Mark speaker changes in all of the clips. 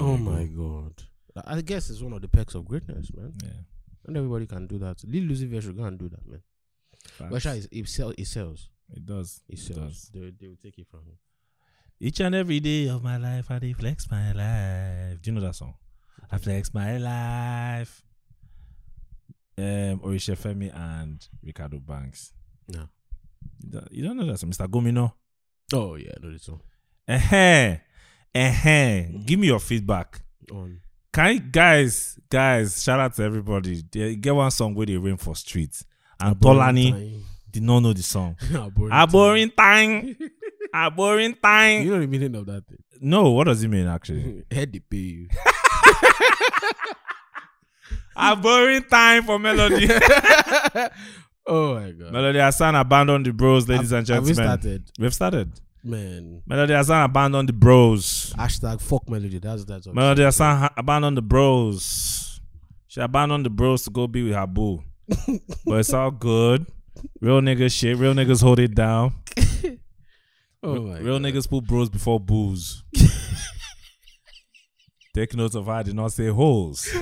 Speaker 1: Oh
Speaker 2: Oh I guess it's one of the perks of greatness, man.
Speaker 1: Yeah.
Speaker 2: Not everybody can do that. Lil Lucifer should go and do that, man. But
Speaker 1: Facts.
Speaker 2: Sha is it sells. It sells.
Speaker 1: It does.
Speaker 2: It
Speaker 1: It does.
Speaker 2: sells. They, they will take it from him.
Speaker 1: Each and every day of my life, I dey flex my life. Do you know that song? I flex my life. Um, Orisha Femi and Ricardo Banks.
Speaker 2: No.
Speaker 1: You don't- You don't know that song, Mr. Gomino.
Speaker 2: Oh yeah, no, it's on.
Speaker 1: Uh-huh. Uh-huh. Give me your feedback.
Speaker 2: On.
Speaker 1: Can you, guys, guys, shout out to everybody. They get one song where they rain for streets. And Tolani did not know the song.
Speaker 2: Aboring.
Speaker 1: A
Speaker 2: time.
Speaker 1: boring time. A boring
Speaker 2: You
Speaker 1: time.
Speaker 2: know the meaning of that thing.
Speaker 1: No, what does it mean actually?
Speaker 2: Head they pay you.
Speaker 1: A boring time for Melody.
Speaker 2: oh my god.
Speaker 1: Melody Hassan abandoned the bros, ladies and
Speaker 2: Have we
Speaker 1: gentlemen.
Speaker 2: started,
Speaker 1: We've started.
Speaker 2: man?
Speaker 1: Melody Hassan abandoned the bros.
Speaker 2: Hashtag fuck melody. That's that's what
Speaker 1: Melody Hassan ha- abandoned the bros. She abandoned the bros to go be with her boo. but it's all good. Real niggas shit. Real niggas hold it down.
Speaker 2: Oh my
Speaker 1: Real
Speaker 2: god.
Speaker 1: niggas put bros before booze. Take note of how I did not say hoes.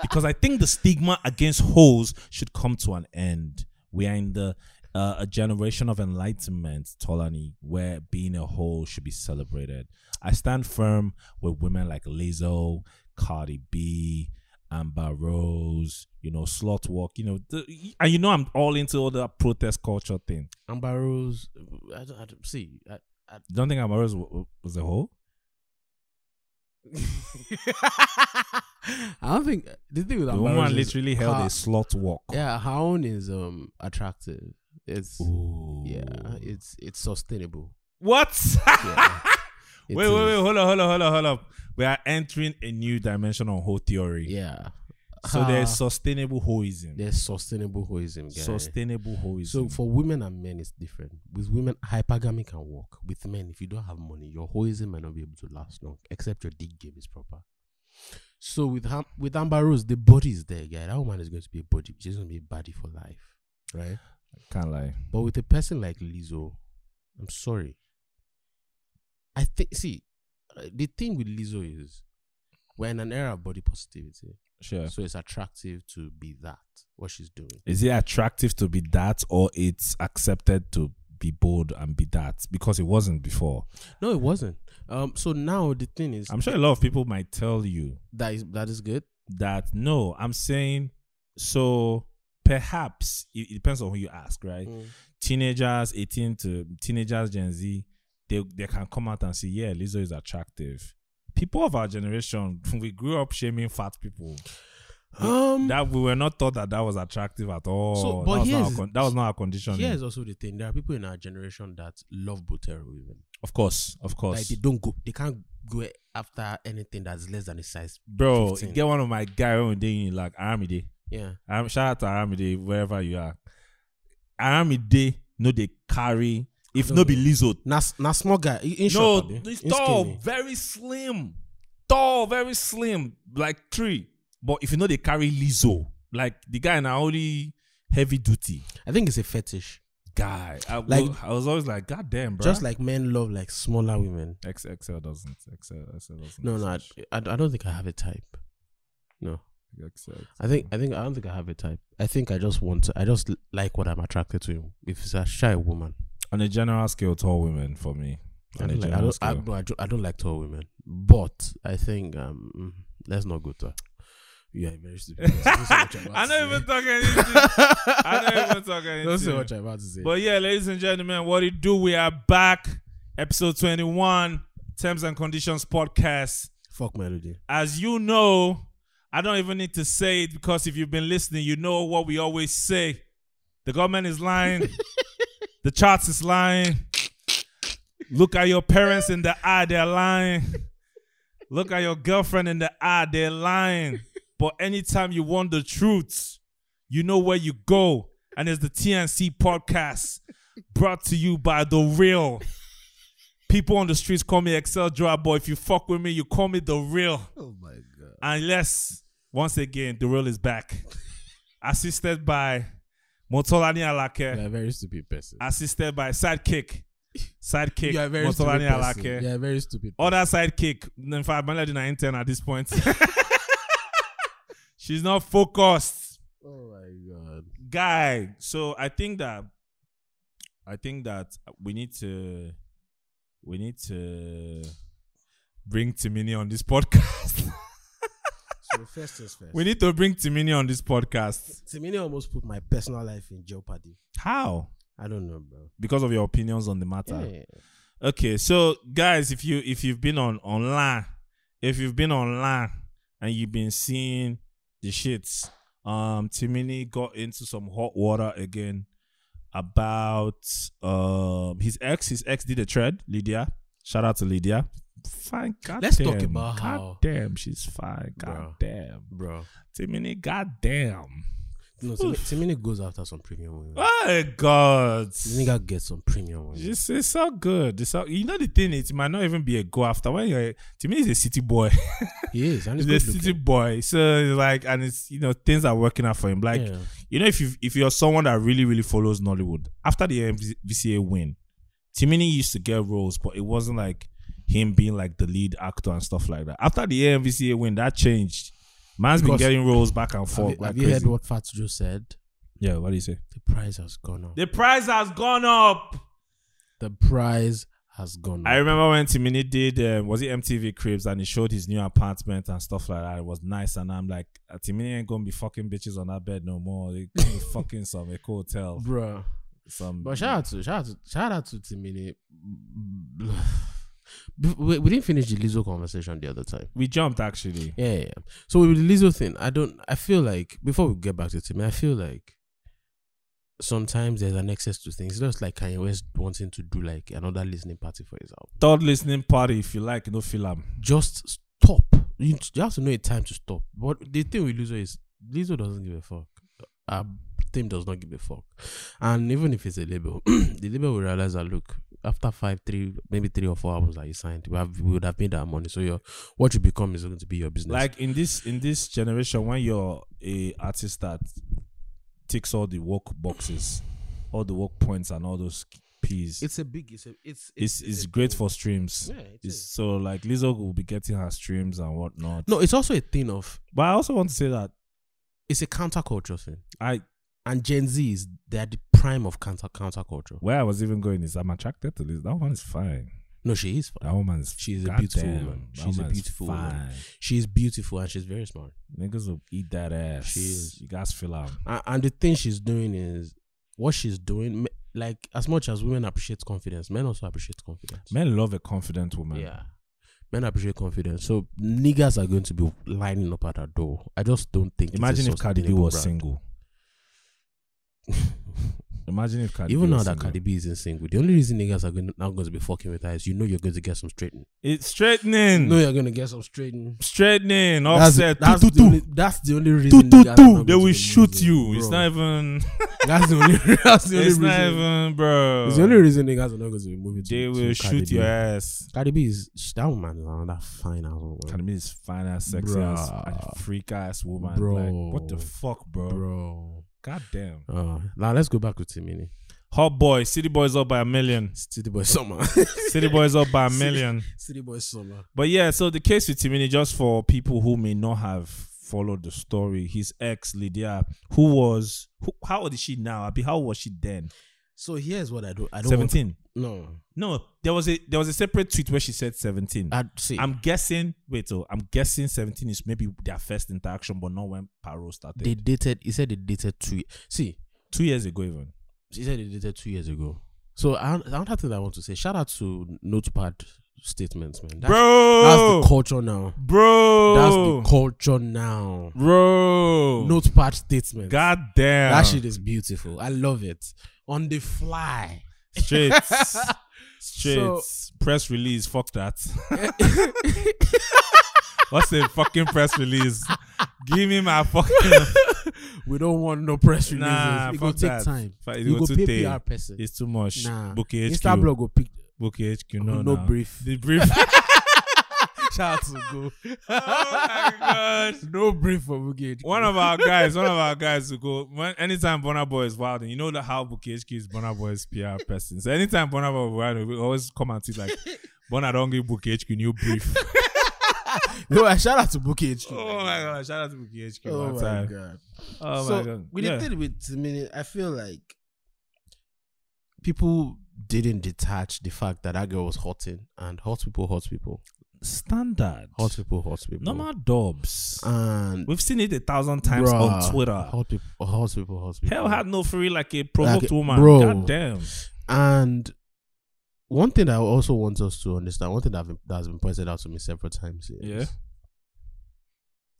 Speaker 1: because I think the stigma against hoes should come to an end. We are in the uh, a generation of enlightenment, Tolani, where being a hoe should be celebrated. I stand firm with women like Lizzo, Cardi B, Amber Rose, you know, Slot Walk, you know, the, and you know I'm all into all that protest culture thing.
Speaker 2: Amber Rose. I don't, I don't see. I,
Speaker 1: You don't think Amber Rose wa- wa- was a hoe?
Speaker 2: I don't think the thing with
Speaker 1: The
Speaker 2: Amber Rose
Speaker 1: woman
Speaker 2: is
Speaker 1: literally held
Speaker 2: her-
Speaker 1: a slot walk.
Speaker 2: Yeah, her own is um attractive. It's
Speaker 1: Ooh.
Speaker 2: yeah, it's it's sustainable.
Speaker 1: What?
Speaker 2: Yeah. It
Speaker 1: wait, wait, wait.
Speaker 2: is.
Speaker 1: Hold up, hold up, hold up, hold up. We are entering a new dimension on whole theory.
Speaker 2: Yeah.
Speaker 1: So
Speaker 2: Her-
Speaker 1: there's hoism. hoism.
Speaker 2: there's sustainable hoism, guys.
Speaker 1: Sustainable
Speaker 2: so
Speaker 1: hoism.
Speaker 2: for women and men, it's different. With women, hypergamy can work. With men, if you don't have money, your hoism might not be able to last long, except your dick game is proper. So with Ham- with Amber Rose, the body is there, guy. That woman is going to be a body. She's going to be a body for life, right?
Speaker 1: Can't lie.
Speaker 2: But with a person like Lizzo, I'm sorry. I think see, uh, the thing with Lizzo is we're in an era of body positivity,
Speaker 1: Sure.
Speaker 2: so it's attractive to be that what she's doing.
Speaker 1: Is it attractive to be that or it's accepted to be bold and be that? Because it wasn't before.
Speaker 2: No, it wasn't. Um, so now the thing is
Speaker 1: I'm sure a lot of people might tell you
Speaker 2: that is that is good.
Speaker 1: that no, I'm saying so perhaps it, it depends on who you ask, right?
Speaker 2: Mm.
Speaker 1: teenagers 18 to teenagers gen z they, they can come out and say yeah lizzo is attractive people of our generation we grew up shaming fat people
Speaker 2: Um,
Speaker 1: that we were not taught that that was attractive at all
Speaker 2: So, but
Speaker 1: that, was not our
Speaker 2: here's-
Speaker 1: con- that was not our condition
Speaker 2: here's also the thing: there are people in our generation that love Botero women.
Speaker 1: of course of course
Speaker 2: Like they don't go, they can't go after anything that's less than a size.
Speaker 1: bro
Speaker 2: 15.
Speaker 1: get one of my guy when they in like Aramide
Speaker 2: Yeah,
Speaker 1: Aram, shout out to Aramide wherever you are Aramide no they carry if
Speaker 2: No,
Speaker 1: no be
Speaker 2: no.
Speaker 1: Lizzo
Speaker 2: na na small guy. In, in
Speaker 1: no,
Speaker 2: short, abi?
Speaker 1: he's
Speaker 2: In
Speaker 1: tall,
Speaker 2: skinny.
Speaker 1: very slim, tall, very slim, like three. But if you know they carry Lizzo, like the guy in only heavy duty
Speaker 2: I think it's a fetish.
Speaker 1: guy. I,
Speaker 2: Like-
Speaker 1: wa- I was always like, God damn, bro.
Speaker 2: Just like men love like smaller women.
Speaker 1: XXL doesn't. XL, XL doesn't.
Speaker 2: No, no, I, I, I don't think I have a type. No,
Speaker 1: XL.
Speaker 2: I think
Speaker 1: Hmm.
Speaker 2: I think I don't think I have a type. I think I just want to. I just l- like what I'm attracted to. If it's a shy woman,
Speaker 1: On a general scale, tall women for me.
Speaker 2: I
Speaker 1: On a
Speaker 2: don't like. I
Speaker 1: general
Speaker 2: don't, I,
Speaker 1: scale.
Speaker 2: no, I, don't, I don't like tall women. But I think um, mm, let's not go to. Yeah, very stupid. Don't say what you're about
Speaker 1: I don't
Speaker 2: to say.
Speaker 1: even talk anything. I don't even talk anything.
Speaker 2: Don't say what I'm about to say.
Speaker 1: But yeah, ladies and gentlemen, what it do? We are back. Episode 21, Terms and Conditions Podcast.
Speaker 2: Fuck melody.
Speaker 1: As you know, I don't even need to say it because if you've been listening, you know what we always say. The government is lying. the charts is lying. Look at your parents in the eye, they're lying. Look at your girlfriend in the eye, they're lying. But anytime you want the truth, you know where you go. And it's the TNC podcast brought to you by The Real. People on the streets call me Excel Draw Boy. If you fuck with me, you call me The Real.
Speaker 2: Oh my god.
Speaker 1: Unless, once again, The Real is back. Assisted by Motolani Alake
Speaker 2: You're a very stupid person.
Speaker 1: assisted by sidekick. Sidekick.
Speaker 2: You're a very
Speaker 1: Ah, Motolani
Speaker 2: stupid person.
Speaker 1: Alake.
Speaker 2: You're a very stupid.
Speaker 1: Other sidekick. In fact, Melody na intern at this point. She's not focused,
Speaker 2: Oh my god.
Speaker 1: guy. So I think that I think that we need to we need to bring Timini on this podcast.
Speaker 2: So first is first.
Speaker 1: we need to bring Timini on this podcast.
Speaker 2: Timini almost put my personal life in jeopardy.
Speaker 1: How?
Speaker 2: I don't know, bro.
Speaker 1: Because of your opinions on the matter.
Speaker 2: Yeah.
Speaker 1: Okay, so guys, if you if you've been on online, if you've been online and you've been seeing the shits, um, Timini got into some hot water again about um his ex. His ex did a thread, Lydia. Shout out to Lydia. Fine, god
Speaker 2: Let's
Speaker 1: damn,
Speaker 2: talk about
Speaker 1: god
Speaker 2: how-
Speaker 1: damn she's fine. God
Speaker 2: Bruh.
Speaker 1: damn,
Speaker 2: Bro.
Speaker 1: Timini. God damn.
Speaker 2: No, Tim- Timini goes after some premium women.
Speaker 1: Oh God.
Speaker 2: This nigga gets some premium women.
Speaker 1: It's, it's so good. It's so, you know the thing is, it might not even be a go after. When you're to me, he's a city boy.
Speaker 2: He is, and
Speaker 1: he's a
Speaker 2: he's good
Speaker 1: city
Speaker 2: looking.
Speaker 1: boy. So it's like, and it's you know things are working out for him. Like
Speaker 2: yeah.
Speaker 1: you know, if you if you're someone that really really follows Nollywood after the MVCA win, Timini used to get roles, but it wasn't like him being like the lead actor and stuff like that. After the AMVCA win, that changed. Man's
Speaker 2: Because-
Speaker 1: been getting roles back and
Speaker 2: Have,
Speaker 1: forth.
Speaker 2: you,
Speaker 1: like
Speaker 2: have you heard
Speaker 1: crazy.
Speaker 2: what Fat Joe said?
Speaker 1: Yeah, what do you say?
Speaker 2: The price has gone up.
Speaker 1: The price has gone up.
Speaker 2: The price has gone up.
Speaker 1: I remember when Timini did um, was it MTV Cribs and he showed his new apartment and stuff like that. It was nice, and I'm like, "Ah, Timini ain't gonna be fucking bitches on that bed no more. They gonna be fucking some a hotel,
Speaker 2: Bro.
Speaker 1: some.
Speaker 2: But shout out to shout out to shout out to Timini. We, we didn't finish the Lizzo conversation the other time.
Speaker 1: we jumped actually.
Speaker 2: Yeah, yeah. So with the Lizzo thing, I don't. I feel like before we get back to Timmy, I feel like sometimes there's an excess to things. Just like Kanye West wanting to do like another listening party for his album.
Speaker 1: Third listening party, if you like, no film.
Speaker 2: Just stop. You, you have to know a time to stop. But the thing with Lizzo is Lizzo doesn't give a fuck. Uh, Tim does not give a fuck. And even if it's a label, the label will realize that look, after five, three, maybe three or four albums that you signed, we have we would have made that money. So your what you become is going to be your business.
Speaker 1: Like in this in this generation, when you're a artist that ticks all the work boxes, all the work points, and all those p's, it's
Speaker 2: it's a big it's a, it's
Speaker 1: it's,
Speaker 2: a
Speaker 1: great
Speaker 2: thing.
Speaker 1: for streams.
Speaker 2: yeah it
Speaker 1: It's,
Speaker 2: is.
Speaker 1: so like Lizzo will be getting her streams and whatnot.
Speaker 2: no it's also a thing of
Speaker 1: But I also want to say that
Speaker 2: it's a counterculture thing
Speaker 1: I
Speaker 2: and gen z is they're the prime of counter counterculture
Speaker 1: where I was even going is I'm attracted to this. That one is fine.
Speaker 2: no she is fine
Speaker 1: That woman is
Speaker 2: She's a
Speaker 1: God
Speaker 2: beautiful
Speaker 1: damn,
Speaker 2: woman.
Speaker 1: that
Speaker 2: She's a
Speaker 1: woman is
Speaker 2: beautiful woman.
Speaker 1: fine.
Speaker 2: she is beautiful and she's very smart
Speaker 1: Niggas will eat that ass.
Speaker 2: She is.
Speaker 1: You guys feel um, out.
Speaker 2: and, and the thing she's doing is what she's doing me- like as much as women appreciate confidence men also appreciate confidence
Speaker 1: Men love a confident woman.
Speaker 2: yeah men appreciate confidence so niggas are going to be lining up at our door i just don't think it's a
Speaker 1: Imagine if Cardi B
Speaker 2: sustainable
Speaker 1: was
Speaker 2: brand.
Speaker 1: single. Imagine if Cardi
Speaker 2: Even
Speaker 1: B
Speaker 2: now
Speaker 1: was
Speaker 2: that
Speaker 1: single.
Speaker 2: Cardi B isn't single, the only reason niggas are going now going to be fucking with her is you know you're going to get some straightening.
Speaker 1: it's straightening.
Speaker 2: No, you're going to get some straightening.
Speaker 1: straightening.
Speaker 2: That's,
Speaker 1: Hmm. Offset.
Speaker 2: that's,
Speaker 1: two,
Speaker 2: the
Speaker 1: two,
Speaker 2: only,
Speaker 1: two.
Speaker 2: that's the only
Speaker 1: Two,
Speaker 2: reason.
Speaker 1: two,
Speaker 2: niggas are not
Speaker 1: two.
Speaker 2: going
Speaker 1: They
Speaker 2: to
Speaker 1: will
Speaker 2: be
Speaker 1: shoot
Speaker 2: losing,
Speaker 1: you.
Speaker 2: bro.
Speaker 1: It's not even.
Speaker 2: That's the only. That's the only
Speaker 1: It's
Speaker 2: reason.
Speaker 1: not even, bro.
Speaker 2: it's the only reason niggas are not going to be moving.
Speaker 1: uh, They
Speaker 2: to,
Speaker 1: will
Speaker 2: to Cardi
Speaker 1: shoot
Speaker 2: B.
Speaker 1: your ass.
Speaker 2: Cardi B is sh- that woman is another fine ass woman,
Speaker 1: Cardi B is fine ass, sexy
Speaker 2: Bruh.
Speaker 1: ass, and freak ass woman.
Speaker 2: Bro.
Speaker 1: Like, what the fuck, bro?
Speaker 2: bro.
Speaker 1: God damn.
Speaker 2: Uh, now let's go back to Timini.
Speaker 1: Hot boy, City Boys up by a million.
Speaker 2: City Boy Summer.
Speaker 1: City Boys up by a
Speaker 2: City-
Speaker 1: million.
Speaker 2: City Boy Summer.
Speaker 1: But yeah, so the case with Timini, just for people who may not have followed the story, his ex Lydia, who was who, how old is she now? Abi, how old was she then?
Speaker 2: So here's what I do. I don't. Want,
Speaker 1: Seventeen.
Speaker 2: no.
Speaker 1: No, there was a there was a separate tweet where she said seventeen.
Speaker 2: I see.
Speaker 1: I'm guessing. Wait, oh, I'm guessing seventeen is maybe their first interaction, but not when Paro started.
Speaker 2: they dated. He said they dated two. See,
Speaker 1: Two years ago, even.
Speaker 2: she said they dated two years ago. So I- another thing I want to say, shout out to Notepad statements, man. That's,
Speaker 1: bro,
Speaker 2: that's the culture now.
Speaker 1: bro,
Speaker 2: That's the culture now.
Speaker 1: bro.
Speaker 2: Notepad statements.
Speaker 1: God damn.
Speaker 2: That shit is beautiful. I love it. On the fly.
Speaker 1: Straights. Straights. press release. Fuck that. What's a fucking press release? Give me my fucking.
Speaker 2: We don't want no press releases.
Speaker 1: Nah,
Speaker 2: it
Speaker 1: fuck
Speaker 2: will take
Speaker 1: that.
Speaker 2: time.
Speaker 1: Fuck, it
Speaker 2: you
Speaker 1: will
Speaker 2: go
Speaker 1: too
Speaker 2: pay
Speaker 1: take.
Speaker 2: PR person.
Speaker 1: It's too much.
Speaker 2: Nah.
Speaker 1: Bookie HQ.
Speaker 2: Insta blog will pick
Speaker 1: Bookie HQ.
Speaker 2: no,
Speaker 1: No, nah.
Speaker 2: brief.
Speaker 1: The brief.
Speaker 2: Shout out to go.
Speaker 1: oh my god.
Speaker 2: No brief for Boogie.
Speaker 1: One of our guys, one of our guys will go when anytime Bonner Boy is wilding, you know the how Bookie HQ is Bonner Boy's PR person. So anytime Bonner Boy is wilding, we always come and see like Bonner don't give Bookie HQ new brief.
Speaker 2: no, I shout out to Bookie HQ.
Speaker 1: Oh my god! Shout out to Bookie HQ.
Speaker 2: Oh
Speaker 1: one
Speaker 2: my
Speaker 1: time.
Speaker 2: god.
Speaker 1: Oh
Speaker 2: so
Speaker 1: my god!
Speaker 2: with
Speaker 1: yeah.
Speaker 2: the thing with Timini, I feel like people didn't detach the fact that that girl was hotting and hot people, hot people,
Speaker 1: standard
Speaker 2: hot people, hot people.
Speaker 1: normal dobs.
Speaker 2: and
Speaker 1: We've seen it a thousand times on
Speaker 2: bruh,
Speaker 1: Twitter.
Speaker 2: Hot people, hot people, hot people.
Speaker 1: Hell had no free like a provoked
Speaker 2: Like,
Speaker 1: woman.
Speaker 2: bro.
Speaker 1: God damn.
Speaker 2: And one thing I also want us to understand, one thing that, have been, that has been pointed out to me several times is
Speaker 1: Yeah.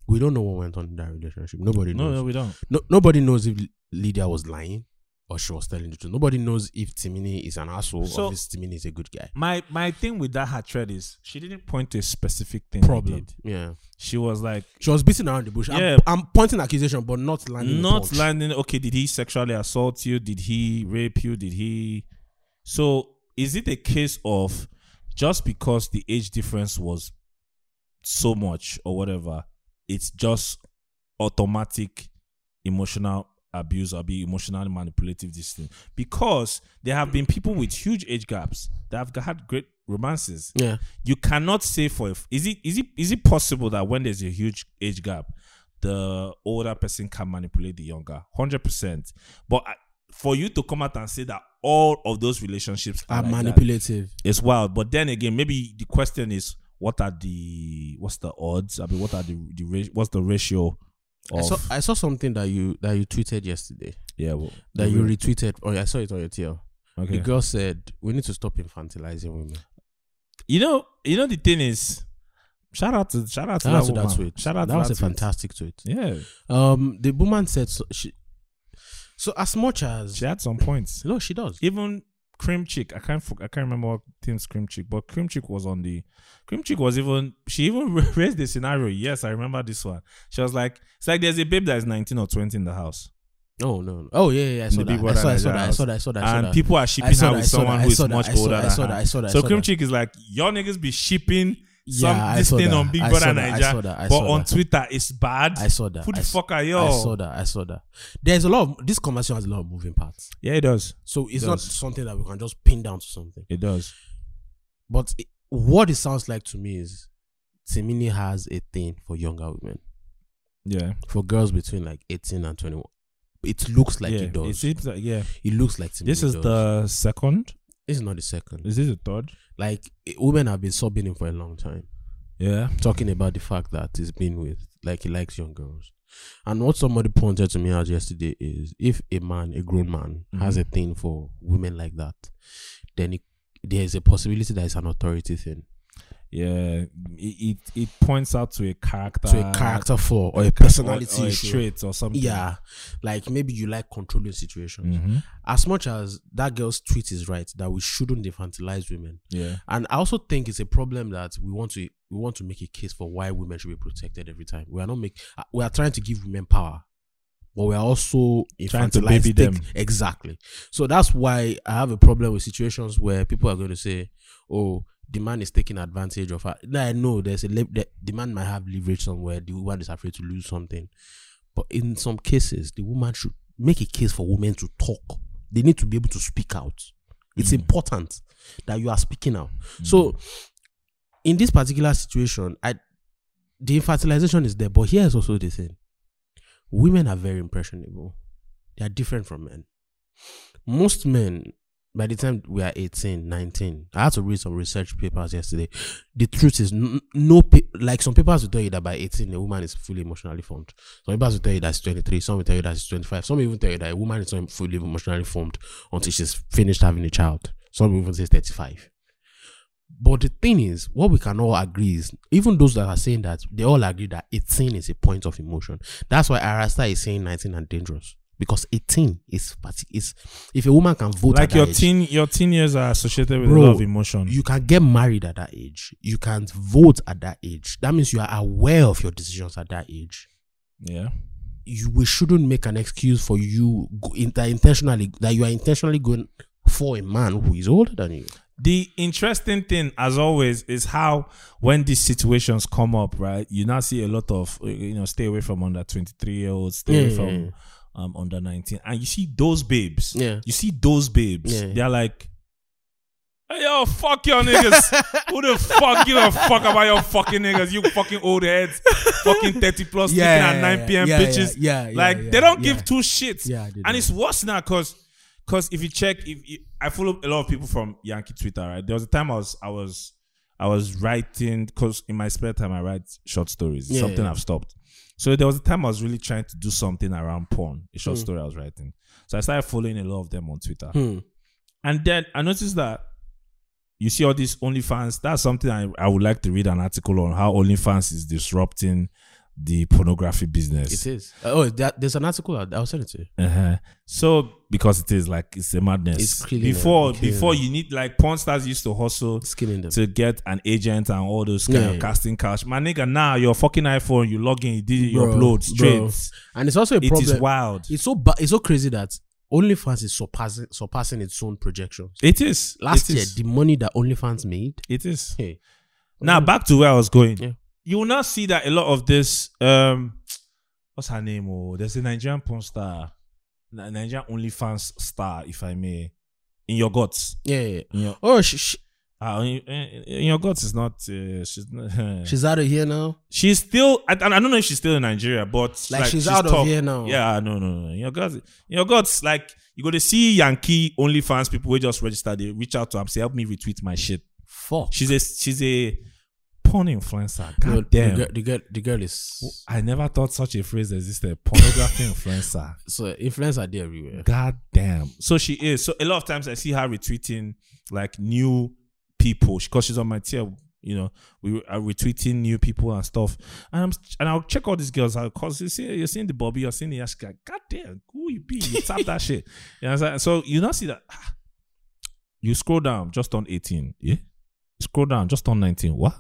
Speaker 2: we don't know what went on in that relationship. Nobody
Speaker 1: No,
Speaker 2: knows.
Speaker 1: no, we don't.
Speaker 2: No, nobody knows if Lydia was lying or she was telling the truth. Nobody knows if Timini is an asshole
Speaker 1: So-
Speaker 2: or if Timini is a good guy.
Speaker 1: My my thing with that hatred is she didn't point to a specific thing. he
Speaker 2: Problem.
Speaker 1: did.
Speaker 2: Yeah.
Speaker 1: She was like
Speaker 2: She was beating around the bush.
Speaker 1: Yeah.
Speaker 2: I'm, I'm pointing accusation, but not landing. a
Speaker 1: not
Speaker 2: punch.
Speaker 1: landing. Okay, did he sexually assault you? Did he rape you? Did he? So is it a case of just because the age difference was so much or whatever, it's just automatic emotional abuse or be emotionally manipulative this thing because there have been people with huge age gaps that have had great romances
Speaker 2: Yeah.
Speaker 1: you cannot say for if is it is it is it possible that when there's a huge age gap the older person can manipulate the younger 100% but I- for you to come out and say that all of those relationships are
Speaker 2: I'm
Speaker 1: like that,
Speaker 2: manipulative.
Speaker 1: it's wild but then again maybe the question is what are the what's the odds i mean what are the, the ra- what's the ratio
Speaker 2: I
Speaker 1: of
Speaker 2: saw, I saw something that you that you tweeted yesterday.
Speaker 1: yeah well,
Speaker 2: uh, That you retweeted. Oh, yeah, I saw it on your TL.
Speaker 1: okay
Speaker 2: The girl said, "We need to stop infantilizing women."
Speaker 1: you know you know the thing is shout out to shout out to
Speaker 2: Shout out to
Speaker 1: that,
Speaker 2: that
Speaker 1: woman.
Speaker 2: tweet.
Speaker 1: shout out
Speaker 2: that
Speaker 1: to
Speaker 2: was
Speaker 1: that
Speaker 2: a fantastic tweet.
Speaker 1: tweet. yeah
Speaker 2: Um, the woman said so. She, so as much as
Speaker 1: she had some points
Speaker 2: no, she does.
Speaker 1: even cream chick i can't fo- i can't remember what team's cream chick but cream chick was on the cream chick was even she even raised the scenario yes i remember this one she was like it's like there's a babe that is 19 or 20 in the house
Speaker 2: Oh no, no. Oh yeah, yeah. I saw
Speaker 1: The
Speaker 2: that.
Speaker 1: people
Speaker 2: I saw, I
Speaker 1: that
Speaker 2: saw
Speaker 1: are
Speaker 2: that. I saw that. I saw that. I saw
Speaker 1: and
Speaker 2: that.
Speaker 1: people are
Speaker 2: I
Speaker 1: shipping
Speaker 2: saw
Speaker 1: her
Speaker 2: that, I
Speaker 1: with
Speaker 2: saw
Speaker 1: someone
Speaker 2: that, I
Speaker 1: who is
Speaker 2: saw that,
Speaker 1: much
Speaker 2: I saw
Speaker 1: older
Speaker 2: that, I
Speaker 1: than
Speaker 2: saw
Speaker 1: her.
Speaker 2: that, I saw that, I
Speaker 1: so
Speaker 2: saw
Speaker 1: cream
Speaker 2: that.
Speaker 1: chick is like your niggas be shipping
Speaker 2: Yeah,
Speaker 1: some
Speaker 2: I
Speaker 1: this
Speaker 2: saw
Speaker 1: thing
Speaker 2: that,
Speaker 1: on big
Speaker 2: I
Speaker 1: brother
Speaker 2: saw that, I
Speaker 1: niger
Speaker 2: saw that, I
Speaker 1: but
Speaker 2: saw
Speaker 1: on
Speaker 2: that.
Speaker 1: twitter it's bad
Speaker 2: I saw that.
Speaker 1: who the
Speaker 2: I saw-
Speaker 1: fuck are you
Speaker 2: I saw that. I saw that. There's a lot of this conversation has a lot of moving parts.
Speaker 1: yeah it does
Speaker 2: So it's
Speaker 1: It
Speaker 2: not
Speaker 1: does.
Speaker 2: something that we can just pin down to something.
Speaker 1: it does
Speaker 2: But it, what it sounds like to me is Timini has a thing for younger women,
Speaker 1: yeah
Speaker 2: for girls between like 18 and 21. It looks like
Speaker 1: yeah
Speaker 2: it does.
Speaker 1: seems like yeah
Speaker 2: It looks like Timini
Speaker 1: this is
Speaker 2: does.
Speaker 1: the second
Speaker 2: This is not the second.
Speaker 1: is this the third
Speaker 2: Like i- women have been subbing him for a long time,
Speaker 1: yeah
Speaker 2: talking about the fact that he's been with like he likes young girls. And what somebody pointed to me out yesterday is if a man, a grown man,
Speaker 1: Mm-hmm.
Speaker 2: has a thing for women like that, then it, there is a possibility that it's an authority thing,
Speaker 1: yeah it, it it points out to a character
Speaker 2: to a character flaw or a
Speaker 1: or, or
Speaker 2: personality
Speaker 1: a
Speaker 2: issue.
Speaker 1: trait or something
Speaker 2: Yeah, like maybe you like controlling situations.
Speaker 1: Mhm.
Speaker 2: As much as that girl's tweet is right that we shouldn't infantilize women,
Speaker 1: yeah
Speaker 2: and I also think it's a problem that we want to we want to make a case for why women should be protected every time. We are not make uh, we are trying to give women power, but we are also
Speaker 1: Trying to
Speaker 2: infantilized-
Speaker 1: baby
Speaker 2: take-
Speaker 1: them.
Speaker 2: exactly. So that's why I have a problem with situations where people are going to say, "Oh, the man is taking advantage of her." Now I know there's a lev- the, the man might have leverage somewhere. The woman is afraid to lose something, but in some cases, the woman should make a case for women to talk. They need to be able to speak out. It's
Speaker 1: Hmm.
Speaker 2: important that you are speaking out. Mm. So, in this particular situation, I the infertilization is there, but here's also the thing: women are very impressionable. They are different from men. Most men, by the time we are 18, 19, I had to read some research papers yesterday. The truth is, n- no, pe- like some papers will tell you that by 18, a woman is fully emotionally formed. Some papers will tell you that she's 23, some will tell you that she's 25, some even tell you that a woman is not fully emotionally formed until she's finished having a child. Some will even say 35. But the thing is, what we can all agree is, even those that are saying that, they all agree that 18 is a point of emotion. That's why Arasta is saying 19 and dangerous. Because 18 is, parti- is if a woman can vote
Speaker 1: like
Speaker 2: at
Speaker 1: your
Speaker 2: that age,
Speaker 1: teen your teen years are associated with
Speaker 2: Bro,
Speaker 1: a lot of emotion
Speaker 2: you can get married at that age. You can vote at that age. That means you are aware of your decisions at that age.
Speaker 1: yeah
Speaker 2: You we shouldn't make an excuse for you go, inter- intentionally that you are intentionally going for a man who is older than you.
Speaker 1: the interesting thing as always is how when these situations come up right you now see a lot of uh, you know stay away from under 23 year olds stay away
Speaker 2: Yeah.
Speaker 1: from um under 19 and you see those babes
Speaker 2: Mm. Yeah.
Speaker 1: you see those babes
Speaker 2: Yeah.
Speaker 1: they're like Hey, yo, fuck your niggas. Who the fuck give a fuck about your fucking niggas? You fucking old heads, fucking 30 plus yeah, at 9 p.m.
Speaker 2: yeah,
Speaker 1: bitches.
Speaker 2: Yeah, yeah, yeah,
Speaker 1: like
Speaker 2: yeah,
Speaker 1: they don't
Speaker 2: yeah.
Speaker 1: give two shits.
Speaker 2: Yeah, they
Speaker 1: and
Speaker 2: don't.
Speaker 1: it's worse now because because if you check, if you, I follow a lot of people from Yankee Twitter, right? There was a time I was I was I was writing because in my spare time I write short stories. It's
Speaker 2: Yeah,
Speaker 1: something
Speaker 2: yeah.
Speaker 1: I've stopped. So there was a time I was really trying to do something around porn, a short story I was writing. So I started following a lot of them on Twitter.
Speaker 2: Hmm.
Speaker 1: And then I noticed that you see all these OnlyFans. That's something I, I would like to read an article on how OnlyFans is disrupting the pornography business.
Speaker 2: It is. Uh, oh, there, there's an article. I'll, I'll send it to you.
Speaker 1: Uh-huh. So because it is like it's a madness.
Speaker 2: It's killing
Speaker 1: before
Speaker 2: them, killing
Speaker 1: before
Speaker 2: them.
Speaker 1: you need like porn stars used to hustle
Speaker 2: It's killing them.
Speaker 1: to get an agent and all those kind
Speaker 2: Yeah,
Speaker 1: of
Speaker 2: yeah.
Speaker 1: casting couch. My nigga, now your fucking iPhone, you log in, you did it, you
Speaker 2: Bro,
Speaker 1: upload straight.
Speaker 2: bro. And it's also a
Speaker 1: It
Speaker 2: problem.
Speaker 1: is wild.
Speaker 2: It's so ba- it's so crazy that OnlyFans is surpassing surpassing its own projections.
Speaker 1: It is.
Speaker 2: Last
Speaker 1: It
Speaker 2: year,
Speaker 1: is.
Speaker 2: the money that OnlyFans made.
Speaker 1: it is.
Speaker 2: Hey,
Speaker 1: Now back to where I was going.
Speaker 2: Mm. Yeah.
Speaker 1: You will now see that a lot of this. Um, what's her name? Oh, there's a Nigerian porn star, Ni- Nigerian OnlyFans star, if I may. In your guts,
Speaker 2: yeah, yeah.
Speaker 1: in your,
Speaker 2: Oh, sh- sh-
Speaker 1: uh, in, in- in your guts is not. Uh, she's not,
Speaker 2: she's out of here now.
Speaker 1: she's still. I, I don't know if she's still in Nigeria, but
Speaker 2: Like, she's out of
Speaker 1: top.
Speaker 2: here now.
Speaker 1: Yeah, no, no, no. In your guts, in your guts. Like you go to see Yankee OnlyFans people who just register. They reach out to him, say, "Help me retweet my shit."
Speaker 2: Fuck.
Speaker 1: She's a she's a porn influencer. God
Speaker 2: No,
Speaker 1: damn.
Speaker 2: The, girl, the girl, the girl is
Speaker 1: I never thought such a phrase existed. Pornography influencer.
Speaker 2: so influencers are there everywhere.
Speaker 1: God damn. So she is. So a lot of times I see her retweeting like new people because she's on my tier. You know, we are retweeting new people and stuff. And I'm and I'll check all these girls out because you see, you're seeing the Bobby, you're seeing the Ashka. God damn, who you be? You tap that shit. You know what I'm saying? So you not see that. ah. You scroll down, just on 18. Yeah. Scroll down, just on 19. What?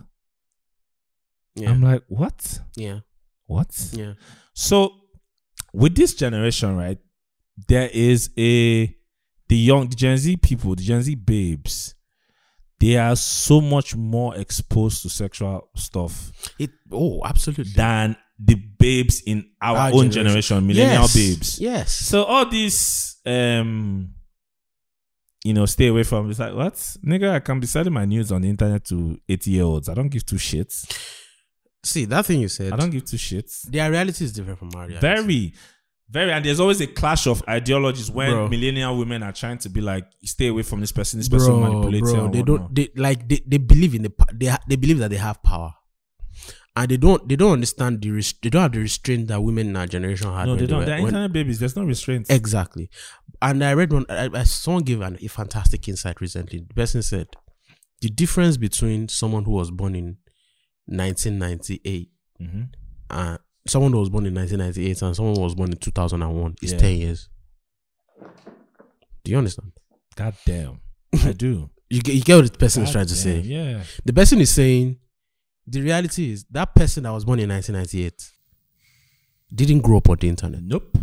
Speaker 2: Yeah,
Speaker 1: I'm like, what?
Speaker 2: yeah,
Speaker 1: What?
Speaker 2: yeah.
Speaker 1: So with this generation, right, there is a the young the Gen Z people, the Gen Z babes, they are so much more exposed to sexual stuff
Speaker 2: It. Oh, absolutely.
Speaker 1: than the babes in our,
Speaker 2: Our
Speaker 1: own
Speaker 2: generation.
Speaker 1: generation, millennial
Speaker 2: yes.
Speaker 1: babes.
Speaker 2: Yes.
Speaker 1: So all these um you know, stay away from it's like what? Nigga, I can be selling my news on the internet to 80 year olds. I don't give two shits.
Speaker 2: See that thing you said.
Speaker 1: I don't give two shits.
Speaker 2: their reality is different from our reality.
Speaker 1: Very, very, and there's always a clash of ideologies when
Speaker 2: Bro.
Speaker 1: millennial women are trying to be like, stay away from this person, this person manipulates you.
Speaker 2: bro,
Speaker 1: and
Speaker 2: they
Speaker 1: whatnot.
Speaker 2: don't. They like they, they believe in the pa- they ha- they believe that they have power, and they don't they don't understand the rest, they don't have the restraint that women in our generation had.
Speaker 1: no,
Speaker 2: when
Speaker 1: they don't.
Speaker 2: were-
Speaker 1: They're
Speaker 2: when- Eh.
Speaker 1: internet babies. There's no restraint.
Speaker 2: Exactly. And I read one, I, I, someone gave an, a fantastic insight recently. The person said, the difference between someone who was born in 1998
Speaker 1: Mhm.
Speaker 2: and someone who was born in 1998 and someone who was born in 2001 is
Speaker 1: Yeah.
Speaker 2: 10 years. Do you understand?
Speaker 1: God damn. I do.
Speaker 2: You get, you get what the person is
Speaker 1: God
Speaker 2: trying to
Speaker 1: damn,
Speaker 2: say.
Speaker 1: Yeah.
Speaker 2: The person is saying, the reality is that person that was born in 1998 didn't grow up on the internet.
Speaker 1: Nope.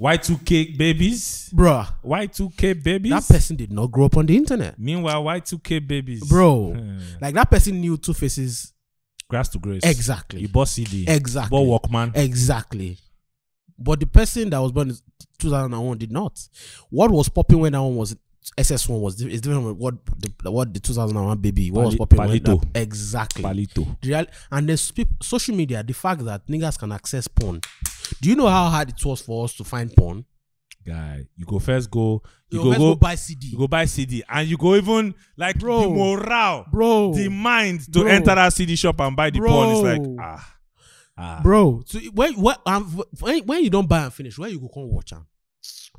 Speaker 1: Y2K babies.
Speaker 2: Bruh,
Speaker 1: Y2K babies.
Speaker 2: that person did not grow up on the internet.
Speaker 1: Meanwhile, Y2K babies.
Speaker 2: Bro.
Speaker 1: Hmm.
Speaker 2: Like that person knew Two Faces
Speaker 1: Grass to grace.
Speaker 2: exactly,
Speaker 1: You bought CD. You
Speaker 2: exactly,
Speaker 1: bought Walkman.
Speaker 2: exactly. But the person that was born in 2001 did not. What was popping when that one was SS1 was di- is different from what the what the 2001 baby what was
Speaker 1: Pali-
Speaker 2: popping when
Speaker 1: Palito.
Speaker 2: that- exactly.
Speaker 1: Palito.
Speaker 2: The real- and then sp- social media, the fact that niggas can access porn. Do you know how hard it was for us to find porn?
Speaker 1: Guy. You go first go. You
Speaker 2: Yo,
Speaker 1: go
Speaker 2: let's
Speaker 1: go.
Speaker 2: buy CD,
Speaker 1: You go buy CD and you go even like the morale,
Speaker 2: bro,
Speaker 1: the mind to
Speaker 2: Bro.
Speaker 1: enter that CD shop and buy the
Speaker 2: Bro.
Speaker 1: porn. It's like ah, ah.
Speaker 2: bro. So when, when, um, when when you don't buy and finish, where you go come watch them?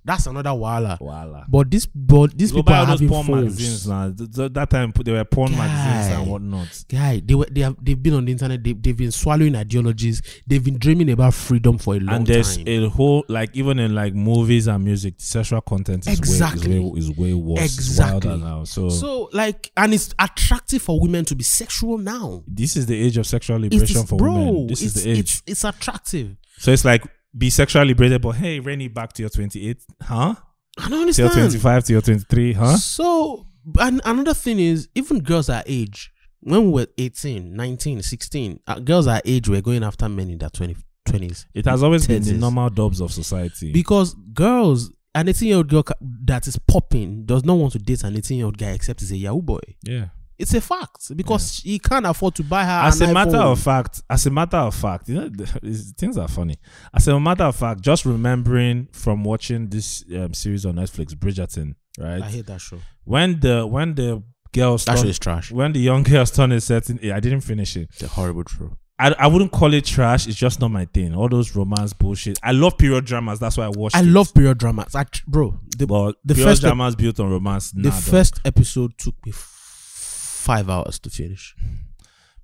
Speaker 2: That's another wahala.
Speaker 1: Voila.
Speaker 2: But this, but these
Speaker 1: Go
Speaker 2: people
Speaker 1: buy
Speaker 2: are
Speaker 1: all those
Speaker 2: having
Speaker 1: porn
Speaker 2: phones.
Speaker 1: magazines now. Th- th- that time they were porn magazines and
Speaker 2: Guy.
Speaker 1: whatnot.
Speaker 2: Guy, they were, they have they've been on the internet. They, they've been swallowing ideologies. They've been dreaming about freedom for a long
Speaker 1: and there's
Speaker 2: time.
Speaker 1: a whole like even in like movies and music, the sexual content is
Speaker 2: Exactly.
Speaker 1: way is way, is way worse.
Speaker 2: Exactly.
Speaker 1: It's wilder now. So,
Speaker 2: so like, and it's attractive for women to be sexual now.
Speaker 1: this is the age of sexual
Speaker 2: It's,
Speaker 1: liberation for
Speaker 2: bro,
Speaker 1: women. This
Speaker 2: it's,
Speaker 1: is the age.
Speaker 2: It's, it's attractive.
Speaker 1: so it's like be sexually liberated, but hey, Rennie, back to your 28, huh?
Speaker 2: I don't
Speaker 1: To your
Speaker 2: understand.
Speaker 1: 25, to your 23, huh?
Speaker 2: So, and another thing is, even girls our age, when we were 18, 19, 16, uh, girls our age were going after men in their 20, 20s.
Speaker 1: It has always been the
Speaker 2: Tenzes.
Speaker 1: normal dubs of society.
Speaker 2: because girls an 18 year old girl ca- that is popping does not want to date an 18 year old guy except he's a Yahoo boy.
Speaker 1: Yeah.
Speaker 2: It's a fact because he can't afford to buy her.
Speaker 1: As
Speaker 2: an
Speaker 1: a matter
Speaker 2: iPhone.
Speaker 1: of fact, as a matter of fact, you know the- is- things are funny. As a matter of fact, just remembering from watching this um, series on Netflix, Bridgerton,
Speaker 2: I
Speaker 1: right?
Speaker 2: hate that show.
Speaker 1: When the when the girls
Speaker 2: That show
Speaker 1: turn,
Speaker 2: is trash.
Speaker 1: when the young girls turn a certain, eh, I didn't finish it.
Speaker 2: It's a horrible show.
Speaker 1: I, I wouldn't call it trash. It's just not my thing. All those romance bullshit. I love period dramas. That's why I watched.
Speaker 2: I
Speaker 1: it.
Speaker 2: love period dramas. I, tr- bro, the,
Speaker 1: but
Speaker 2: the
Speaker 1: period
Speaker 2: first ep-
Speaker 1: dramas built on romance.
Speaker 2: the
Speaker 1: nah, dog.
Speaker 2: first episode took me f- five hours to finish.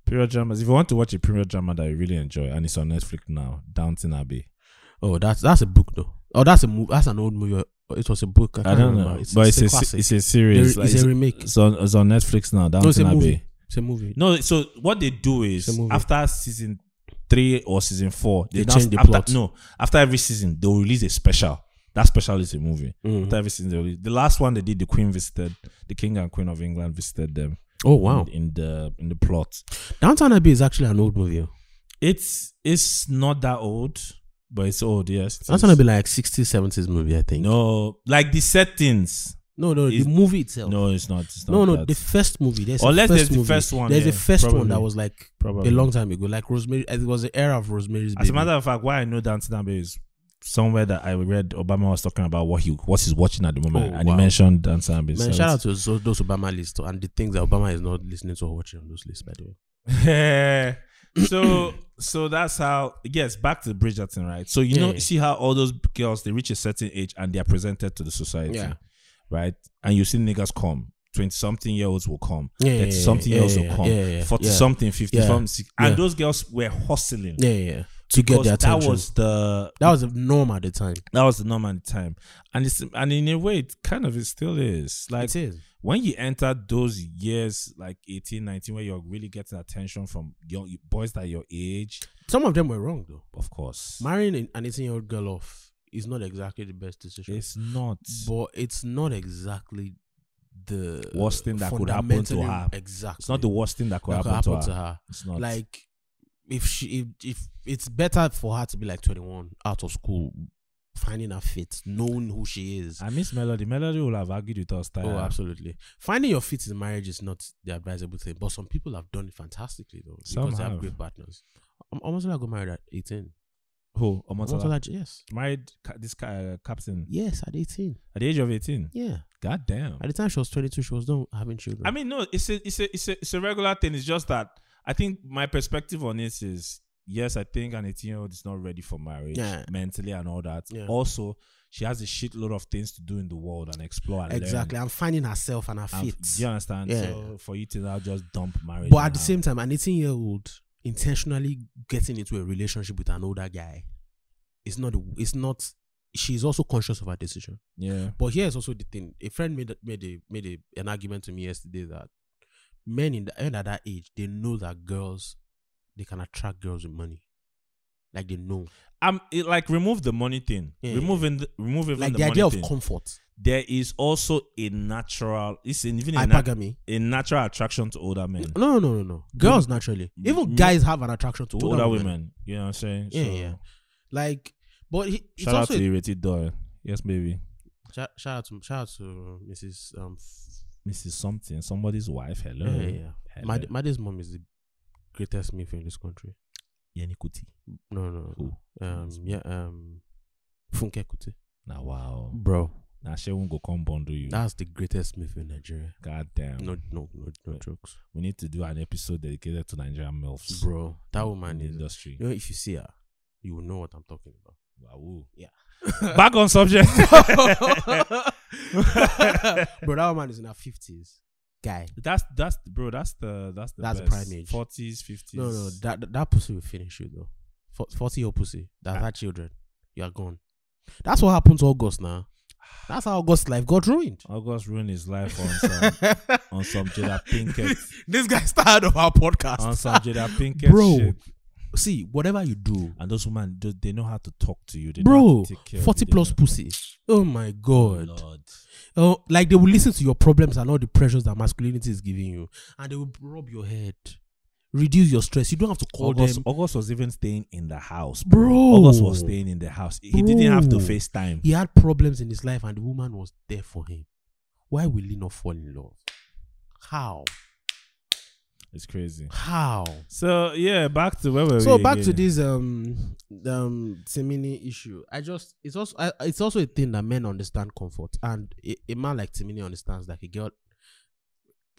Speaker 1: period dramas. If you want to watch a period drama that you really enjoy, and it's on Netflix now, Downton Abbey.
Speaker 2: Oh, that's that's a book though. Oh, that's a movie. That's an old movie. Oh, It was a book. I,
Speaker 1: I
Speaker 2: can't
Speaker 1: don't
Speaker 2: remember.
Speaker 1: know, but it's, a, se-
Speaker 2: classic.
Speaker 1: it's a series.
Speaker 2: There-
Speaker 1: like,
Speaker 2: it's
Speaker 1: it's-
Speaker 2: a remake.
Speaker 1: it's on, it's on Netflix now. Downton
Speaker 2: No, it's a
Speaker 1: Abbey.
Speaker 2: movie. It's a movie.
Speaker 1: No, so what they do is
Speaker 2: It's a movie.
Speaker 1: after season three or season four,
Speaker 2: They
Speaker 1: now-
Speaker 2: change the
Speaker 1: after,
Speaker 2: plot.
Speaker 1: No, after every season, they'll release a special. That special is a movie.
Speaker 2: Mhm.
Speaker 1: After every season, they release. The last one they did, the Queen visited, the King and Queen of England visited them.
Speaker 2: Oh wow,
Speaker 1: In, in the in the plot,
Speaker 2: Downtown Abbey is actually an old movie. oh.
Speaker 1: it's it's not that old, but it's old. Yes, it
Speaker 2: Downtown
Speaker 1: is.
Speaker 2: Abbey like 60s, 70s movie. I think.
Speaker 1: No, like the settings.
Speaker 2: no, no the
Speaker 1: Is-
Speaker 2: movie itself.
Speaker 1: No, it's not. It's not
Speaker 2: No, no,
Speaker 1: that.
Speaker 2: the first movie. There's
Speaker 1: Unless
Speaker 2: a first
Speaker 1: there's the
Speaker 2: movie.
Speaker 1: first one,
Speaker 2: There's
Speaker 1: yeah,
Speaker 2: a first one that
Speaker 1: probably.
Speaker 2: was like
Speaker 1: probably
Speaker 2: a long time ago, like Rosemary. It was the era of Rosemary's Baby.
Speaker 1: As a matter of fact, why I know Downton Abbey is somewhere that I read Obama was talking about what he what he's watching at the moment,
Speaker 2: Oh,
Speaker 1: and
Speaker 2: wow.
Speaker 1: he mentioned Downton Abbey.
Speaker 2: Man, shout out to those, those Obama lists too, and the things that Obama is not listening to or watching on those lists, by the way.
Speaker 1: out. so so that's how yes. Back to Bridgerton, right? So you know
Speaker 2: Yeah.
Speaker 1: you see how all those girls they reach a certain age and they are presented to the society,
Speaker 2: Yeah.
Speaker 1: right? And you see niggas come. 20 something year olds will come,
Speaker 2: Yeah, yeah,
Speaker 1: 30 something
Speaker 2: yeah,
Speaker 1: year olds
Speaker 2: yeah,
Speaker 1: will come,
Speaker 2: yeah, yeah,
Speaker 1: 40
Speaker 2: yeah.
Speaker 1: something, 50
Speaker 2: Yeah.
Speaker 1: something, 60 and
Speaker 2: Yeah.
Speaker 1: those girls were hustling
Speaker 2: Yeah, yeah, yeah. To get
Speaker 1: because
Speaker 2: their attention.
Speaker 1: that was the
Speaker 2: that was the norm at the time.
Speaker 1: that was the norm at the time and it's and in a way it kind of it still is like
Speaker 2: it is.
Speaker 1: when you enter those years like 18 19 where you're really getting attention from young boys that your age
Speaker 2: Some of them were wrong though.
Speaker 1: of course
Speaker 2: Marrying an- an 18 year old girl off is not exactly the best decision,
Speaker 1: it's not
Speaker 2: but it's not exactly the
Speaker 1: Worst thing that could happen to
Speaker 2: fundamentally-
Speaker 1: her.
Speaker 2: Exactly,
Speaker 1: it's not the worst thing that could
Speaker 2: that
Speaker 1: happen, to, her.
Speaker 2: her.
Speaker 1: it's not
Speaker 2: Like, if she, if, if it's better for her to be like 21 out of school, finding her fit, knowing who she is.
Speaker 1: i miss melody melody will have argued with us
Speaker 2: Oh,
Speaker 1: Tyler.
Speaker 2: absolutely. Finding your fit in marriage is not the advisable thing, but some people have done it fantastically though because
Speaker 1: Some
Speaker 2: they have
Speaker 1: have.
Speaker 2: great partners. Um, Omotola got married at 18.
Speaker 1: who Oh, Omotola.
Speaker 2: Omotola, yes,
Speaker 1: married ca- this ca- uh, captain
Speaker 2: yes, at 18.
Speaker 1: at the age of 18
Speaker 2: Yeah,
Speaker 1: god damn
Speaker 2: at the time she was 22, she was done having children.
Speaker 1: I mean, no, it's a, it's a, it's a, it's a regular thing. It's just that I think my perspective on this is yes, I think an 18 year old is not ready for marriage
Speaker 2: Yeah.
Speaker 1: mentally and all that.
Speaker 2: Yeah.
Speaker 1: Also, she has a shitload of things to do in the world and explore and learn.
Speaker 2: exactly. I'm finding herself and her
Speaker 1: And
Speaker 2: fit.
Speaker 1: f- do you understand?
Speaker 2: Yeah.
Speaker 1: So for you to now just dump marriage,
Speaker 2: But at the
Speaker 1: now,
Speaker 2: same time, an 18 year old intentionally getting into a relationship with an older guy is not, it's not, she's also conscious of her decision.
Speaker 1: yeah,
Speaker 2: But here's also the thing: a friend made made a, made a, an argument to me yesterday that men in the end at that age they know that girls they can attract girls with money, like they know,
Speaker 1: I'm Um, it, like remove the money thing,
Speaker 2: Yeah, yeah,
Speaker 1: removing the, remove even
Speaker 2: like
Speaker 1: the,
Speaker 2: the
Speaker 1: money
Speaker 2: idea of
Speaker 1: thing.
Speaker 2: comfort,
Speaker 1: there is also a natural, it's an, even a, na-
Speaker 2: hypergamy.
Speaker 1: a natural attraction to older men,
Speaker 2: No, no, no, no. Girls naturally, even
Speaker 1: Mm.
Speaker 2: guys have an attraction to,
Speaker 1: to older, women. You know what I'm saying?
Speaker 2: Yeah,
Speaker 1: So-
Speaker 2: yeah. Like, but he, it's
Speaker 1: Shout out
Speaker 2: also
Speaker 1: to Irated Doyle. Yes, baby.
Speaker 2: shout, shout out to shout out to Mrs. Um, F-
Speaker 1: Mrs. Something, somebody's wife. Hello.
Speaker 2: yeah, yeah. yeah.
Speaker 1: Hello.
Speaker 2: Mad- Made's mom is the greatest myth in this country.
Speaker 1: Yeni Kuti.
Speaker 2: No, no,
Speaker 1: Who?
Speaker 2: no. um, yeah, um, Funke Kuti,
Speaker 1: Nah, wow.
Speaker 2: bro.
Speaker 1: Nah, she won't go come bundle you.
Speaker 2: That's the greatest myth in Nigeria.
Speaker 1: God damn.
Speaker 2: No, no, no, no jokes,
Speaker 1: We need to do an episode dedicated to Nigerian MILFs.
Speaker 2: bro. That
Speaker 1: in
Speaker 2: woman
Speaker 1: the
Speaker 2: is.
Speaker 1: industry.
Speaker 2: You know, if you see her, you will know what I'm talking about.
Speaker 1: Wow.
Speaker 2: Yeah.
Speaker 1: Back on subject.
Speaker 2: bro, that woman is in her fifties. Guy,
Speaker 1: that's that's bro. That's the that's the
Speaker 2: That's
Speaker 1: best.
Speaker 2: prime age.
Speaker 1: Forties, fifties.
Speaker 2: no, no, that that- that pussy will finish you though. For- Forty your pussy. That's her children. You are gone. That's what happened to August now. That's how August's life got ruined.
Speaker 1: August ruined his life on some on some Jada Pinkett
Speaker 2: this guy's tired of our podcast.
Speaker 1: on some Jada Pinkett
Speaker 2: Bro.
Speaker 1: shit.
Speaker 2: See, whatever you do,
Speaker 1: And those women, they- they know how to talk to you. They know how
Speaker 2: bro,
Speaker 1: to take care of
Speaker 2: 40
Speaker 1: you. They
Speaker 2: plus
Speaker 1: know-
Speaker 2: pussy. Oh my god.
Speaker 1: Lord.
Speaker 2: Oh, like they will listen to your problems and all the pressures that masculinity is giving you, and they will rub your head. reduce your stress. You don't have to call
Speaker 1: August,
Speaker 2: them.
Speaker 1: August was even staying in the house,
Speaker 2: Bro.
Speaker 1: August was staying in the house. He didn't have to
Speaker 2: Bro.
Speaker 1: FaceTime.
Speaker 2: He had problems in his life, and the woman was there for him. Why will he not fall in love? How?
Speaker 1: It's crazy.
Speaker 2: How?
Speaker 1: So yeah, back to where were
Speaker 2: So
Speaker 1: we
Speaker 2: back to
Speaker 1: again?
Speaker 2: this um um Timini issue. I just it's also I, it's also a thing that men understand comfort, and a, a man like Timini understands like a girl,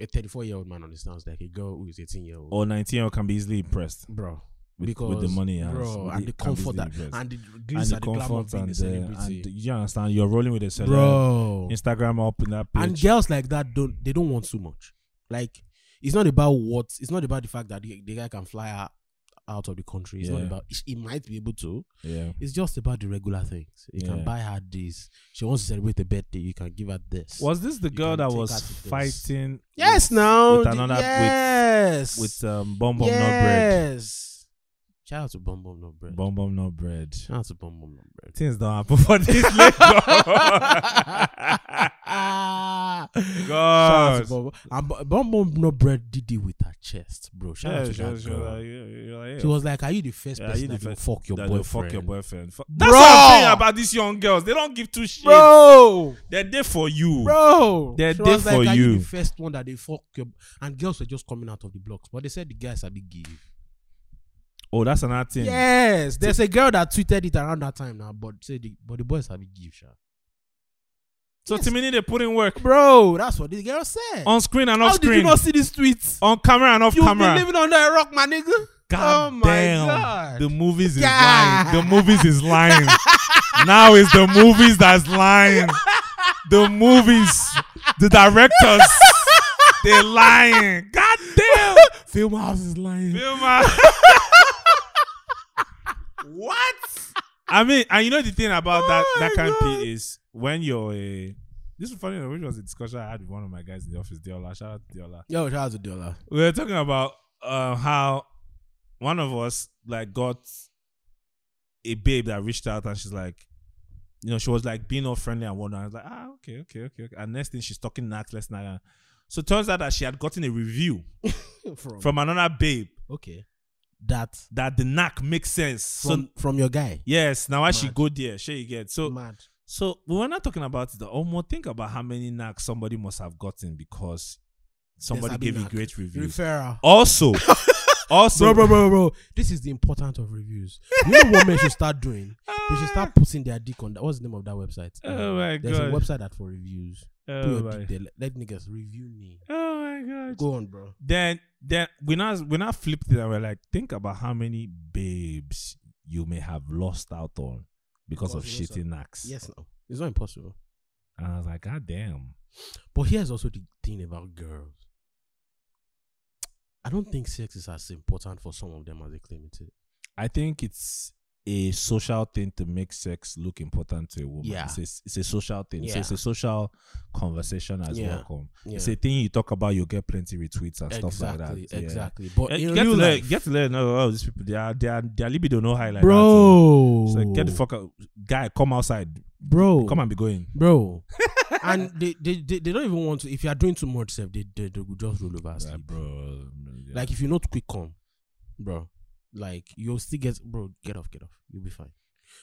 Speaker 2: a thirty-four year old man understands like a girl who is eighteen year old,
Speaker 1: Or 19 year old Oh, can be easily impressed
Speaker 2: bro.
Speaker 1: with,
Speaker 2: because
Speaker 1: with the money, he has.
Speaker 2: bro, and the
Speaker 1: He can be
Speaker 2: comfort
Speaker 1: easily
Speaker 2: that,
Speaker 1: impressed.
Speaker 2: and the glitz and the, glamour of being a
Speaker 1: the-
Speaker 2: celebrity,
Speaker 1: and the- you understand you're rolling with a celeb.
Speaker 2: bro.
Speaker 1: Instagram up in that page.
Speaker 2: And girls like that don't they don't want too much. Like it's not about what it's not about the fact that the, the guy can fly out, out of the country. It's not
Speaker 1: Yeah.
Speaker 2: about he might be able to.
Speaker 1: yeah,
Speaker 2: It's just about the regular things. You
Speaker 1: Yeah.
Speaker 2: can buy her this. She wants to celebrate a birthday. You can give her this.
Speaker 1: was this the
Speaker 2: You
Speaker 1: girl
Speaker 2: can
Speaker 1: that
Speaker 2: take
Speaker 1: was
Speaker 2: her to this.
Speaker 1: fighting?
Speaker 2: yes, now
Speaker 1: with
Speaker 2: the-
Speaker 1: another- with-
Speaker 2: yes
Speaker 1: with um, Bom Bom Not Bread.
Speaker 2: yes. Shout out to Bum Bum Not Bread.
Speaker 1: Bom Bom Not Bread.
Speaker 2: Shout out to Bum Bum Not Bread.
Speaker 1: Things don't happen for this labor.
Speaker 2: God.
Speaker 1: God.
Speaker 2: Shout out to Bum Bum. And Bu- Bum Bum Not Bread did it with her chest, bro. Shout out to that girl. She was like, "Are you the first
Speaker 1: Yeah, are
Speaker 2: person
Speaker 1: you the
Speaker 2: that will
Speaker 1: first-
Speaker 2: fuck your
Speaker 1: that they'll
Speaker 2: boyfriend?"
Speaker 1: fuck your boyfriend. Fu- That's what
Speaker 2: Bro.
Speaker 1: I'm saying about these young girls. They don't give two shits.
Speaker 2: Bro,
Speaker 1: They're there for you.
Speaker 2: bro,
Speaker 1: They're
Speaker 2: She
Speaker 1: there
Speaker 2: was like,
Speaker 1: for
Speaker 2: "Are you
Speaker 1: you."
Speaker 2: the first one that they fuck your and girls were just coming out of the blocks, but they said the guys are big gay.
Speaker 1: Oh, that's another thing.
Speaker 2: Yes, there's a girl that tweeted it around that time now, but say the but the boys have big give, sha.
Speaker 1: So
Speaker 2: Yes.
Speaker 1: Timini, they put in work
Speaker 2: Bro, that's what this girl said.
Speaker 1: on screen and off
Speaker 2: How did
Speaker 1: screen,
Speaker 2: you not see this tweet?
Speaker 1: on camera and off
Speaker 2: You've
Speaker 1: camera.
Speaker 2: been living under a rock, my nigga.
Speaker 1: God
Speaker 2: oh my
Speaker 1: damn.
Speaker 2: god.
Speaker 1: The movies is
Speaker 2: God.
Speaker 1: lying. The movies is lying. now it's the movies that's lying. The movies, the directors, they're lying. God damn.
Speaker 2: film house is lying.
Speaker 1: what? I mean, and you know the thing about that
Speaker 2: Oh
Speaker 1: that
Speaker 2: my
Speaker 1: kind of
Speaker 2: God.
Speaker 1: thing is when you're a this is funny, which was a discussion I had with one of my guys in the office, Diola. Shout out to Diola.
Speaker 2: Yo, shout out to Diola.
Speaker 1: We were talking about uh, how one of us like got a babe that reached out and she's like, you know, she was like being all friendly and whatnot. I was like, ah, okay, okay, okay, okay. And next thing she's talking next, let's not. So turns out that she had gotten a review
Speaker 2: From,
Speaker 1: from another babe
Speaker 2: okay. That
Speaker 1: that the knack makes sense. so
Speaker 2: from, from your guy.
Speaker 1: yes, now why she
Speaker 2: Mad.
Speaker 1: go there? Sure you get. So
Speaker 2: Mad.
Speaker 1: so we were not talking about it. Oh, more think about how many knacks somebody must have gotten because somebody
Speaker 2: Sabi
Speaker 1: gave you
Speaker 2: knack.
Speaker 1: great reviews.
Speaker 2: Referral.
Speaker 1: also, also
Speaker 2: bro, bro, bro, bro. This is the importance of reviews. You know what men should start doing? They should start putting their dick on. That. What's the name of that website?
Speaker 1: Oh
Speaker 2: Um,
Speaker 1: my
Speaker 2: There's
Speaker 1: god.
Speaker 2: a website that for reviews. Put
Speaker 1: oh,
Speaker 2: your
Speaker 1: my.
Speaker 2: dick there. Let, let niggas review me.
Speaker 1: oh my god.
Speaker 2: Go on, bro.
Speaker 1: Then then we now we now flipped it and we're like, think about how many babes you may have lost out on because of
Speaker 2: Because you lost
Speaker 1: shitty knacks.
Speaker 2: Yes, no. It's not impossible.
Speaker 1: And I was like, God damn.
Speaker 2: But here's also the thing about girls. I don't think sex is as important for some of them as they claim it is.
Speaker 1: I think it's a social thing to make sex look important to a woman.
Speaker 2: Yeah.
Speaker 1: It's, a, it's a social thing. So
Speaker 2: Yeah.
Speaker 1: it's a social conversation as
Speaker 2: Yeah.
Speaker 1: welcome.
Speaker 2: Yeah.
Speaker 1: It's a thing you talk about, you get plenty retweets and stuff like that.
Speaker 2: exactly,
Speaker 1: Yeah.
Speaker 2: exactly. But
Speaker 1: Eh,
Speaker 2: in
Speaker 1: Get to,
Speaker 2: real
Speaker 1: let,
Speaker 2: life,
Speaker 1: get to let know all these people, their, their, their libido no high like that.
Speaker 2: bro,
Speaker 1: So, so get the fuck out. Guy, come outside.
Speaker 2: bro,
Speaker 1: Come and be going.
Speaker 2: bro. and they, they, they, they don't even want to. If you are doing too much, self, they, they they will just roll over.
Speaker 1: Yeah,
Speaker 2: Like,
Speaker 1: bro. Yeah.
Speaker 2: like if you're not quick come, bro, like you'll still get bro. Get off, get off. You'll be fine.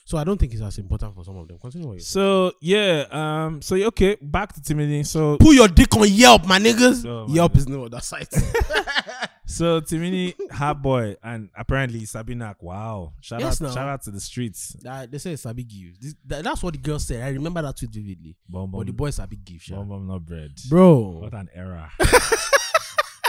Speaker 2: So I don't think it's as important for some of them. Continue. What you're saying.
Speaker 1: so yeah, um, so yeah, okay, back to Timini. So
Speaker 2: Put your dick on Yelp, my niggas.
Speaker 1: Oh, my
Speaker 2: Yelp
Speaker 1: God.
Speaker 2: is no other site.
Speaker 1: so Timini, hot boy, and apparently Sabinak. Wow, shout
Speaker 2: Yes,
Speaker 1: out,
Speaker 2: now.
Speaker 1: shout out to the streets.
Speaker 2: Uh, they say Sabi gives. This, that, that's what the girl said. I remember that tweet vividly.
Speaker 1: Bum,
Speaker 2: But the
Speaker 1: bum,
Speaker 2: boy Sabi gives,
Speaker 1: bum, bum, not bread.
Speaker 2: bro.
Speaker 1: What an error,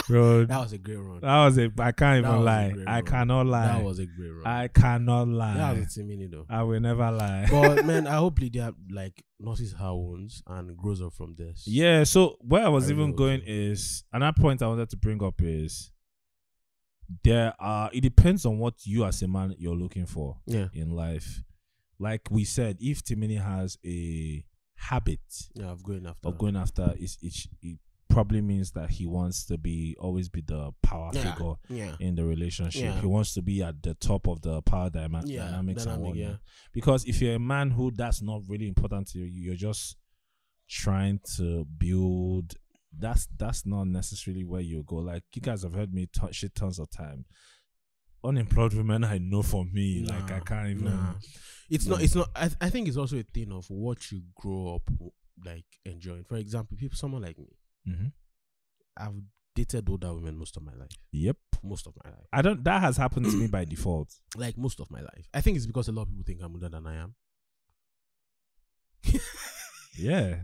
Speaker 1: bro. That
Speaker 2: That was a great run.
Speaker 1: was a. I can't
Speaker 2: That
Speaker 1: even
Speaker 2: was a
Speaker 1: lie.
Speaker 2: great
Speaker 1: I
Speaker 2: run.
Speaker 1: cannot lie.
Speaker 2: That was a great run.
Speaker 1: I cannot
Speaker 2: that
Speaker 1: lie.
Speaker 2: was a Timini though.
Speaker 1: I will never lie.
Speaker 2: but man, I hope Lydia like notices her wounds and grows up from this.
Speaker 1: Yeah, so where I was
Speaker 2: I
Speaker 1: even
Speaker 2: know.
Speaker 1: going is another point I wanted to bring up is there are it depends on what you as a man you're looking for
Speaker 2: yeah,
Speaker 1: in life. Like we said, if Timini has a habit
Speaker 2: yeah. I've going after.
Speaker 1: of going after it, it, it probably means that he wants to be always be the power
Speaker 2: Yeah.
Speaker 1: figure
Speaker 2: yeah,
Speaker 1: in the relationship.
Speaker 2: Yeah.
Speaker 1: He wants to be at the top of the power dyma-
Speaker 2: yeah.
Speaker 1: dynamics and
Speaker 2: Dynamic,
Speaker 1: whatnot.
Speaker 2: yeah,
Speaker 1: Because if you're a man who that's not really important to you, you're just trying to build that's that's not necessarily where you go. Like you guys have heard me touch shit tons of time. Unemployed women, I know for me, like I
Speaker 2: Nah,
Speaker 1: can't even.
Speaker 2: nah. It's not.
Speaker 1: No.
Speaker 2: It's not. I, th- I think it's also a thing of what you grow up w- like enjoying. For example, people, someone like me,
Speaker 1: Mhm.
Speaker 2: I've dated older women most of my life.
Speaker 1: Yep,
Speaker 2: Most of my life.
Speaker 1: I don't. That has happened to me by default.
Speaker 2: Like most of my life. I think it's because a lot of people think I'm older than I am.
Speaker 1: Yeah. I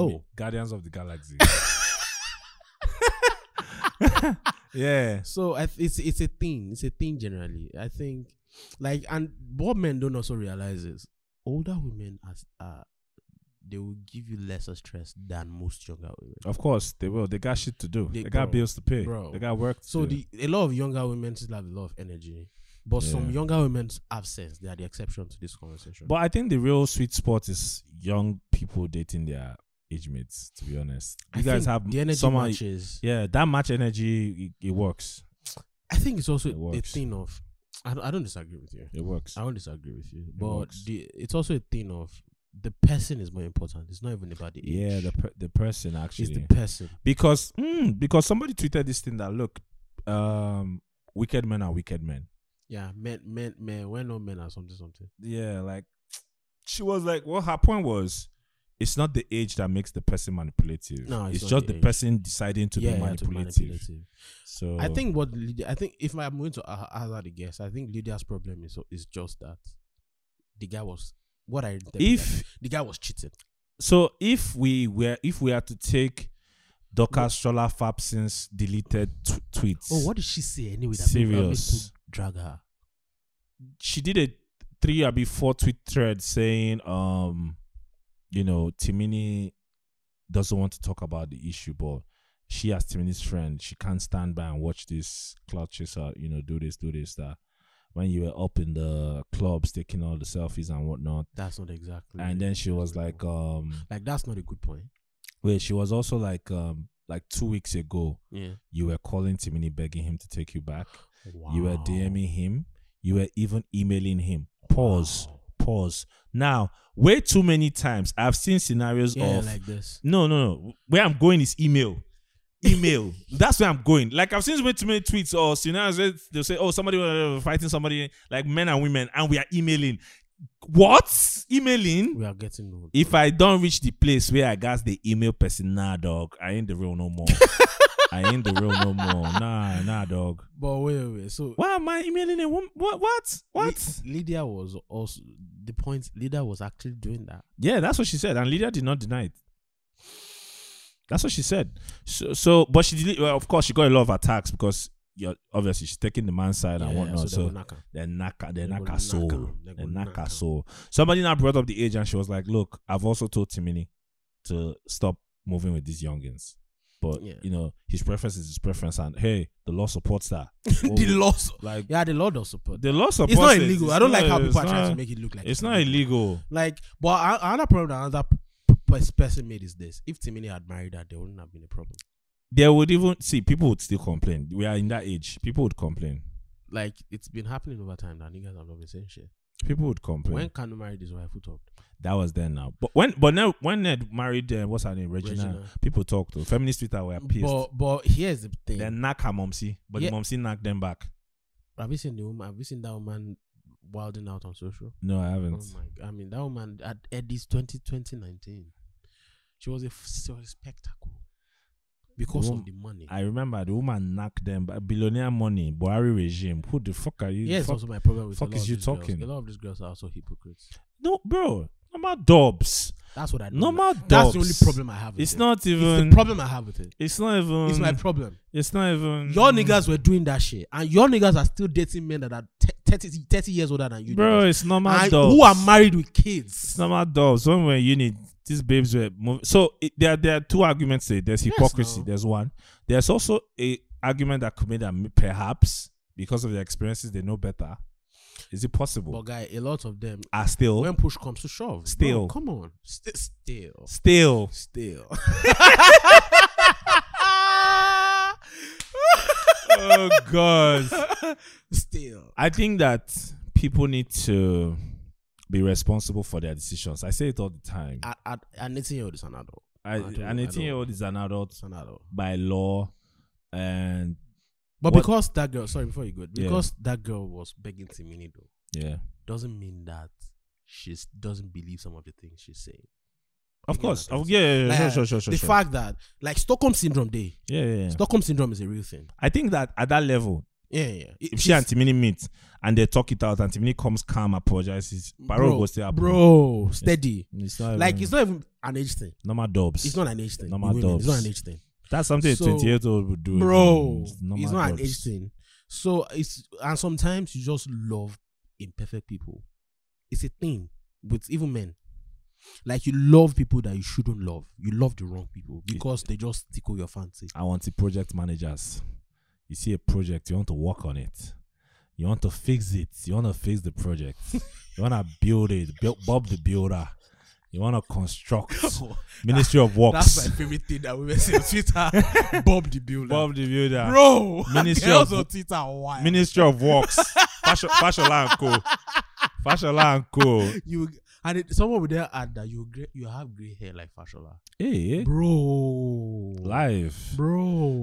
Speaker 2: Oh,
Speaker 1: mean, Guardians of the Galaxy. yeah.
Speaker 2: so I th- it's it's a thing. It's a thing generally. I think, like, and what men don't also realize is older women as uh they will give you lesser stress than most younger women.
Speaker 1: Of course they will. They got shit to do. They,
Speaker 2: They-
Speaker 1: got
Speaker 2: bro,
Speaker 1: bills to pay.
Speaker 2: bro.
Speaker 1: They got work. To
Speaker 2: So
Speaker 1: do.
Speaker 2: the a lot of younger women still have a lot of energy, but some
Speaker 1: Yeah.
Speaker 2: younger women have sense. They are the exception to this conversation.
Speaker 1: But I think the real sweet spot is young people dating their age mates. To be honest, you
Speaker 2: I
Speaker 1: guys
Speaker 2: think
Speaker 1: have
Speaker 2: the energy
Speaker 1: someone.
Speaker 2: matches.
Speaker 1: Yeah, that much energy, it, it works.
Speaker 2: I think it's also
Speaker 1: It
Speaker 2: a
Speaker 1: works.
Speaker 2: thing of. I don't, I don't disagree with you.
Speaker 1: It works.
Speaker 2: I don't disagree with you. But
Speaker 1: works.
Speaker 2: the, it's also a thing of the person is more important. It's not even about the age.
Speaker 1: Yeah, the per- the person actually
Speaker 2: it's the person.
Speaker 1: because mm, because somebody tweeted this thing that look, um, wicked men are wicked men.
Speaker 2: Yeah, men, men, men. When no men are something, something.
Speaker 1: Yeah, like she was like, well, her point was. It's not the age that makes the person manipulative.
Speaker 2: No, it's
Speaker 1: it's,
Speaker 2: not
Speaker 1: just
Speaker 2: the
Speaker 1: the
Speaker 2: age.
Speaker 1: person deciding to
Speaker 2: yeah,
Speaker 1: be
Speaker 2: yeah,
Speaker 1: manipulative. So
Speaker 2: I think what Lydia, I think if I'm going to ha- hazard a guess, I think Lydia's problem is is just that the guy was what I interpreted-
Speaker 1: if
Speaker 2: the guy was cheating.
Speaker 1: So if we were if we are to take Dorcas Stroller Fabson's deleted t- tweets,
Speaker 2: Oh, what did she say anyway? That made- that made
Speaker 1: Serious.
Speaker 2: people drag her.
Speaker 1: she did a three or be four tweet thread saying, um, you know, Timini doesn't want to talk about the issue, but she as Timini's friend, she can't stand by and watch this cloud chaser, you know, do this, do this, that. When you were up in the clubs taking all the selfies and whatnot,
Speaker 2: That's not exactly.
Speaker 1: and then she was like, um,
Speaker 2: like that's not a good point.
Speaker 1: wait, she was also like, um, like two weeks ago,
Speaker 2: Yeah.
Speaker 1: You were calling Timini begging him to take you back. You were DMing him. You were even emailing him. Pause. Pause. Now, way too many times I've seen scenarios
Speaker 2: Yeah,
Speaker 1: of
Speaker 2: like this.
Speaker 1: no, no, no. Where I'm going is email. Email. That's where I'm going. Like I've seen way too many tweets or scenarios. where They'll say, "Oh, somebody was fighting somebody, like men and women, and we are emailing." What emailing?
Speaker 2: We are getting old.
Speaker 1: if I don't reach the place where I got the email person, nah, dog, I ain't the real no more. I ain't the real no more. Nah, nah, dog.
Speaker 2: but wait, wait, wait. So
Speaker 1: Why am I emailing a woman? What? What? What?
Speaker 2: Ly- Lydia was also the point. Lydia was actually doing that.
Speaker 1: Yeah, that's what she said, and Lydia did not deny it. That's what she said. So, so but she did. Well, of course, she got a lot of attacks because you're, obviously she's taking the man's side and
Speaker 2: Yeah,
Speaker 1: whatnot.
Speaker 2: so they
Speaker 1: so
Speaker 2: will knock her.
Speaker 1: They knock her, they
Speaker 2: They
Speaker 1: knock
Speaker 2: go
Speaker 1: her soul.
Speaker 2: knock am. They
Speaker 1: They
Speaker 2: go
Speaker 1: knock
Speaker 2: knock
Speaker 1: her
Speaker 2: am.
Speaker 1: soul. Somebody now brought up the age and she was like, Look, I've also told Timini to stop moving with these youngins. But
Speaker 2: Yeah.
Speaker 1: you know, his preference is his preference and hey, the law supports that.
Speaker 2: the law, su-
Speaker 1: Like
Speaker 2: yeah, the law does support.
Speaker 1: oh. the law supports
Speaker 2: it's not
Speaker 1: it.
Speaker 2: illegal.
Speaker 1: It's
Speaker 2: I don't like
Speaker 1: not-
Speaker 2: how people
Speaker 1: it's
Speaker 2: are trying to
Speaker 1: not-
Speaker 2: make it look like
Speaker 1: it's not illegal.
Speaker 2: Like, but a- another problem that another p- p- person made is this: if Timini had married her, there wouldn't have been a problem.
Speaker 1: There would even see people would still complain. We are in that age. People would complain.
Speaker 2: Like, it's been happening over time that niggas have not been saying shit.
Speaker 1: People would complain.
Speaker 2: When Kanu married his wife, who talked?
Speaker 1: That was then now. But when but now when Ned married uh, what's her name? Regina,
Speaker 2: Regina.
Speaker 1: people talked to feminist Twitter were pissed.
Speaker 2: But but here's the thing:
Speaker 1: Then knock her mumsy, but
Speaker 2: Yeah.
Speaker 1: the mumsy knocked them back.
Speaker 2: have you seen the woman? Have you seen that woman wilding out on social?
Speaker 1: No, I haven't.
Speaker 2: Oh my! g- I mean, that woman at Eddie's 2020 2019, she was a, f- she was a spectacle because
Speaker 1: wom-
Speaker 2: of the money.
Speaker 1: I remember the woman knocked them back. Billionaire money, Buhari regime. Who the fuck are you?
Speaker 2: Yeah, it's
Speaker 1: Fuck-
Speaker 2: also my problem with a
Speaker 1: fuck
Speaker 2: lot
Speaker 1: is
Speaker 2: of
Speaker 1: you
Speaker 2: these
Speaker 1: talking?
Speaker 2: Girls. A lot of these girls are also hypocrites.
Speaker 1: No, bro. Normal dobs.
Speaker 2: That's what I don't like.
Speaker 1: Normal dobs.
Speaker 2: That's the only problem I have. With
Speaker 1: It's
Speaker 2: it.
Speaker 1: not
Speaker 2: It's
Speaker 1: even.
Speaker 2: the problem I have with it.
Speaker 1: It's not even.
Speaker 2: It's my problem.
Speaker 1: It's not even.
Speaker 2: Your niggas were doing that shit, and your niggas are still dating men that are te- 30, 30 years older than you.
Speaker 1: Bro,
Speaker 2: niggas.
Speaker 1: it's normal
Speaker 2: and
Speaker 1: dobs.
Speaker 2: who are married with
Speaker 1: It's
Speaker 2: kids.
Speaker 1: normal dobs. When we we're in uni, these babes were moving. So it, there, are- there are two arguments there. There's
Speaker 2: Yes,
Speaker 1: hypocrisy.
Speaker 2: no.
Speaker 1: There's one. There's also a argument that could be that m- perhaps because of their experiences, they know better. Is it possible?
Speaker 2: But guy, a lot of them,
Speaker 1: are still
Speaker 2: when push comes to shove, bro,
Speaker 1: Oh. Still.
Speaker 2: come on, St- still,
Speaker 1: still
Speaker 2: still.
Speaker 1: oh god
Speaker 2: still.
Speaker 1: i think that people need to be responsible for their decisions. I say it all the time.
Speaker 2: A- a- an 18 year old is an adult.
Speaker 1: I,
Speaker 2: don't- I
Speaker 1: an
Speaker 2: don't-
Speaker 1: 18 year old is an adult
Speaker 2: It's an adult.
Speaker 1: by law, and
Speaker 2: But
Speaker 1: What-
Speaker 2: because that girl, sorry, before you go,
Speaker 1: Yeah.
Speaker 2: because that girl was begging Timini though,
Speaker 1: yeah,
Speaker 2: doesn't mean that she doesn't believe some of the things she's saying.
Speaker 1: of
Speaker 2: Yeah,
Speaker 1: course,
Speaker 2: that
Speaker 1: oh,
Speaker 2: is-
Speaker 1: yeah, yeah, yeah,
Speaker 2: Like,
Speaker 1: sure, sure, sure, sure,
Speaker 2: the
Speaker 1: sure.
Speaker 2: fact that, like Stockholm syndrome, day
Speaker 1: yeah, yeah, yeah.
Speaker 2: Stockholm syndrome is a real thing.
Speaker 1: I think that at that level,
Speaker 2: Yeah, yeah. It-
Speaker 1: if she and
Speaker 2: it's-
Speaker 1: Timini meet and they talk it out, and Timini comes calm, apologizes, Baro
Speaker 2: bro,
Speaker 1: goes to
Speaker 2: bro, steady.
Speaker 1: It's not
Speaker 2: Like
Speaker 1: even-
Speaker 2: it's not even an age thing.
Speaker 1: normal dubs.
Speaker 2: It's not an age thing.
Speaker 1: Um, Normal
Speaker 2: with women. It's not
Speaker 1: dubs.
Speaker 2: an age thing.
Speaker 1: That's something
Speaker 2: So,
Speaker 1: a 28 old would do,
Speaker 2: bro.
Speaker 1: normal
Speaker 2: It's not an
Speaker 1: dubs.
Speaker 2: age thing. So it's and sometimes you just love imperfect people. It's a thing with even men. Like you love people that you shouldn't love. You love the wrong people because they just tickle your fancy.
Speaker 1: I want the project managers. You see a project, you want to work on it. You want to fix it. You want to fix the project. you want to build it. Build, Bob the builder. You want to construct. Ministry of Works.
Speaker 2: favorite thing that women say on Twitter. Bob the Builder.
Speaker 1: Bob the builder.
Speaker 2: Bro,
Speaker 1: Ministry girls of- on
Speaker 2: Twitter. Why?
Speaker 1: Ministry of Works. Fashion, Fashola and Co. Fashola and Co.
Speaker 2: you and it, someone would there add that you gre- you have gray hair like Fashola,
Speaker 1: Hey, hey.
Speaker 2: bro.
Speaker 1: life,
Speaker 2: bro,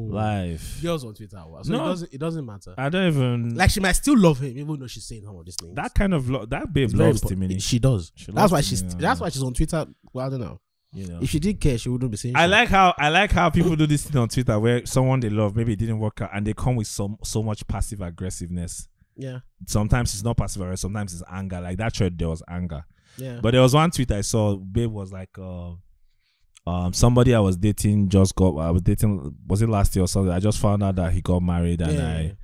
Speaker 1: life.
Speaker 2: girls on Twitter. wow. So
Speaker 1: No.
Speaker 2: it doesn't it doesn't matter.
Speaker 1: I don't even
Speaker 2: like she might still love him even though she's saying some of these things.
Speaker 1: that kind of lo- that babe
Speaker 2: It's very
Speaker 1: loves
Speaker 2: impo-
Speaker 1: Timini.
Speaker 2: She does.
Speaker 1: She
Speaker 2: that's
Speaker 1: loves
Speaker 2: why she's
Speaker 1: Timini,
Speaker 2: that's
Speaker 1: yeah.
Speaker 2: why she's on Twitter. Well, I don't know.
Speaker 1: You know.
Speaker 2: If she did care, she wouldn't be saying.
Speaker 1: I
Speaker 2: shit.
Speaker 1: like how I like how people do this thing on Twitter where someone they love maybe it didn't work out and they come with some so much passive aggressiveness.
Speaker 2: Yeah.
Speaker 1: Sometimes it's not passive aggressive, sometimes it's anger. Like that thread, there was anger.
Speaker 2: Yeah.
Speaker 1: But there was one tweet I saw. Babe was like, uh, um, somebody I was dating just got. I was dating. Was it last year or something? I just found out that he got married and
Speaker 2: Yeah.
Speaker 1: I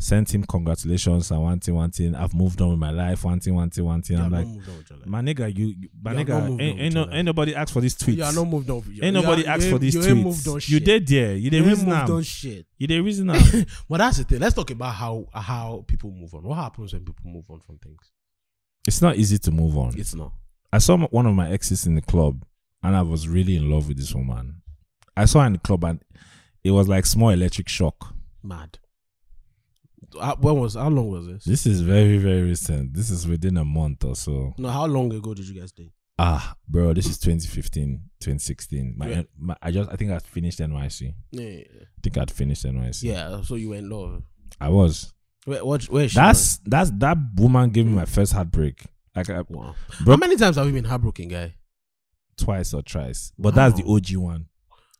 Speaker 1: sent him congratulations and one thing, one thing. I've moved on with my life. One thing, one thing, one thing.
Speaker 2: You are
Speaker 1: I'm
Speaker 2: not
Speaker 1: like,
Speaker 2: moved on with your life.
Speaker 1: my nigga, you, you- my
Speaker 2: You are not
Speaker 1: nigga, ain't,
Speaker 2: moved on with
Speaker 1: ain't,
Speaker 2: your
Speaker 1: no,
Speaker 2: life.
Speaker 1: ain't nobody asked for these tweets.
Speaker 2: You are not moved on. with your-
Speaker 1: Ain't
Speaker 2: you
Speaker 1: nobody
Speaker 2: are-
Speaker 1: asked
Speaker 2: you
Speaker 1: for
Speaker 2: ain't-
Speaker 1: these
Speaker 2: you
Speaker 1: tweets.
Speaker 2: Ain't moved on
Speaker 1: You
Speaker 2: shit.
Speaker 1: did there. You
Speaker 2: You
Speaker 1: did
Speaker 2: ain't
Speaker 1: reason
Speaker 2: moved
Speaker 1: now.
Speaker 2: on shit.
Speaker 1: You did reason now.
Speaker 2: Well, that's the thing. Let's talk about how how people move on. What happens when people move on from things?
Speaker 1: It's not easy to move on.
Speaker 2: It's not.
Speaker 1: I saw m- one of my exes in the club, and I was really in love with this woman. I saw her in the club, and it was like small electric shock.
Speaker 2: Mad. Uh, When was how long was this?
Speaker 1: This is very, very recent. This is within a month or so.
Speaker 2: No, how long ago did you guys date?
Speaker 1: Ah, bro, this is 2015, 2016. My,
Speaker 2: Yeah.
Speaker 1: my I just, I think I finished NYC. I
Speaker 2: Yeah, yeah, yeah.
Speaker 1: think I'd finished NYC.
Speaker 2: Yeah, so you were in love.
Speaker 1: I was.
Speaker 2: Where, what, where is she? Mm.
Speaker 1: That's that's that woman gave me my first heartbreak. Like I,
Speaker 2: now? wow.
Speaker 1: Bro-
Speaker 2: How many times have you been heartbroken, guy?
Speaker 1: twice or thrice, but that's the
Speaker 2: Wow.
Speaker 1: OG one.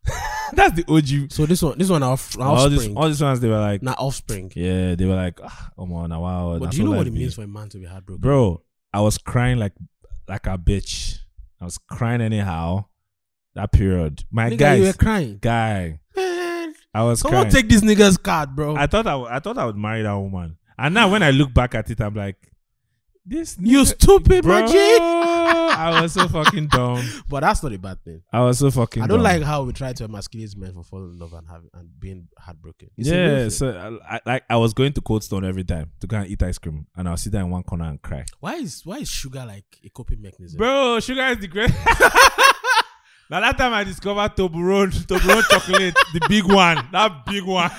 Speaker 1: that's the OG
Speaker 2: So this one, this one, our, our
Speaker 1: all these
Speaker 2: offspring.
Speaker 1: all these ones they were like
Speaker 2: now offspring.
Speaker 1: yeah they were like ah, oh my now wow
Speaker 2: but do you know what it means for a man to be heartbroken?
Speaker 1: bro i was crying like like a bitch i was crying anyhow that period my
Speaker 2: Nigga, you were
Speaker 1: guys
Speaker 2: crying.
Speaker 1: guy
Speaker 2: Man,
Speaker 1: i was
Speaker 2: someone
Speaker 1: crying
Speaker 2: take this nigga's card, bro.
Speaker 1: i thought I, w- I thought i would marry that woman and now when i look back at it i'm like this
Speaker 2: you
Speaker 1: nigga-
Speaker 2: stupid,
Speaker 1: bro
Speaker 2: magic.
Speaker 1: i was so fucking dumb
Speaker 2: But that's not a bad thing.
Speaker 1: i was so fucking
Speaker 2: I don't
Speaker 1: dumb.
Speaker 2: like how we try to emasculate men for falling in love and having and being heartbroken. It's a real
Speaker 1: yeah,
Speaker 2: thing.
Speaker 1: so I, I like I was going to Cold Stone every time to go and eat ice cream, and I'll sit there in one corner and cry.
Speaker 2: why is why is sugar like a coping mechanism?
Speaker 1: Bro, sugar is the great. now that time I discovered Toblerone, Toblerone chocolate, the big one, that big one.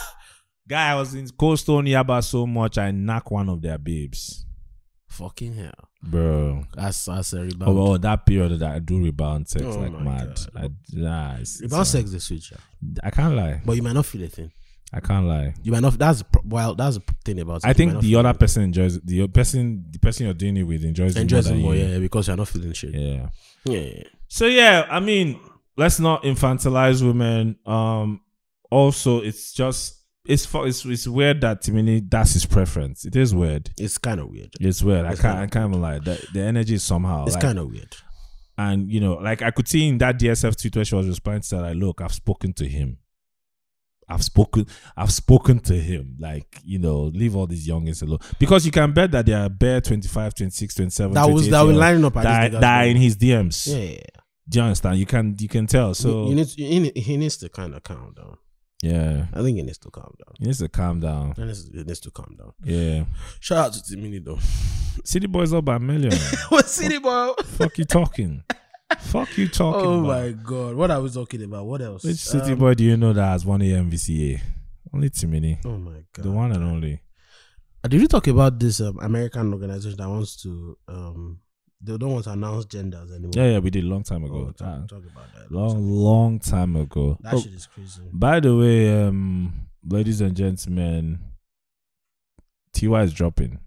Speaker 1: Guy, I was in Cold Stone Yaba so much, I knocked one of their babes,
Speaker 2: Fucking hell.
Speaker 1: bro.
Speaker 2: That's that's a rebound.
Speaker 1: Oh, oh, that period that I do rebound sex
Speaker 2: Oh
Speaker 1: like
Speaker 2: my
Speaker 1: mad.
Speaker 2: God.
Speaker 1: I, nah, it's-
Speaker 2: rebound
Speaker 1: it's- uh,
Speaker 2: sex is sweet, yeah.
Speaker 1: I can't lie.
Speaker 2: but you might not feel a thing.
Speaker 1: I can't lie.
Speaker 2: You might not. That's the pro- well. That's the thing about. It.
Speaker 1: I
Speaker 2: You might
Speaker 1: think
Speaker 2: not
Speaker 1: the
Speaker 2: feel
Speaker 1: other
Speaker 2: it.
Speaker 1: person enjoys the o- person the person you're doing it with enjoys it
Speaker 2: enjoys it
Speaker 1: than
Speaker 2: more,
Speaker 1: you.
Speaker 2: yeah, yeah, because you're not feeling shit. Yeah,
Speaker 1: Yeah.
Speaker 2: yeah, yeah.
Speaker 1: So yeah, I mean, let's not infantilize women. Um also it's just it's fu- it's, it's weird that Timini that's his preference. It is weird.
Speaker 2: it's kind of weird.
Speaker 1: It's weird. I
Speaker 2: It's
Speaker 1: can't
Speaker 2: kinda
Speaker 1: I can't even lie. The, the energy is somehow
Speaker 2: It's
Speaker 1: like-
Speaker 2: kind of weird.
Speaker 1: and you know, like I could see in that DSF tweet where she was responding to that, like, look, I've spoken to him. I've spoken I've spoken to him. Like, you know, leave all these youngins alone. Because you can bet that there are bare 25, 26, 27,
Speaker 2: That was that was
Speaker 1: 28
Speaker 2: lining up at
Speaker 1: that,
Speaker 2: this nigga's
Speaker 1: that are in
Speaker 2: door.
Speaker 1: his DMs.
Speaker 2: Yeah, yeah, yeah.
Speaker 1: Do you understand? You can you can tell. So
Speaker 2: you, you need to, you need, he needs to kind of calm down.
Speaker 1: yeah,
Speaker 2: I think he needs to calm down.
Speaker 1: he needs to calm down.
Speaker 2: He needs, he needs to calm down.
Speaker 1: Yeah,
Speaker 2: Shout out to Timini though.
Speaker 1: City Boy's up by a million.
Speaker 2: What's City Boy?
Speaker 1: Fuck you talking. Fuck you talking.
Speaker 2: Oh
Speaker 1: about.
Speaker 2: my god, what are we talking about? What else?
Speaker 1: Which City
Speaker 2: Um,
Speaker 1: Boy do you know that has one AMVCA? Only Timini,
Speaker 2: Oh my god.
Speaker 1: the one and only.
Speaker 2: Uh, Did we talk about this um, American organization that wants to um they don't want to announce genders anymore?
Speaker 1: Yeah, yeah, we did long time
Speaker 2: Oh,
Speaker 1: ago.
Speaker 2: talk,
Speaker 1: Uh,
Speaker 2: talk about that.
Speaker 1: long, long time ago.
Speaker 2: That
Speaker 1: Oh,
Speaker 2: shit is crazy.
Speaker 1: By the way, um, ladies and gentlemen, Ty is dropping.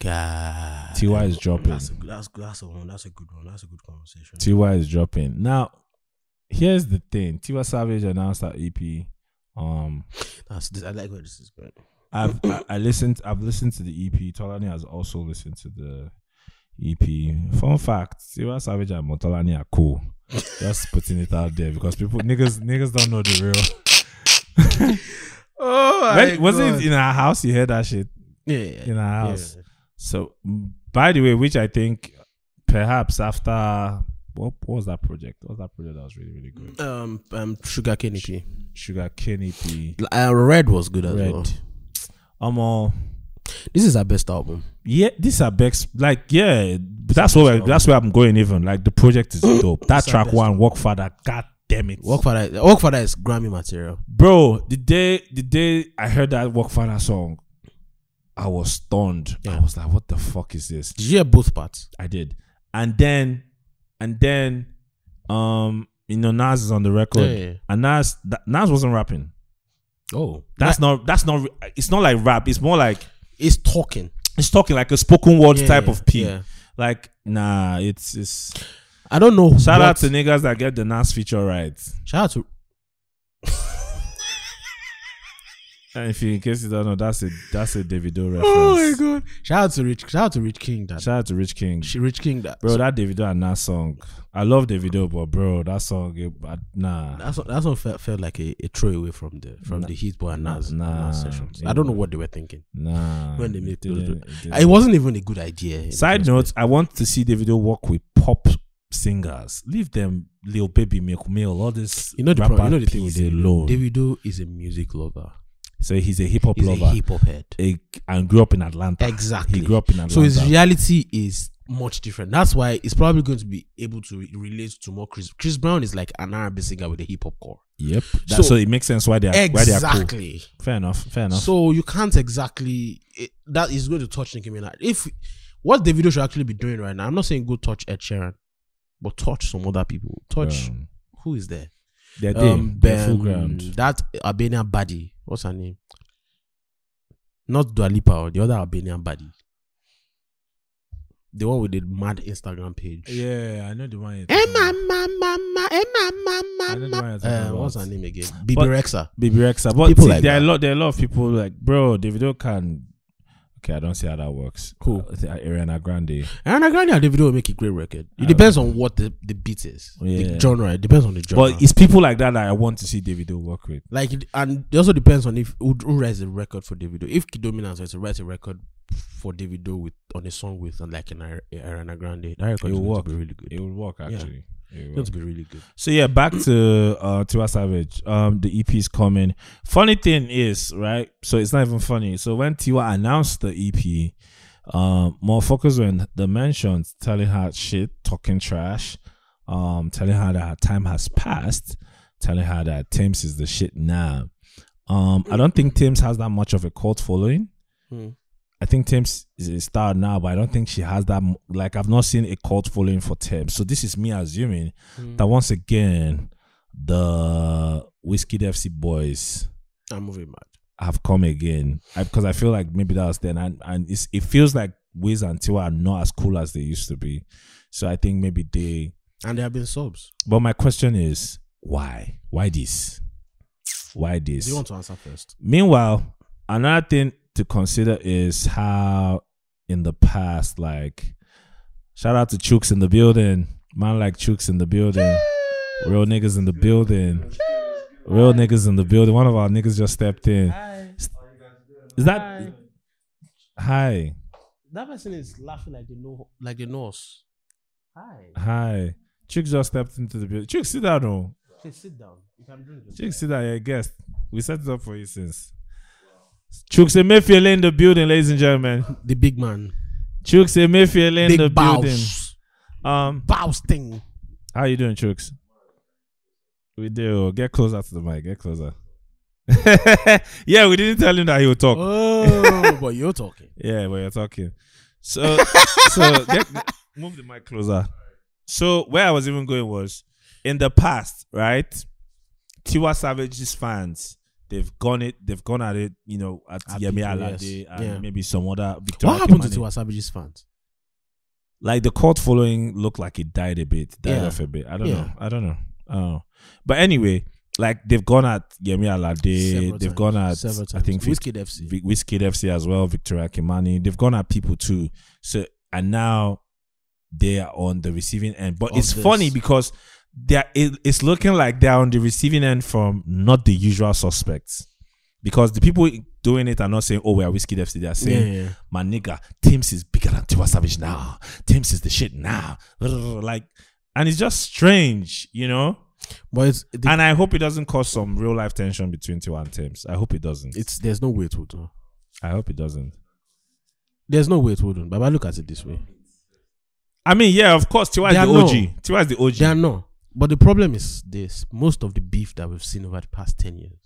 Speaker 2: God.
Speaker 1: Ty is dropping.
Speaker 2: That's a good. That's good. That's a one. That's a good one. That's a good conversation.
Speaker 1: Ty is dropping. Now, here's the thing: Ty Savage announced her EP. Um,
Speaker 2: That's, this, I like where this is going.
Speaker 1: I've I, I listened. I've listened to the EP. Tolani has also listened to the EP. Fun fact: Ty Savage and Motolani are cool. Just putting it out there because people niggas niggas don't know the real.
Speaker 2: Oh,
Speaker 1: When- wasn't it in our house? You heard that shit
Speaker 2: yeah, yeah,
Speaker 1: in our
Speaker 2: yeah.
Speaker 1: house. So, m- by the way, which I think perhaps after what, what was that project? What was that project that was really really good?
Speaker 2: Um, um, sugar cane EP.
Speaker 1: Sugar Cane EP.
Speaker 2: Uh, Red was good as
Speaker 1: Red.
Speaker 2: well.
Speaker 1: Um, uh,
Speaker 2: This is our best album.
Speaker 1: yeah, these are Bex. Like, yeah, but that's where that's where I'm going. Even like the project is dope. That
Speaker 2: It's our
Speaker 1: track
Speaker 2: best
Speaker 1: one, Walk Father. God damn it,
Speaker 2: Work for that. Work for that is Grammy material.
Speaker 1: bro. The day the day I heard that Walk Father song, I was stunned. I
Speaker 2: Yeah.
Speaker 1: was like, what the fuck is this?
Speaker 2: Did you hear both parts?
Speaker 1: I did. And then, and then, um, you know, Nas is on the record,
Speaker 2: Yeah, yeah.
Speaker 1: and Nas, that, Nas wasn't rapping.
Speaker 2: Oh,
Speaker 1: That's not. That's not. re- It's not like rap. It's more like
Speaker 2: it's talking.
Speaker 1: it's talking like a spoken word
Speaker 2: Yeah,
Speaker 1: type of P.
Speaker 2: yeah.
Speaker 1: Like nah, it's it's.
Speaker 2: I don't know.
Speaker 1: Shout
Speaker 2: what-
Speaker 1: out to niggas that get the Nas feature right.
Speaker 2: shout out to
Speaker 1: And if you, in case you don't know, that's a that's a Davido reference.
Speaker 2: Oh, god! Shout out to Rich. Shout out to Rich King. That
Speaker 1: Shout out to Rich King,
Speaker 2: Sh- Rich King. That
Speaker 1: bro. That Davido and Nas song. I love Davido, but bro, that song, it, I- nah.
Speaker 2: That's what, that's what felt, felt like a, a throwaway from the from
Speaker 1: Nah.
Speaker 2: the Heat Boy and Nas,
Speaker 1: Nah,
Speaker 2: and Nas
Speaker 1: nah,
Speaker 2: sessions.
Speaker 1: it
Speaker 2: I don't know
Speaker 1: was-
Speaker 2: what they were thinking.
Speaker 1: Nah.
Speaker 2: When they
Speaker 1: it
Speaker 2: make those-
Speaker 1: didn't- it
Speaker 2: It
Speaker 1: didn't.
Speaker 2: wasn't even a good idea. in the
Speaker 1: Side
Speaker 2: first
Speaker 1: note, I want to see Davido work with pop singers. Leave them Lil Baby Milk Mill, all this.
Speaker 2: place. you know the
Speaker 1: rapper
Speaker 2: problem, you know the thing with
Speaker 1: peas
Speaker 2: Davido.
Speaker 1: alone.
Speaker 2: Davido is a music lover.
Speaker 1: so he's a hip hop
Speaker 2: He's
Speaker 1: lover.
Speaker 2: a hip hop head.
Speaker 1: A- and grew up in Atlanta.
Speaker 2: Exactly.
Speaker 1: He grew up in Atlanta.
Speaker 2: So his reality is much different. That's why he's probably going to be able to re- relate to more Chris. Chris Brown is like an R&B singer with a hip hop core.
Speaker 1: yep. That-
Speaker 2: So-
Speaker 1: so it makes sense why they are why they are cool.
Speaker 2: Exactly.
Speaker 1: Fair enough. Fair enough.
Speaker 2: So you can't exactly it, that is going to touch Nicki Minaj. If what the video should actually be doing right now, I'm not saying go touch Ed Sheeran, but touch some other people. Touch
Speaker 1: Um,
Speaker 2: who is there? Um,
Speaker 1: they're there. they're full
Speaker 2: Ben-
Speaker 1: ground.
Speaker 2: That Albanian baddie. What's her name? Not Dua Lipa or the other Albanian baddie. The one with the mad Instagram page.
Speaker 1: Yeah, I know the one.
Speaker 2: Eh, mama, mama, eh, mama,
Speaker 1: I know the
Speaker 2: mama.
Speaker 1: one you're talking
Speaker 2: Uh, what's
Speaker 1: about.
Speaker 2: her name again? Bibi
Speaker 1: But-
Speaker 2: Rexa.
Speaker 1: Baby Rexa. But
Speaker 2: People
Speaker 1: see,
Speaker 2: like
Speaker 1: there are a
Speaker 2: that.
Speaker 1: lot. There are a lot of people like, bro, Davido can. Okay, I don't see how that works.
Speaker 2: Who?
Speaker 1: Uh, Ariana Grande.
Speaker 2: Ariana Grande and Davido will make a great record.
Speaker 1: I
Speaker 2: It depends on what the, the beat is,
Speaker 1: Yeah.
Speaker 2: the genre. It depends on the genre.
Speaker 1: But it's people like that that I want to see Davido work with.
Speaker 2: like, it- and it also depends on if who, who writes a record for Davido. If Kidominance were to write a record for Davido with on a song with and like an Ari- Ariana Grande, that record
Speaker 1: It
Speaker 2: is
Speaker 1: will
Speaker 2: going
Speaker 1: work.
Speaker 2: to be really good.
Speaker 1: It would work actually. It
Speaker 2: It's
Speaker 1: would
Speaker 2: going
Speaker 1: work.
Speaker 2: to be really good.
Speaker 1: So yeah, back to uh Tiwa Savage. Um the EP is coming. Funny thing is, right? So it's not even funny. So when Tiwa announced the EP, um more focus were in the mentions telling her shit, talking trash, um, telling her that her time has passed, telling her that Thames is the shit now. Um, I don't think Thames has that much of a cult following.
Speaker 2: Hmm.
Speaker 1: I think Thames is a star now, but I don't think she has that. m- Like, I've not seen a cult following for Thames. So, this is me assuming
Speaker 2: Hmm.
Speaker 1: that once again, the Whiskey FC boys
Speaker 2: I'm moving mad.
Speaker 1: have come again. Because I, feel like maybe that was then. And, and it's, it feels like Wiz and Tiwa are not as cool as they used to be. So, I think maybe they.
Speaker 2: And there have been subs.
Speaker 1: But my question is, why? Why this? Why this?
Speaker 2: Do you want to answer first?
Speaker 1: Meanwhile, another thing to consider is how in the past, like shout out to Chooks in the building. Man like Chooks in the building. Real niggas in the building. Real niggas in the building. One of our niggas just stepped in. Is that Hi.
Speaker 2: That person is laughing like they know, like they know us. Hi.
Speaker 1: Hi. Chooks just stepped into the building. Chooks, sit down though.
Speaker 2: Please sit down. You can drink this.
Speaker 1: Chooks, sit down, you're a guest. We set it up for you since. Chooks and Mayfield in the building, ladies and gentlemen.
Speaker 2: The big man.
Speaker 1: Chooks and Mayfield in
Speaker 2: big
Speaker 1: the
Speaker 2: boss.
Speaker 1: building. Um,
Speaker 2: Boss thing.
Speaker 1: how you doing, Chooks? We do. Get closer to the mic. Get closer. yeah, we didn't tell him that he would talk.
Speaker 2: Oh, but you're talking.
Speaker 1: Yeah, we are talking. So, so get, move the mic closer. So where I was even going was in the past, right? Tiwa Savage's fans, they've gone it, they've gone at it, you know, at,
Speaker 2: At
Speaker 1: Yemi
Speaker 2: people,
Speaker 1: Alade
Speaker 2: yes.
Speaker 1: and
Speaker 2: Yeah.
Speaker 1: maybe some other. Victoria
Speaker 2: What happened to
Speaker 1: Kimani.
Speaker 2: Tiwa Savage's fans?
Speaker 1: Like the cult following looked like it died a bit, died
Speaker 2: Yeah.
Speaker 1: off a bit. I don't
Speaker 2: Yeah.
Speaker 1: know. I don't know. Oh, but anyway, like they've gone at Yemi Alade,
Speaker 2: Several
Speaker 1: they've
Speaker 2: times.
Speaker 1: gone at
Speaker 2: several
Speaker 1: I
Speaker 2: times.
Speaker 1: think Vic-
Speaker 2: Whiskey FC.
Speaker 1: Vi- Wizkid FC as well, Victoria Kimani. They've gone at people too. So and now they are on the receiving end. But
Speaker 2: Of
Speaker 1: it's
Speaker 2: this.
Speaker 1: funny because they're it, it's looking like they're on the receiving end from not the usual suspects. Because the people doing it are not saying, Oh, we're Whiskey FC. They're
Speaker 2: yeah,
Speaker 1: saying,
Speaker 2: yeah.
Speaker 1: My nigga, Tim's is bigger than Tiwa Savage now. Tim's is the shit now. Like and it's just strange, you know?
Speaker 2: But it's the,
Speaker 1: and I hope it doesn't cause some real life tension between Tiwa and Tim's. I hope it doesn't.
Speaker 2: it's there's no way it would. no.
Speaker 1: I hope it doesn't.
Speaker 2: There's no way it wouldn't. But I look at it this way.
Speaker 1: Mm. I mean, yeah, of course, Tiwa is
Speaker 2: They
Speaker 1: the
Speaker 2: are
Speaker 1: OG. Tiwa is the OG.
Speaker 2: They are not. But the problem is this: most of the beef that we've seen over the past ten years,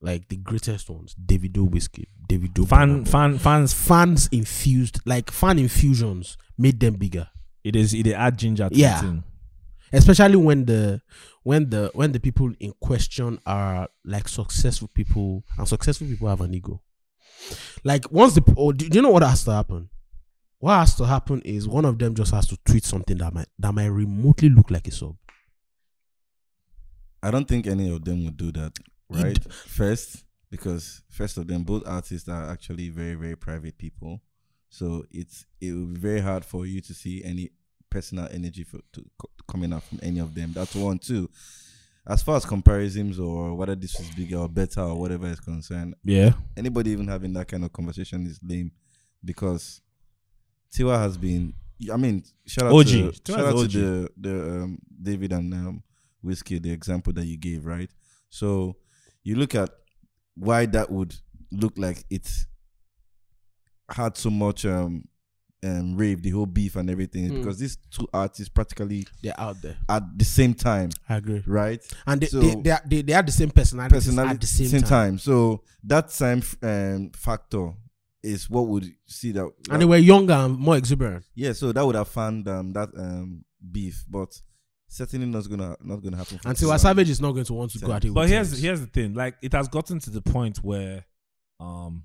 Speaker 2: like the greatest ones, Davido Whiskey, Davido
Speaker 1: fan,
Speaker 2: Burna Boy,
Speaker 1: fan, fans.
Speaker 2: fans infused, like fan infusions, made them bigger.
Speaker 1: It is. It add ginger. To
Speaker 2: Yeah.
Speaker 1: The thing.
Speaker 2: especially when the when the when the people in question are like successful people and successful people have an ego like once the or do do you know what has to happen what has to happen is one of them just has to tweet something that might that might remotely look like a sub
Speaker 3: I don't think any of them would do that,
Speaker 2: You
Speaker 3: right? First, because first of them, both artists are actually very, very private people, so it's it would be very hard for you to see any personal energy for, to, co- coming out from any of them. That's one, two. As far as comparisons or whether this is bigger or better or whatever is concerned,
Speaker 1: Yeah.
Speaker 3: anybody even having that kind of conversation is lame, because Tiwa has been. I mean, shout out
Speaker 1: OG.
Speaker 3: to
Speaker 1: Tiwa's
Speaker 3: shout out
Speaker 1: OG.
Speaker 3: to the the um, David and um, Whiskey, the example that you gave, right? So you look at why that would look like it had so much um, um rave, the whole beef and everything, is
Speaker 2: Mm.
Speaker 3: because these two artists practically
Speaker 2: they're out there
Speaker 3: at the same time,
Speaker 2: i agree
Speaker 3: right?
Speaker 2: and they
Speaker 3: So-
Speaker 2: they, they, are, they they have the same personality
Speaker 3: Personality
Speaker 2: at the same, time,
Speaker 3: So that time f- um, factor is what would see that.
Speaker 2: and they were younger and more exuberant
Speaker 3: yeah, so that would have found um, that um, beef, but certainly not gonna not gonna happen. for
Speaker 2: and Tiwa
Speaker 3: Tiwa.
Speaker 2: Savage is not going to want to go at it
Speaker 1: But
Speaker 2: with
Speaker 1: here's
Speaker 2: Terrence.
Speaker 1: here's the thing. Like, it has gotten to the point where, um,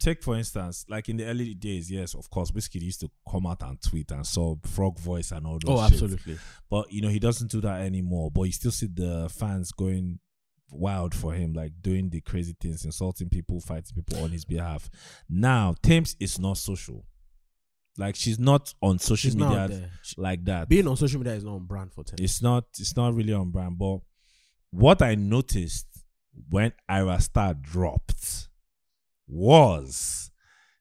Speaker 1: take for instance, like in the early days, yes, of course, Whiskey used to come out and tweet and sub frog voice and all those.
Speaker 2: oh
Speaker 1: shit.
Speaker 2: absolutely
Speaker 1: But you know, he doesn't do that anymore. But you still see the fans going wild for him, like doing the crazy things, insulting people, fighting people on his behalf. Now, Thames is not social. Like she's not on social
Speaker 2: she's not out
Speaker 1: media
Speaker 2: there
Speaker 1: like that.
Speaker 2: being on social media is not on brand for Terrence.
Speaker 1: It's not it's not really on brand. But what I noticed when Ira Star dropped was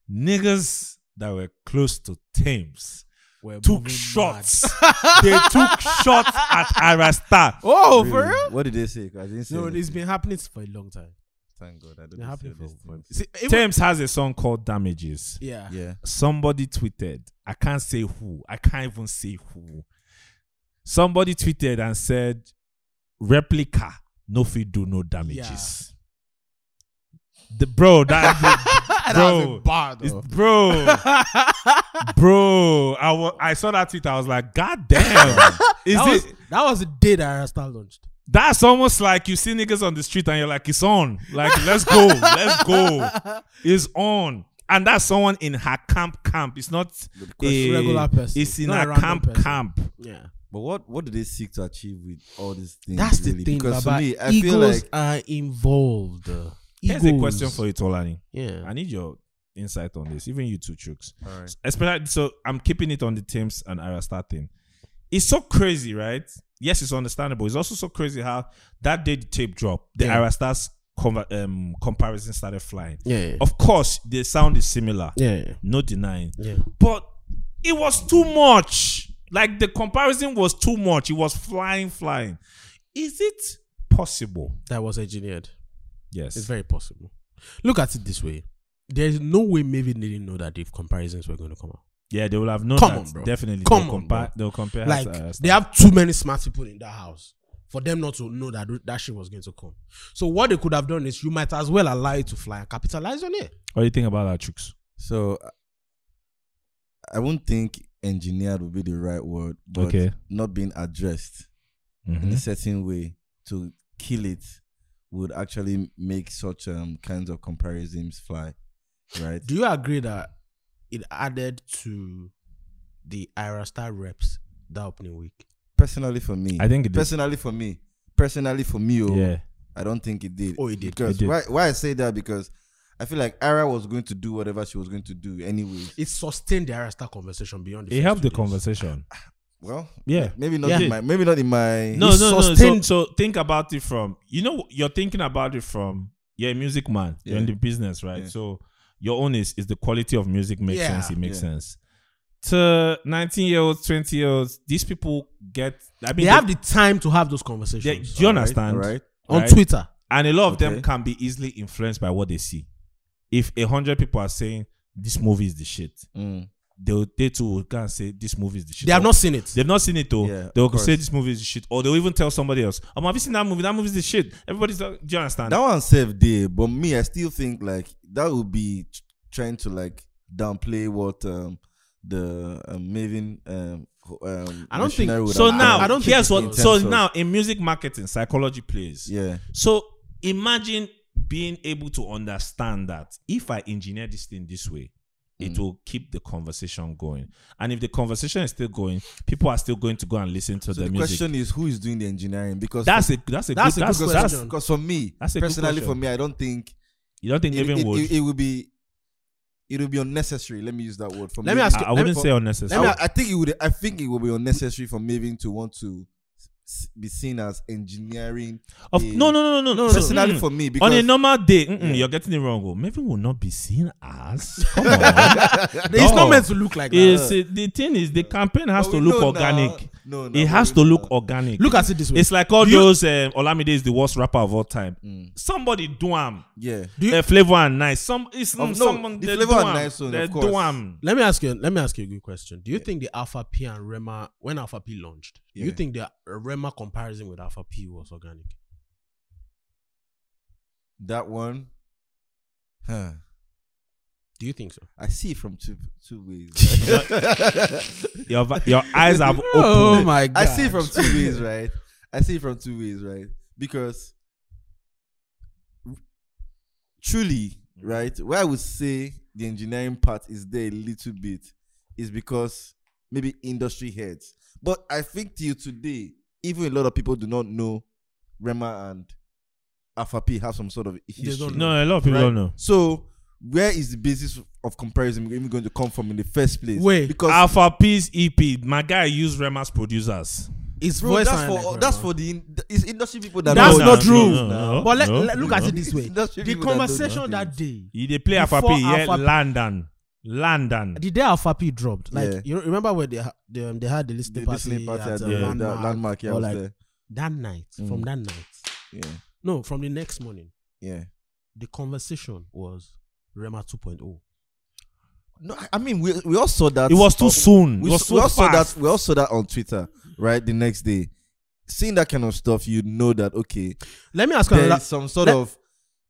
Speaker 1: niggas that were close to Thames
Speaker 2: We're
Speaker 1: took
Speaker 2: moving
Speaker 1: shots. they took shots at Ira Star.
Speaker 2: Oh,
Speaker 3: Really?
Speaker 2: for real?
Speaker 3: What did they say? 'Cause I didn't say.
Speaker 2: No, it's
Speaker 3: anything.
Speaker 2: been happening for a long time.
Speaker 3: Thank God, I
Speaker 2: It's
Speaker 3: don't
Speaker 2: been happening
Speaker 3: listen
Speaker 2: for.
Speaker 3: to these
Speaker 2: for
Speaker 3: things.
Speaker 2: see, even,
Speaker 1: Thames has a song called Damages.
Speaker 2: yeah.
Speaker 3: Yeah,
Speaker 1: Somebody tweeted, I can't say who, I can't even say who. Somebody tweeted and said, Replica, no fee do no damages. The bro, that Bro,
Speaker 2: bar
Speaker 1: is, bro, bro. I wa- I saw that tweet. I was like, God damn, is
Speaker 2: that,
Speaker 1: this?
Speaker 2: was, that was the day that Arasta launched.
Speaker 1: That's almost like you see niggas on the street and you're like, it's on. Like, let's go, let's go. It's on. And that's someone in her camp camp. It's not
Speaker 3: But the
Speaker 1: a
Speaker 3: question-
Speaker 2: regular person.
Speaker 1: It's in
Speaker 2: Not a
Speaker 1: her
Speaker 2: random
Speaker 1: camp
Speaker 2: person.
Speaker 1: camp.
Speaker 2: Yeah.
Speaker 3: But what what do they seek to achieve with all these things?
Speaker 2: That's the
Speaker 3: really?
Speaker 2: thing,
Speaker 3: Because
Speaker 2: Baba.
Speaker 3: for me, I
Speaker 2: Egos
Speaker 3: feel like
Speaker 2: are involved.
Speaker 1: Here's a question for you, Tolani.
Speaker 2: Yeah.
Speaker 1: I need your insight on this. Even you two chooks.
Speaker 3: all right.
Speaker 1: Especially so I'm keeping it on the Thames and Arasta thing. It's so crazy, right? Yes, it's understandable. It's also so crazy how that day the tape dropped, the
Speaker 2: Yeah.
Speaker 1: Arasta's conver- um, comparison started flying.
Speaker 2: Yeah. Yeah.
Speaker 1: Of course, the sound is similar.
Speaker 2: yeah. yeah.
Speaker 1: No denying.
Speaker 2: yeah.
Speaker 1: but it was too much. Like the comparison was too much. It was flying, flying. Is it possible?
Speaker 2: That was engineered.
Speaker 1: Yes.
Speaker 2: It's very possible. Look at it this way. There's no way maybe they didn't know that the comparisons were going to come out.
Speaker 1: yeah, they will have known
Speaker 2: Come
Speaker 1: that.
Speaker 2: on, bro.
Speaker 1: Definitely.
Speaker 2: Come
Speaker 1: they'll,
Speaker 2: on,
Speaker 1: compa-
Speaker 2: bro.
Speaker 1: they'll compare. us
Speaker 2: like
Speaker 1: to us.
Speaker 2: they have too many smart people in that house. for them not to know that that shit was going to come. So what they could have done is you might as well allow it to fly and capitalize on it.
Speaker 1: What do you think about that, tricks?
Speaker 3: So I- I wouldn't think engineered would be the right word, but
Speaker 1: Okay.
Speaker 3: not being addressed
Speaker 1: Mm-hmm.
Speaker 3: in a certain way to kill it would actually make such um kinds of comparisons fly, right?
Speaker 2: Do you agree that it added to the Ira Star reps that opening week?
Speaker 3: Personally, for me,
Speaker 1: I think it did.
Speaker 3: personally for me, personally for me, oh,
Speaker 1: Yeah.
Speaker 3: I don't think it did.
Speaker 2: Oh, it did.
Speaker 3: Because
Speaker 1: It did.
Speaker 3: Why, why I say that because I feel like Ara was going to do whatever she was going to do anyways.
Speaker 2: It sustained the Ira Star conversation beyond the
Speaker 1: It helped the
Speaker 2: first two days.
Speaker 1: conversation.
Speaker 3: Well,
Speaker 1: Yeah.
Speaker 3: maybe not
Speaker 1: Yeah.
Speaker 3: in my maybe not in my
Speaker 1: No,
Speaker 2: It
Speaker 1: no, no. So,
Speaker 2: sustained-
Speaker 1: so think about it from you know you're thinking about it from you're a music man. You're in
Speaker 3: Yeah.
Speaker 1: the business, right?
Speaker 3: Yeah.
Speaker 1: So your own is is the quality of music makes
Speaker 2: Yeah.
Speaker 1: sense. It makes
Speaker 3: Yeah.
Speaker 1: sense. To 19 year olds, 20 year olds, these people get. I mean,
Speaker 2: They have the time to have those conversations.
Speaker 1: they- do you
Speaker 2: alright?
Speaker 1: understand?
Speaker 3: right.
Speaker 2: On
Speaker 1: right?
Speaker 2: Twitter.
Speaker 1: And a lot of them
Speaker 3: Okay.
Speaker 1: can be easily influenced by what they see. If a hundred people are saying this movie is the shit,
Speaker 3: Mm.
Speaker 1: they will, they too will go and say this movie is the shit.
Speaker 2: They have
Speaker 1: Or-
Speaker 2: not seen it.
Speaker 1: They've not seen it though.
Speaker 3: Yeah, of
Speaker 1: They'll
Speaker 3: course.
Speaker 1: say this movie is shit, or they'll even tell somebody else. Um, have you seen that movie? That movie is the shit. Everybody's. Like, do you understand?
Speaker 3: That one saved day, but me, I still think like that would be t- trying to like downplay what um the um, Maven um, ho- um
Speaker 2: I don't think-
Speaker 3: missionary would
Speaker 1: so
Speaker 3: have
Speaker 1: now,
Speaker 3: done.
Speaker 2: I don't think
Speaker 1: here's
Speaker 2: it's
Speaker 1: what.
Speaker 2: in
Speaker 1: So
Speaker 3: terms of-
Speaker 1: now, in music marketing, psychology plays.
Speaker 3: yeah
Speaker 1: So imagine being able to understand that if I engineer this thing this way, it
Speaker 3: Mm.
Speaker 1: will keep the conversation going. And if the conversation is still going, people are still going to go and listen to
Speaker 3: so
Speaker 1: the
Speaker 3: the
Speaker 1: music.
Speaker 3: question is who is doing the engineering because
Speaker 1: that's a that's a
Speaker 2: That's
Speaker 1: good,
Speaker 2: a
Speaker 1: that's,
Speaker 2: good
Speaker 1: that's-
Speaker 2: question.
Speaker 3: because for me
Speaker 1: That's a good
Speaker 3: personally
Speaker 1: question.
Speaker 3: for me I don't think
Speaker 1: you don't think
Speaker 3: it,
Speaker 1: even
Speaker 3: it,
Speaker 1: would.
Speaker 3: it, it would be it would be unnecessary let me use that word for
Speaker 2: Let me
Speaker 3: Maven
Speaker 2: ask
Speaker 1: I,
Speaker 2: you-
Speaker 1: I wouldn't
Speaker 2: for-
Speaker 1: say
Speaker 3: I,
Speaker 1: unnecessary.
Speaker 2: me
Speaker 3: would- I think it would. I think it would be unnecessary for Maven to want to s- be seen as engineering.
Speaker 1: Of,
Speaker 3: a-
Speaker 1: no, no, no, no, no. no,
Speaker 3: personally
Speaker 1: mm.
Speaker 3: for me because
Speaker 1: on a normal day, mm-mm,
Speaker 3: Yeah.
Speaker 1: you're getting it wrong. oh. Maybe we'll not be seen as. Come on.
Speaker 2: It's
Speaker 1: No.
Speaker 2: not meant to look like that.
Speaker 1: It's, uh, the thing is, the campaign has
Speaker 3: But
Speaker 1: to
Speaker 3: we
Speaker 1: look
Speaker 3: know
Speaker 1: organic.
Speaker 3: now- Oh, no, no,
Speaker 1: It
Speaker 3: but
Speaker 1: has
Speaker 3: we
Speaker 1: to
Speaker 3: know
Speaker 1: look
Speaker 3: now.
Speaker 1: organic.
Speaker 2: Look at it this way.
Speaker 1: It's like all
Speaker 2: Do you-
Speaker 1: those um, Olamide is the worst rapper of all time.
Speaker 3: Mm.
Speaker 1: Somebody do am.
Speaker 3: Yeah,
Speaker 2: Do you-
Speaker 1: Uh, flavor and nice. Some it's
Speaker 3: Of-
Speaker 1: mm,
Speaker 3: no,
Speaker 1: someone
Speaker 3: the
Speaker 1: they
Speaker 3: Flavor
Speaker 1: do
Speaker 3: and
Speaker 1: am.
Speaker 3: Nice one,
Speaker 1: They
Speaker 3: of course.
Speaker 1: do am.
Speaker 2: Let me ask you. Let me ask you a good question. Do you think the Alpha P and Rema, when Alpha P launched, do you
Speaker 3: Yeah.
Speaker 2: think the Rema comparison with Alpha P was organic?
Speaker 3: that one. Huh.
Speaker 2: Do you think so?
Speaker 3: I see it from two two ways.
Speaker 1: Your, va- your eyes have opened.
Speaker 3: Oh
Speaker 2: my god!
Speaker 3: I see it from two ways, right? I see it from two ways, right? Because truly,
Speaker 2: Mm-hmm.
Speaker 3: right, where I would say the engineering part is there a little bit is because maybe industry heads. But I think till today, even a lot of people do not know Rema and Alpha P have some sort of history.
Speaker 2: don't know.
Speaker 1: No, a lot of people
Speaker 3: Right.
Speaker 1: don't know.
Speaker 3: So where is the basis of comparison even going to come from in the first place?
Speaker 2: Wait,
Speaker 3: because
Speaker 1: Alpha P's EP. My guy used Rema's producers.
Speaker 2: It's
Speaker 3: Bro,
Speaker 2: voice
Speaker 3: that's
Speaker 2: sound
Speaker 3: for
Speaker 2: like Rema.
Speaker 3: that's for the in- it's industry people that
Speaker 2: That's
Speaker 3: know
Speaker 2: not
Speaker 3: that.
Speaker 2: true.
Speaker 1: No, no, no,
Speaker 2: But let,
Speaker 1: no,
Speaker 2: let- look at
Speaker 1: no.
Speaker 2: it this way:
Speaker 3: That's
Speaker 2: the
Speaker 3: people that don't
Speaker 2: conversation
Speaker 3: know.
Speaker 2: that day,
Speaker 1: He- They play Alpha
Speaker 2: Before
Speaker 1: P. Yeah,
Speaker 2: Alpha P-
Speaker 1: London, London.
Speaker 2: the day Alpha P dropped, like
Speaker 3: Yeah.
Speaker 2: you know, remember where they ha- they, um, they had the listening
Speaker 3: the
Speaker 2: party,
Speaker 3: listening party at
Speaker 2: at,
Speaker 3: the
Speaker 2: um,
Speaker 1: Yeah.
Speaker 3: the
Speaker 2: Landmark,
Speaker 3: landmark. Yeah, I
Speaker 2: or
Speaker 3: was
Speaker 2: like
Speaker 3: there.
Speaker 2: that night. From
Speaker 3: Mm.
Speaker 2: that night,
Speaker 3: Yeah,
Speaker 2: no, from the next morning,
Speaker 3: yeah.
Speaker 2: the conversation was Rema oh. 2.0.
Speaker 3: No, I- I mean we we all saw that.
Speaker 1: It was too
Speaker 3: uh,
Speaker 1: soon.
Speaker 3: We,
Speaker 1: it was
Speaker 3: s-
Speaker 1: so
Speaker 3: we all saw
Speaker 1: fast.
Speaker 3: that. We all saw that on Twitter, right? The next day, seeing that kind of stuff, you know that okay,
Speaker 2: Let me ask you
Speaker 3: there
Speaker 2: another.
Speaker 3: is some sort
Speaker 2: let-
Speaker 3: of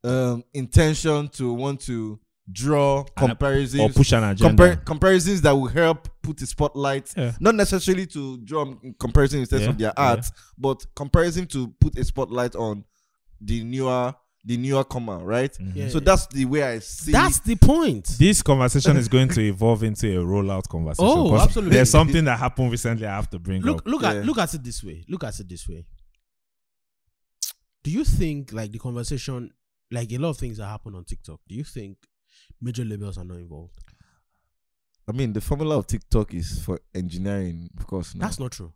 Speaker 3: um intention to want to draw
Speaker 1: or
Speaker 3: comparisons,
Speaker 1: push an agenda.
Speaker 3: compar- comparisons that will help put the spotlight
Speaker 1: yeah.
Speaker 3: not necessarily to draw m- comparison in terms of
Speaker 1: Yeah,
Speaker 3: their
Speaker 1: yeah.
Speaker 3: art, but comparison to put a spotlight on the newer the newer comer, right?
Speaker 2: Yeah.
Speaker 3: So that's the way I see.
Speaker 2: Mm. That's the point.
Speaker 1: This conversation is going to evolve into a rollout conversation.
Speaker 2: Oh,
Speaker 1: 'cause
Speaker 2: absolutely.
Speaker 1: There's something that happened recently I have to bring
Speaker 2: look
Speaker 1: up.
Speaker 2: look
Speaker 3: Yeah.
Speaker 2: at look at it this way look at it this way do you think like the conversation like a lot of things that happen on tiktok do you think major labels are not involved
Speaker 3: I mean, the formula of TikTok is for engineering, of course. No.
Speaker 2: that's not true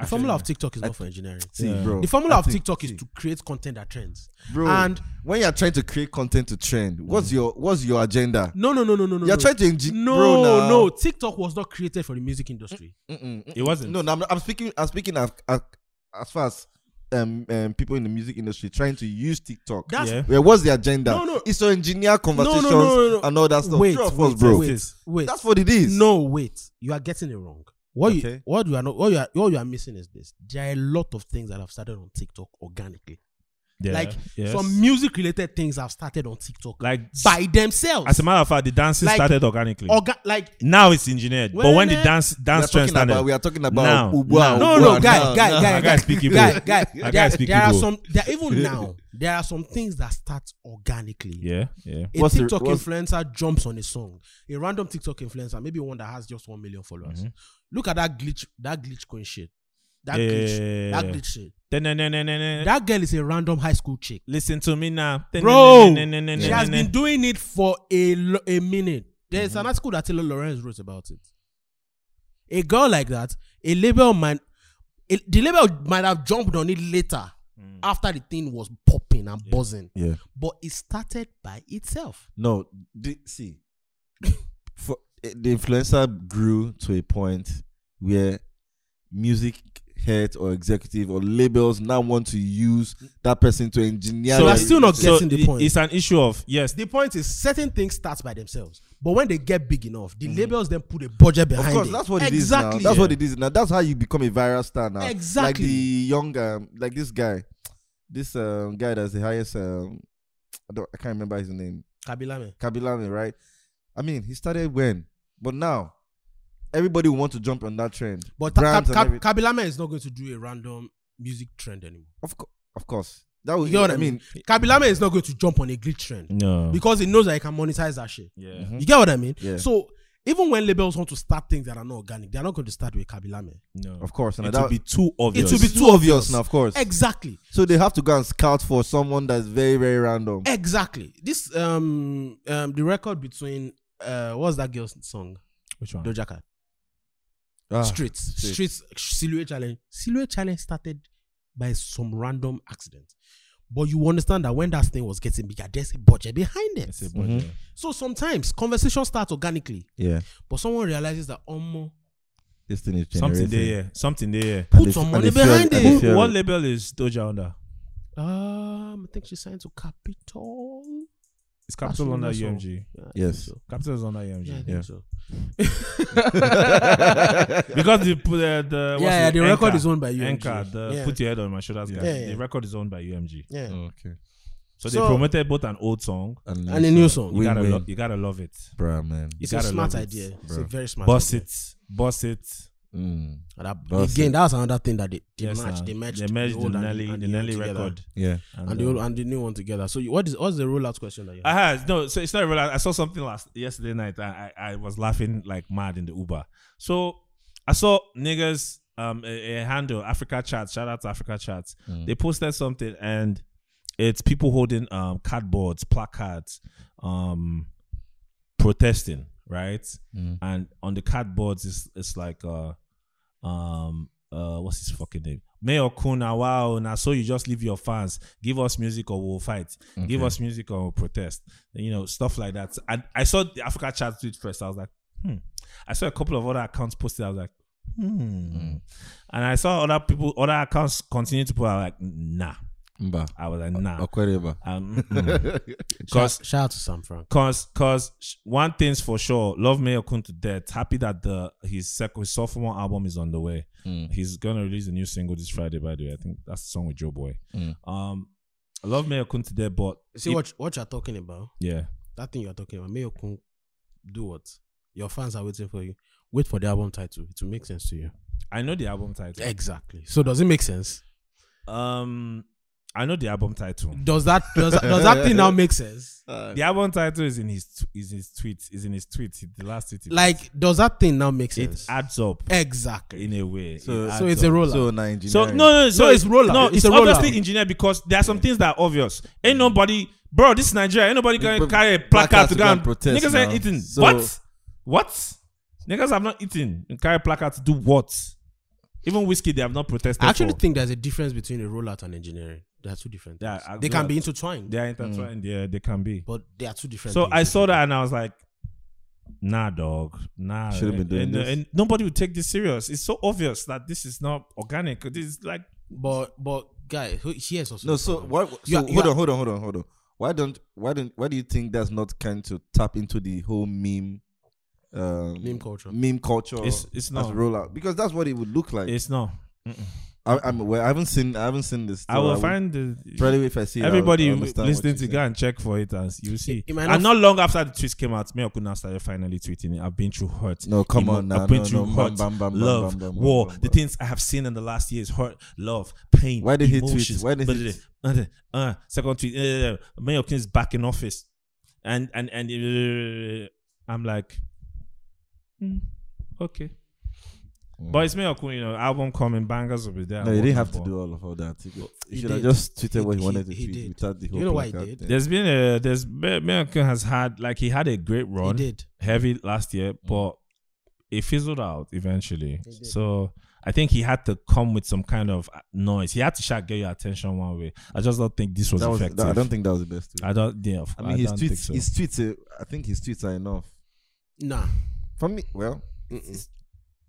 Speaker 2: the formula of tiktok is
Speaker 3: I
Speaker 2: not for engineering
Speaker 3: see,
Speaker 1: Yeah.
Speaker 3: bro.
Speaker 2: the formula
Speaker 3: I
Speaker 2: of
Speaker 3: think-
Speaker 2: tiktok is
Speaker 3: see,
Speaker 2: to create content that trends
Speaker 3: bro.
Speaker 2: and- Mm.
Speaker 3: And when you're trying to create content to trend, what's your what's your agenda?
Speaker 2: no no no no no no
Speaker 3: you're
Speaker 2: no.
Speaker 3: trying to engineer.
Speaker 2: no
Speaker 3: bro, now.
Speaker 2: no tiktok was not created for the music industry
Speaker 3: Mm-mm, mm-mm.
Speaker 1: It wasn't.
Speaker 3: No, no I'm, I'm speaking. I'm speaking as as, as far as um, um people in the music industry trying to use TikTok.
Speaker 2: that's
Speaker 1: Yeah.
Speaker 3: Where was the agenda?
Speaker 2: No, no.
Speaker 3: It's to engineer conversations
Speaker 2: no, no, no.
Speaker 3: and all that stuff.
Speaker 2: wait
Speaker 3: True or
Speaker 2: wait,
Speaker 3: false, bro.
Speaker 2: wait wait
Speaker 3: That's what it is.
Speaker 2: no wait you are getting it wrong What you
Speaker 3: Okay.
Speaker 2: what you are not what you are what you are missing is this. There are a lot of things that have started on TikTok organically.
Speaker 1: Yeah,
Speaker 2: like
Speaker 1: yes.
Speaker 2: some music related things have started on TikTok
Speaker 1: like
Speaker 2: by themselves.
Speaker 1: as a matter of fact, the dancing
Speaker 2: Like-
Speaker 1: started organically.
Speaker 2: Orga- like
Speaker 1: now it's engineered, but
Speaker 2: Well,
Speaker 1: when the
Speaker 2: eh,
Speaker 1: dance dance trend started,
Speaker 3: about, we are talking about
Speaker 1: Now,
Speaker 3: Uber
Speaker 1: now.
Speaker 3: and
Speaker 1: No,
Speaker 2: no,
Speaker 3: Uber
Speaker 2: no, guy,
Speaker 3: now.
Speaker 2: guy,
Speaker 3: Now.
Speaker 2: guy,
Speaker 1: I
Speaker 2: guy,
Speaker 1: gotta speak Igbo.
Speaker 2: guy, guy.
Speaker 1: I gotta
Speaker 2: there,
Speaker 1: speak
Speaker 2: there are
Speaker 1: Igbo.
Speaker 2: some. There, even now, there are some things that start organically.
Speaker 1: yeah, yeah,
Speaker 2: A
Speaker 3: What's the-
Speaker 2: TikTok
Speaker 3: what's-
Speaker 2: influencer jumps on a song. A random TikTok influencer, maybe one that has just one million followers.
Speaker 1: Mhm.
Speaker 2: Look at that glitch, that glitch coin shit. That
Speaker 1: Yeah,
Speaker 2: glitch,
Speaker 1: yeah,
Speaker 2: that
Speaker 1: yeah.
Speaker 2: glitch shit.
Speaker 1: Da-
Speaker 2: That girl is a random high school chick.
Speaker 1: Listen to me now,
Speaker 2: Bro, She has been
Speaker 1: She
Speaker 2: doing it for a lo- a minute. There's
Speaker 3: Mm-hmm.
Speaker 2: an article that Taylor Lawrence wrote about it. A girl like that, a label man, a- the label might have jumped on it later after the thing was popping and buzzing,
Speaker 3: Mm. Yeah.
Speaker 2: but it started by itself.
Speaker 3: No, the, see, for eh, the influencer grew to a point where music heads or executive or labels now want to use that person to engineer.
Speaker 2: So
Speaker 3: their-
Speaker 2: I'm still not
Speaker 1: so
Speaker 2: getting the
Speaker 1: it-
Speaker 2: point.
Speaker 1: It's an issue of yes,
Speaker 2: The point is, certain things start by themselves, but when they get big enough, the labels then put a budget
Speaker 3: Mm-hmm. Of
Speaker 2: behind
Speaker 3: course,
Speaker 2: it.
Speaker 3: that's what it is now.
Speaker 2: exactly.
Speaker 3: That's what it is now. That's how you become a viral star now. Like
Speaker 2: Exactly.
Speaker 3: the young, um, like this guy, this um, guy that's the highest. Um, I, don't, I can't remember his name.
Speaker 2: Kabila man.
Speaker 3: Kabilame, right? I mean, he started when, but now everybody want to jump on that trend.
Speaker 2: But
Speaker 3: Brands and everything.
Speaker 2: Kabila man is not going to do a random music trend anymore.
Speaker 3: Of, co- of course, that would.
Speaker 2: You know what I mean? Kabila man is not going to jump on a glitch trend.
Speaker 1: no,
Speaker 2: because it knows that it can monetize that shit.
Speaker 1: yeah,
Speaker 3: Mhm.
Speaker 2: You get what I mean?
Speaker 3: Yeah.
Speaker 2: So even when labels want to start things that are not organic, they're not going to start with Kabila man.
Speaker 1: no,
Speaker 3: Of course, and
Speaker 1: it
Speaker 3: that
Speaker 1: will be too obvious.
Speaker 2: It will be
Speaker 3: too obvious now. Of course,
Speaker 2: Exactly.
Speaker 3: so they have to go and scout for someone that's very, very random.
Speaker 2: Exactly. This um um the record between uh what's that girl's song?
Speaker 1: which one?
Speaker 2: Doja Cat.
Speaker 3: Ah,
Speaker 2: Streets.
Speaker 3: Streets.
Speaker 2: Streets Silhouette Challenge. Silhouette Challenge started by some random accident. But you understand that when that thing was getting bigger, there's a budget behind it.
Speaker 1: It's a budget.
Speaker 2: So sometimes conversation starts organically,
Speaker 3: Yeah,
Speaker 2: but someone realizes that Omo
Speaker 3: this thing is
Speaker 1: Something there,
Speaker 3: generating.
Speaker 1: yeah. Something there, yeah.
Speaker 3: And
Speaker 2: put
Speaker 3: they-
Speaker 2: some
Speaker 3: and
Speaker 2: money
Speaker 3: they feel-
Speaker 2: behind
Speaker 3: and
Speaker 2: it.
Speaker 3: they
Speaker 1: Who-
Speaker 3: feel
Speaker 1: what
Speaker 3: it.
Speaker 1: label is Doja under?
Speaker 2: Um, I think she signed to Capitol.
Speaker 1: It's Capital
Speaker 2: That's
Speaker 1: under E
Speaker 2: also-
Speaker 1: UMG.
Speaker 2: Yeah, I think
Speaker 3: Yes.
Speaker 2: so.
Speaker 1: Capital is under E
Speaker 2: Yeah, I
Speaker 1: UMG
Speaker 2: think
Speaker 3: Yeah.
Speaker 2: so.
Speaker 1: because the put uh, the
Speaker 2: yeah,
Speaker 1: what's
Speaker 2: yeah,
Speaker 1: name?
Speaker 2: the record
Speaker 1: Anchor.
Speaker 2: is owned by UMG.
Speaker 1: Anchor, the
Speaker 2: yeah.
Speaker 1: put your head on my shoulders guy.
Speaker 2: Yeah, yeah.
Speaker 1: The record is owned by UMG.
Speaker 2: yeah.
Speaker 3: okay.
Speaker 1: So, they
Speaker 2: So-
Speaker 1: promoted both an old song.
Speaker 2: and a new song.
Speaker 1: You gotta,
Speaker 3: Win-win.
Speaker 1: lo- you gotta love it.
Speaker 3: Bruh, man.
Speaker 1: You
Speaker 2: It's a
Speaker 1: gotta
Speaker 2: smart
Speaker 1: love it,
Speaker 2: idea. It's a
Speaker 3: bro.
Speaker 2: very smart.
Speaker 1: Boss
Speaker 2: idea.
Speaker 1: it, boss it.
Speaker 3: Mm.
Speaker 2: And that-
Speaker 3: Boss
Speaker 2: again, that's another thing that they, they
Speaker 1: Yes,
Speaker 2: matched.
Speaker 1: now.
Speaker 2: They matched.
Speaker 1: They merged the
Speaker 2: old and-
Speaker 1: Nelly,
Speaker 2: and
Speaker 1: the
Speaker 2: new
Speaker 1: Nelly
Speaker 2: together.
Speaker 1: record. uh,
Speaker 3: Yeah.
Speaker 2: and, the old and the new one together. So you, what is what's the rollout question that you
Speaker 1: I
Speaker 2: have?
Speaker 1: had no, so it's not real. I saw something last yesterday night. I, I I was laughing like mad in the Uber. So I saw niggas um a, a handle Africa Chat. Shout out to Africa Chat.
Speaker 3: Mm.
Speaker 1: They posted something and it's people holding um cardboards, placards, um protesting, right?
Speaker 3: Mm.
Speaker 1: And on the cardboards it's it's like uh um uh what's his fucking name? Mayor Kuna wow now so you just leave your fans, give us music or we'll fight. Give us music or we'll protest. You know, stuff like that. And I saw the Africa chat tweet first. I was like, hmm. I saw a couple of other accounts posted. I was like, hmm. And I saw other people, other accounts continue to put out like, nah.
Speaker 3: Mba.
Speaker 1: I was like, nah.
Speaker 3: Okwedeba.
Speaker 1: Um, mm.
Speaker 2: Shout,
Speaker 1: Cause,
Speaker 2: shout out to Sam Frank.
Speaker 1: cause, cause, sh- one thing's for sure. Love Mayor Kun to death. Happy that the his second his sophomore album is on the way.
Speaker 3: Mm.
Speaker 1: He's gonna release a new single this Friday. By the way, I think that's the song with Joe Boy.
Speaker 3: Mm.
Speaker 1: Um, Love Mayor Kun to death, but
Speaker 2: See
Speaker 1: it-
Speaker 2: what what you're talking about.
Speaker 1: Yeah,
Speaker 2: That thing you're talking about. Mayo Kun, do what? Your fans are waiting for you. Wait for the album title. It will make sense to you.
Speaker 1: I know the album title.
Speaker 2: Exactly. So does it make sense?
Speaker 1: Um, I know the album title.
Speaker 2: Does that does, that- does that thing now make sense?
Speaker 1: The album title is in his tw- is his tweet is in his tweet the last tweet. he
Speaker 2: Like, does that thing now make
Speaker 1: did. it
Speaker 2: sense?
Speaker 1: adds up
Speaker 2: exactly.
Speaker 1: in a way.
Speaker 3: So-
Speaker 1: It adds
Speaker 2: So it's a
Speaker 1: up.
Speaker 2: roller.
Speaker 3: So, na engineering.
Speaker 1: So no, no, so
Speaker 2: No, it's roller.
Speaker 1: No, it's,
Speaker 2: It's a roller.
Speaker 1: obviously engineered because there are some things that are obvious. Ain't nobody, bro. This is Nigeria. Ain't nobody can
Speaker 3: People-
Speaker 1: carry a
Speaker 3: placard
Speaker 1: placard to
Speaker 3: to
Speaker 1: go
Speaker 3: go
Speaker 1: and
Speaker 3: and protest
Speaker 1: Niggas
Speaker 3: now.
Speaker 1: ain't eating.
Speaker 3: So-
Speaker 1: what? What? Niggas have not eaten. You Carry a placard to do what? Even whiskey, they have not protested.
Speaker 2: I actually
Speaker 1: for.
Speaker 2: think there's a difference between a rollout and engineering. They are two different things.
Speaker 1: Yeah, I
Speaker 2: they
Speaker 1: agree.
Speaker 2: can be intertwined,
Speaker 1: they are
Speaker 2: Mm.
Speaker 1: intertwined. Yeah, they can be.
Speaker 2: but they are two different
Speaker 1: So
Speaker 2: things.
Speaker 1: I saw that and I was like, nah, dog, nah.
Speaker 3: Should've been
Speaker 1: And-
Speaker 3: doing
Speaker 1: and,
Speaker 3: this.
Speaker 1: and nobody would take this serious. It's so obvious that this is not organic. This is like,
Speaker 2: But but guy, who- here's also
Speaker 3: No,
Speaker 2: the
Speaker 3: so
Speaker 2: problem.
Speaker 3: why? So
Speaker 2: You are- you
Speaker 3: hold
Speaker 2: are-
Speaker 3: on, hold on, hold on, hold on. Why don't why don't why do you think that's not kind to tap into the whole meme um,
Speaker 2: Meme culture.
Speaker 3: meme culture
Speaker 1: It's- it's
Speaker 3: as
Speaker 1: not.
Speaker 3: rollout because that's what it would look like.
Speaker 1: It's not.
Speaker 3: I, I'm aware. I haven't seen. I haven't seen this.
Speaker 1: I
Speaker 3: so
Speaker 1: will
Speaker 3: would-
Speaker 1: find the,
Speaker 3: Probably if I see it, I'll-
Speaker 1: everybody
Speaker 3: I'll
Speaker 1: w-
Speaker 3: understand what
Speaker 1: listening
Speaker 3: you
Speaker 1: to
Speaker 3: said.
Speaker 1: go and check for it as you see.
Speaker 2: it might
Speaker 1: and not long after the tweets came out, me Okuna started finally tweeting it. I've been through hurt.
Speaker 3: No, come
Speaker 1: emo-
Speaker 3: on now.
Speaker 1: I've been
Speaker 3: No,
Speaker 1: through
Speaker 3: no. Bam,
Speaker 1: hurt,
Speaker 3: bam, bam, bam,
Speaker 1: love,
Speaker 3: bam, bam,
Speaker 1: war.
Speaker 3: bam, bam,
Speaker 1: the
Speaker 3: bam.
Speaker 1: things I have seen in the last year is hurt, love, pain.
Speaker 3: Why did he tweet?
Speaker 1: emotions,
Speaker 3: Why did he-
Speaker 1: blah, blah, blah. Uh, second tweet. Uh, Mayor Okuna is back in office, and and and uh, I'm like, "Hmm, okay. But it's Mayor Okuna. You know, album coming, bangers will be there.
Speaker 3: Hmm. No, you didn't have to
Speaker 1: whatever.
Speaker 3: do all of all that. You, could- you
Speaker 2: He
Speaker 3: should have
Speaker 2: did.
Speaker 3: just tweeted what
Speaker 2: He-
Speaker 3: he wanted
Speaker 2: he-
Speaker 3: to
Speaker 2: he
Speaker 3: tweet
Speaker 2: did.
Speaker 3: without the
Speaker 2: You
Speaker 3: whole.
Speaker 2: know why he
Speaker 3: blackout
Speaker 2: did?
Speaker 3: thing.
Speaker 1: There's been a there's American has had like he had a great
Speaker 2: He
Speaker 1: run,
Speaker 2: did.
Speaker 1: heavy last year, but it fizzled out eventually.
Speaker 2: He did.
Speaker 1: So I think he had to come with some kind of uh, noise. He had to shout get your attention one way. I just don't think this was
Speaker 3: That was-
Speaker 1: effective.
Speaker 3: that- I don't think that was the best. Tweet.
Speaker 1: I don't. Yeah,
Speaker 3: I mean, his
Speaker 1: don't
Speaker 3: tweets.
Speaker 1: Think so.
Speaker 3: His tweets. uh, I think his tweets are enough
Speaker 2: Nah.
Speaker 3: for me. Well,
Speaker 2: Mm-mm.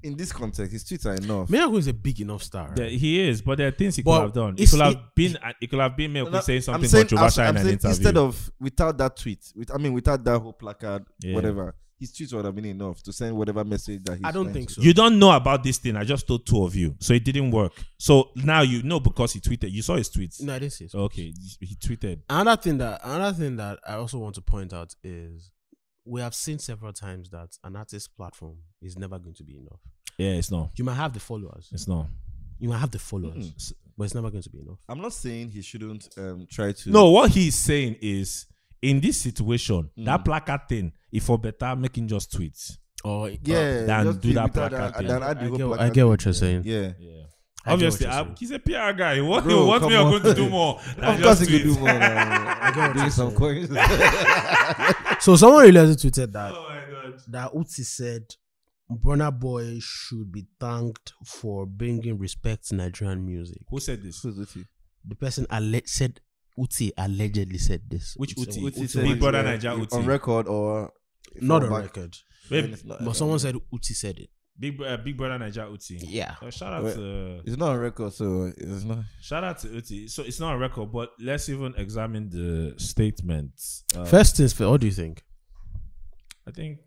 Speaker 3: in this context, his tweets are enough.
Speaker 2: Miracle is a big enough star. right?
Speaker 1: There- he is, but there are things he could
Speaker 2: But
Speaker 1: have done. He
Speaker 2: it's-
Speaker 1: could have
Speaker 2: he-
Speaker 1: been. uh, He could have been Mayor
Speaker 3: No,
Speaker 1: Okun saying something
Speaker 3: I'm saying-
Speaker 1: controversial
Speaker 3: I'm- I'm
Speaker 1: in an
Speaker 3: saying
Speaker 1: interview.
Speaker 3: Instead of without that tweet, with, I mean, without that whole placard,
Speaker 1: Yeah.
Speaker 3: whatever, his tweets would have been enough to send whatever message that he's
Speaker 2: I don't
Speaker 3: trying
Speaker 2: think
Speaker 3: to-
Speaker 2: so.
Speaker 1: you don't know about this thing. I just told two of you, so it didn't work. So now you know because he tweeted. You saw his tweets.
Speaker 2: no, I didn't say so.
Speaker 1: Okay, he tweeted.
Speaker 2: Another thing that another thing that I also want to point out is we have seen several times that an artist's platform is never going to be enough.
Speaker 1: Yeah, it's not.
Speaker 2: You might have the followers,
Speaker 1: It's not.
Speaker 2: you might have the followers,
Speaker 1: Mm-hmm.
Speaker 3: Mm-mm.
Speaker 2: but it's never going to be enough.
Speaker 3: I'm not saying he shouldn't um, try to.
Speaker 1: No, what he's saying is in this situation,
Speaker 2: Hmm.
Speaker 1: that
Speaker 3: Mm.
Speaker 1: placard thing, if for better making just tweets.
Speaker 2: Or
Speaker 3: yeah,
Speaker 1: Than
Speaker 3: just
Speaker 1: do
Speaker 3: tweet
Speaker 1: that
Speaker 3: without
Speaker 1: placard
Speaker 3: and
Speaker 1: thing.
Speaker 3: then add the
Speaker 2: I
Speaker 3: whole
Speaker 2: get, I
Speaker 3: placard.
Speaker 2: get what you're saying.
Speaker 3: Yeah,
Speaker 1: Yeah.
Speaker 2: I get
Speaker 1: Obviously,
Speaker 2: what you're
Speaker 1: I-
Speaker 2: saying.
Speaker 1: he's a PR guy. What,
Speaker 3: Bro,
Speaker 1: what
Speaker 3: come
Speaker 1: we are going to
Speaker 3: on.
Speaker 1: do more? than
Speaker 3: of course
Speaker 1: just
Speaker 3: he could do
Speaker 1: tweets?
Speaker 3: more. uh, doing some queries.
Speaker 2: So someone realized tweeted that
Speaker 1: Oh my God.
Speaker 2: that Uti said Burna Boy should be thanked for bringing respect to Nigerian music.
Speaker 1: Who said this?
Speaker 2: The person alle- said Uti allegedly said this.
Speaker 1: Which
Speaker 2: Uti?
Speaker 1: Uti?
Speaker 3: said
Speaker 1: Big
Speaker 3: it,
Speaker 1: Brother
Speaker 3: uh,
Speaker 1: Naija Uti.
Speaker 3: on record or
Speaker 2: Not
Speaker 3: or
Speaker 2: on
Speaker 3: back-
Speaker 2: record, Uh,
Speaker 3: then
Speaker 1: Wait,
Speaker 3: it's not-
Speaker 2: but someone said Uti said it.
Speaker 1: Big, uh, Big Brother Naija Uti.
Speaker 2: Yeah.
Speaker 1: Uh, shout out
Speaker 3: Wait.
Speaker 1: to
Speaker 3: it's not on record, so it's not.
Speaker 1: shout out to Uti. So it's not a record, but let's even examine the statement. Uh,
Speaker 2: First things first. What do you think?
Speaker 1: I think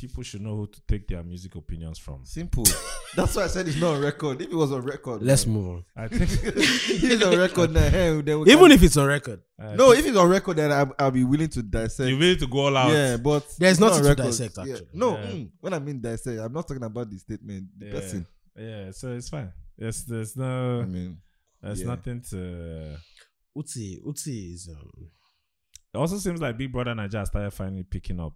Speaker 1: people should know who to take their music opinions from.
Speaker 3: Simple. That's why I said it's not on record. If it was on record,
Speaker 2: Let's move on.
Speaker 1: I think.
Speaker 3: if it's on record, then, hey, then we
Speaker 2: Even
Speaker 3: can-
Speaker 2: if it's on record,
Speaker 1: I
Speaker 3: no, if it's on record, then I, I'll be willing to
Speaker 1: You
Speaker 3: dissect.
Speaker 1: really to go all out.
Speaker 3: Yeah, but
Speaker 2: There's
Speaker 3: it's not
Speaker 2: nothing
Speaker 3: on
Speaker 2: to
Speaker 3: record.
Speaker 2: dissect,
Speaker 3: Yeah.
Speaker 2: actually.
Speaker 3: No,
Speaker 1: Yeah.
Speaker 3: mm, when I mean dissect, I'm not talking about the statement. The
Speaker 1: Yeah.
Speaker 3: person.
Speaker 1: Yeah, so it's fine. There's there's
Speaker 3: I
Speaker 1: no
Speaker 3: mean,
Speaker 1: there's
Speaker 3: yeah.
Speaker 1: nothing to.
Speaker 2: Uti Uti is um,
Speaker 1: It also seems like Big Brother Nigeria started finally picking up.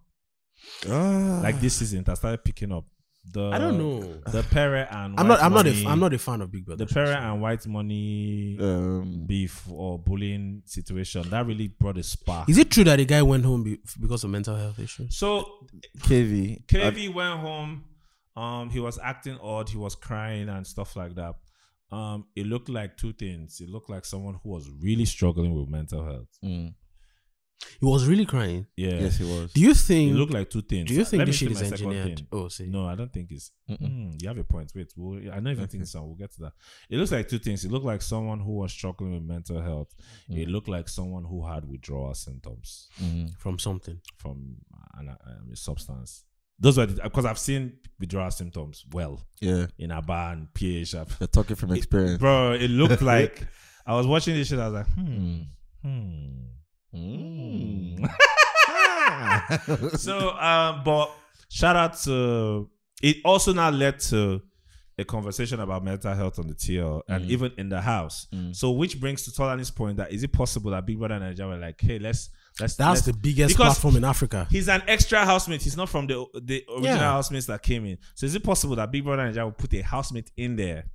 Speaker 3: ah,
Speaker 1: Like this season, that started picking up. The
Speaker 2: I don't know.
Speaker 1: the parent and white
Speaker 2: I'm not. I'm not. A,
Speaker 1: money-
Speaker 2: I'm not a fan of Big Brother.
Speaker 1: the parent and white money
Speaker 3: um,
Speaker 1: beef or bullying situation that really brought a spark.
Speaker 2: Is it true that the guy went home be- because of mental health issues?
Speaker 1: So
Speaker 3: KV. I-
Speaker 1: KV went home. Um, he was acting odd. He was crying and stuff like that. Um, it looked like two things. It looked like someone who was really struggling with mental health.
Speaker 3: mm,
Speaker 2: He was really crying.
Speaker 1: Yeah.
Speaker 3: Yes, it was.
Speaker 2: Do you
Speaker 1: It
Speaker 2: think?
Speaker 1: looked like two things.
Speaker 2: do you think
Speaker 1: Let
Speaker 2: this
Speaker 1: me
Speaker 2: shit is
Speaker 1: say my second
Speaker 2: engineered?
Speaker 1: thing.
Speaker 2: Oh, see.
Speaker 1: No, I don't think it's.
Speaker 3: Mm-mm.
Speaker 1: Mm, you have a point. Wait, well, I don't even think so. We'll get to that. It looks like two things. It looked like someone who was struggling with mental health. It looked like someone who had withdrawal symptoms
Speaker 3: Mm.
Speaker 2: From something.
Speaker 1: from an, um, a substance. Those were because I've seen withdrawal symptoms well
Speaker 3: Yeah,
Speaker 1: in ABBA and PH. I've
Speaker 3: you're talking from experience.
Speaker 1: bro. It looked like I was watching this shit. I was like, hmm,
Speaker 3: Mm.
Speaker 1: hmm.
Speaker 3: Mm.
Speaker 1: So, um, but shout out to it. Also, now led to a conversation about mental health on the TL and
Speaker 3: Mm.
Speaker 1: even in the house.
Speaker 3: Mm.
Speaker 1: So, which brings to Tolani's point that is it possible that Big Brother and Nigeria were like, hey, let's let's
Speaker 2: That's
Speaker 1: let's-
Speaker 2: the biggest
Speaker 1: because-
Speaker 2: platform in Africa.
Speaker 1: He's an extra housemate. He's not from the the original
Speaker 2: Yeah.
Speaker 1: housemates that came in. So is it possible that Big Brother Nigeria will put a housemate in there,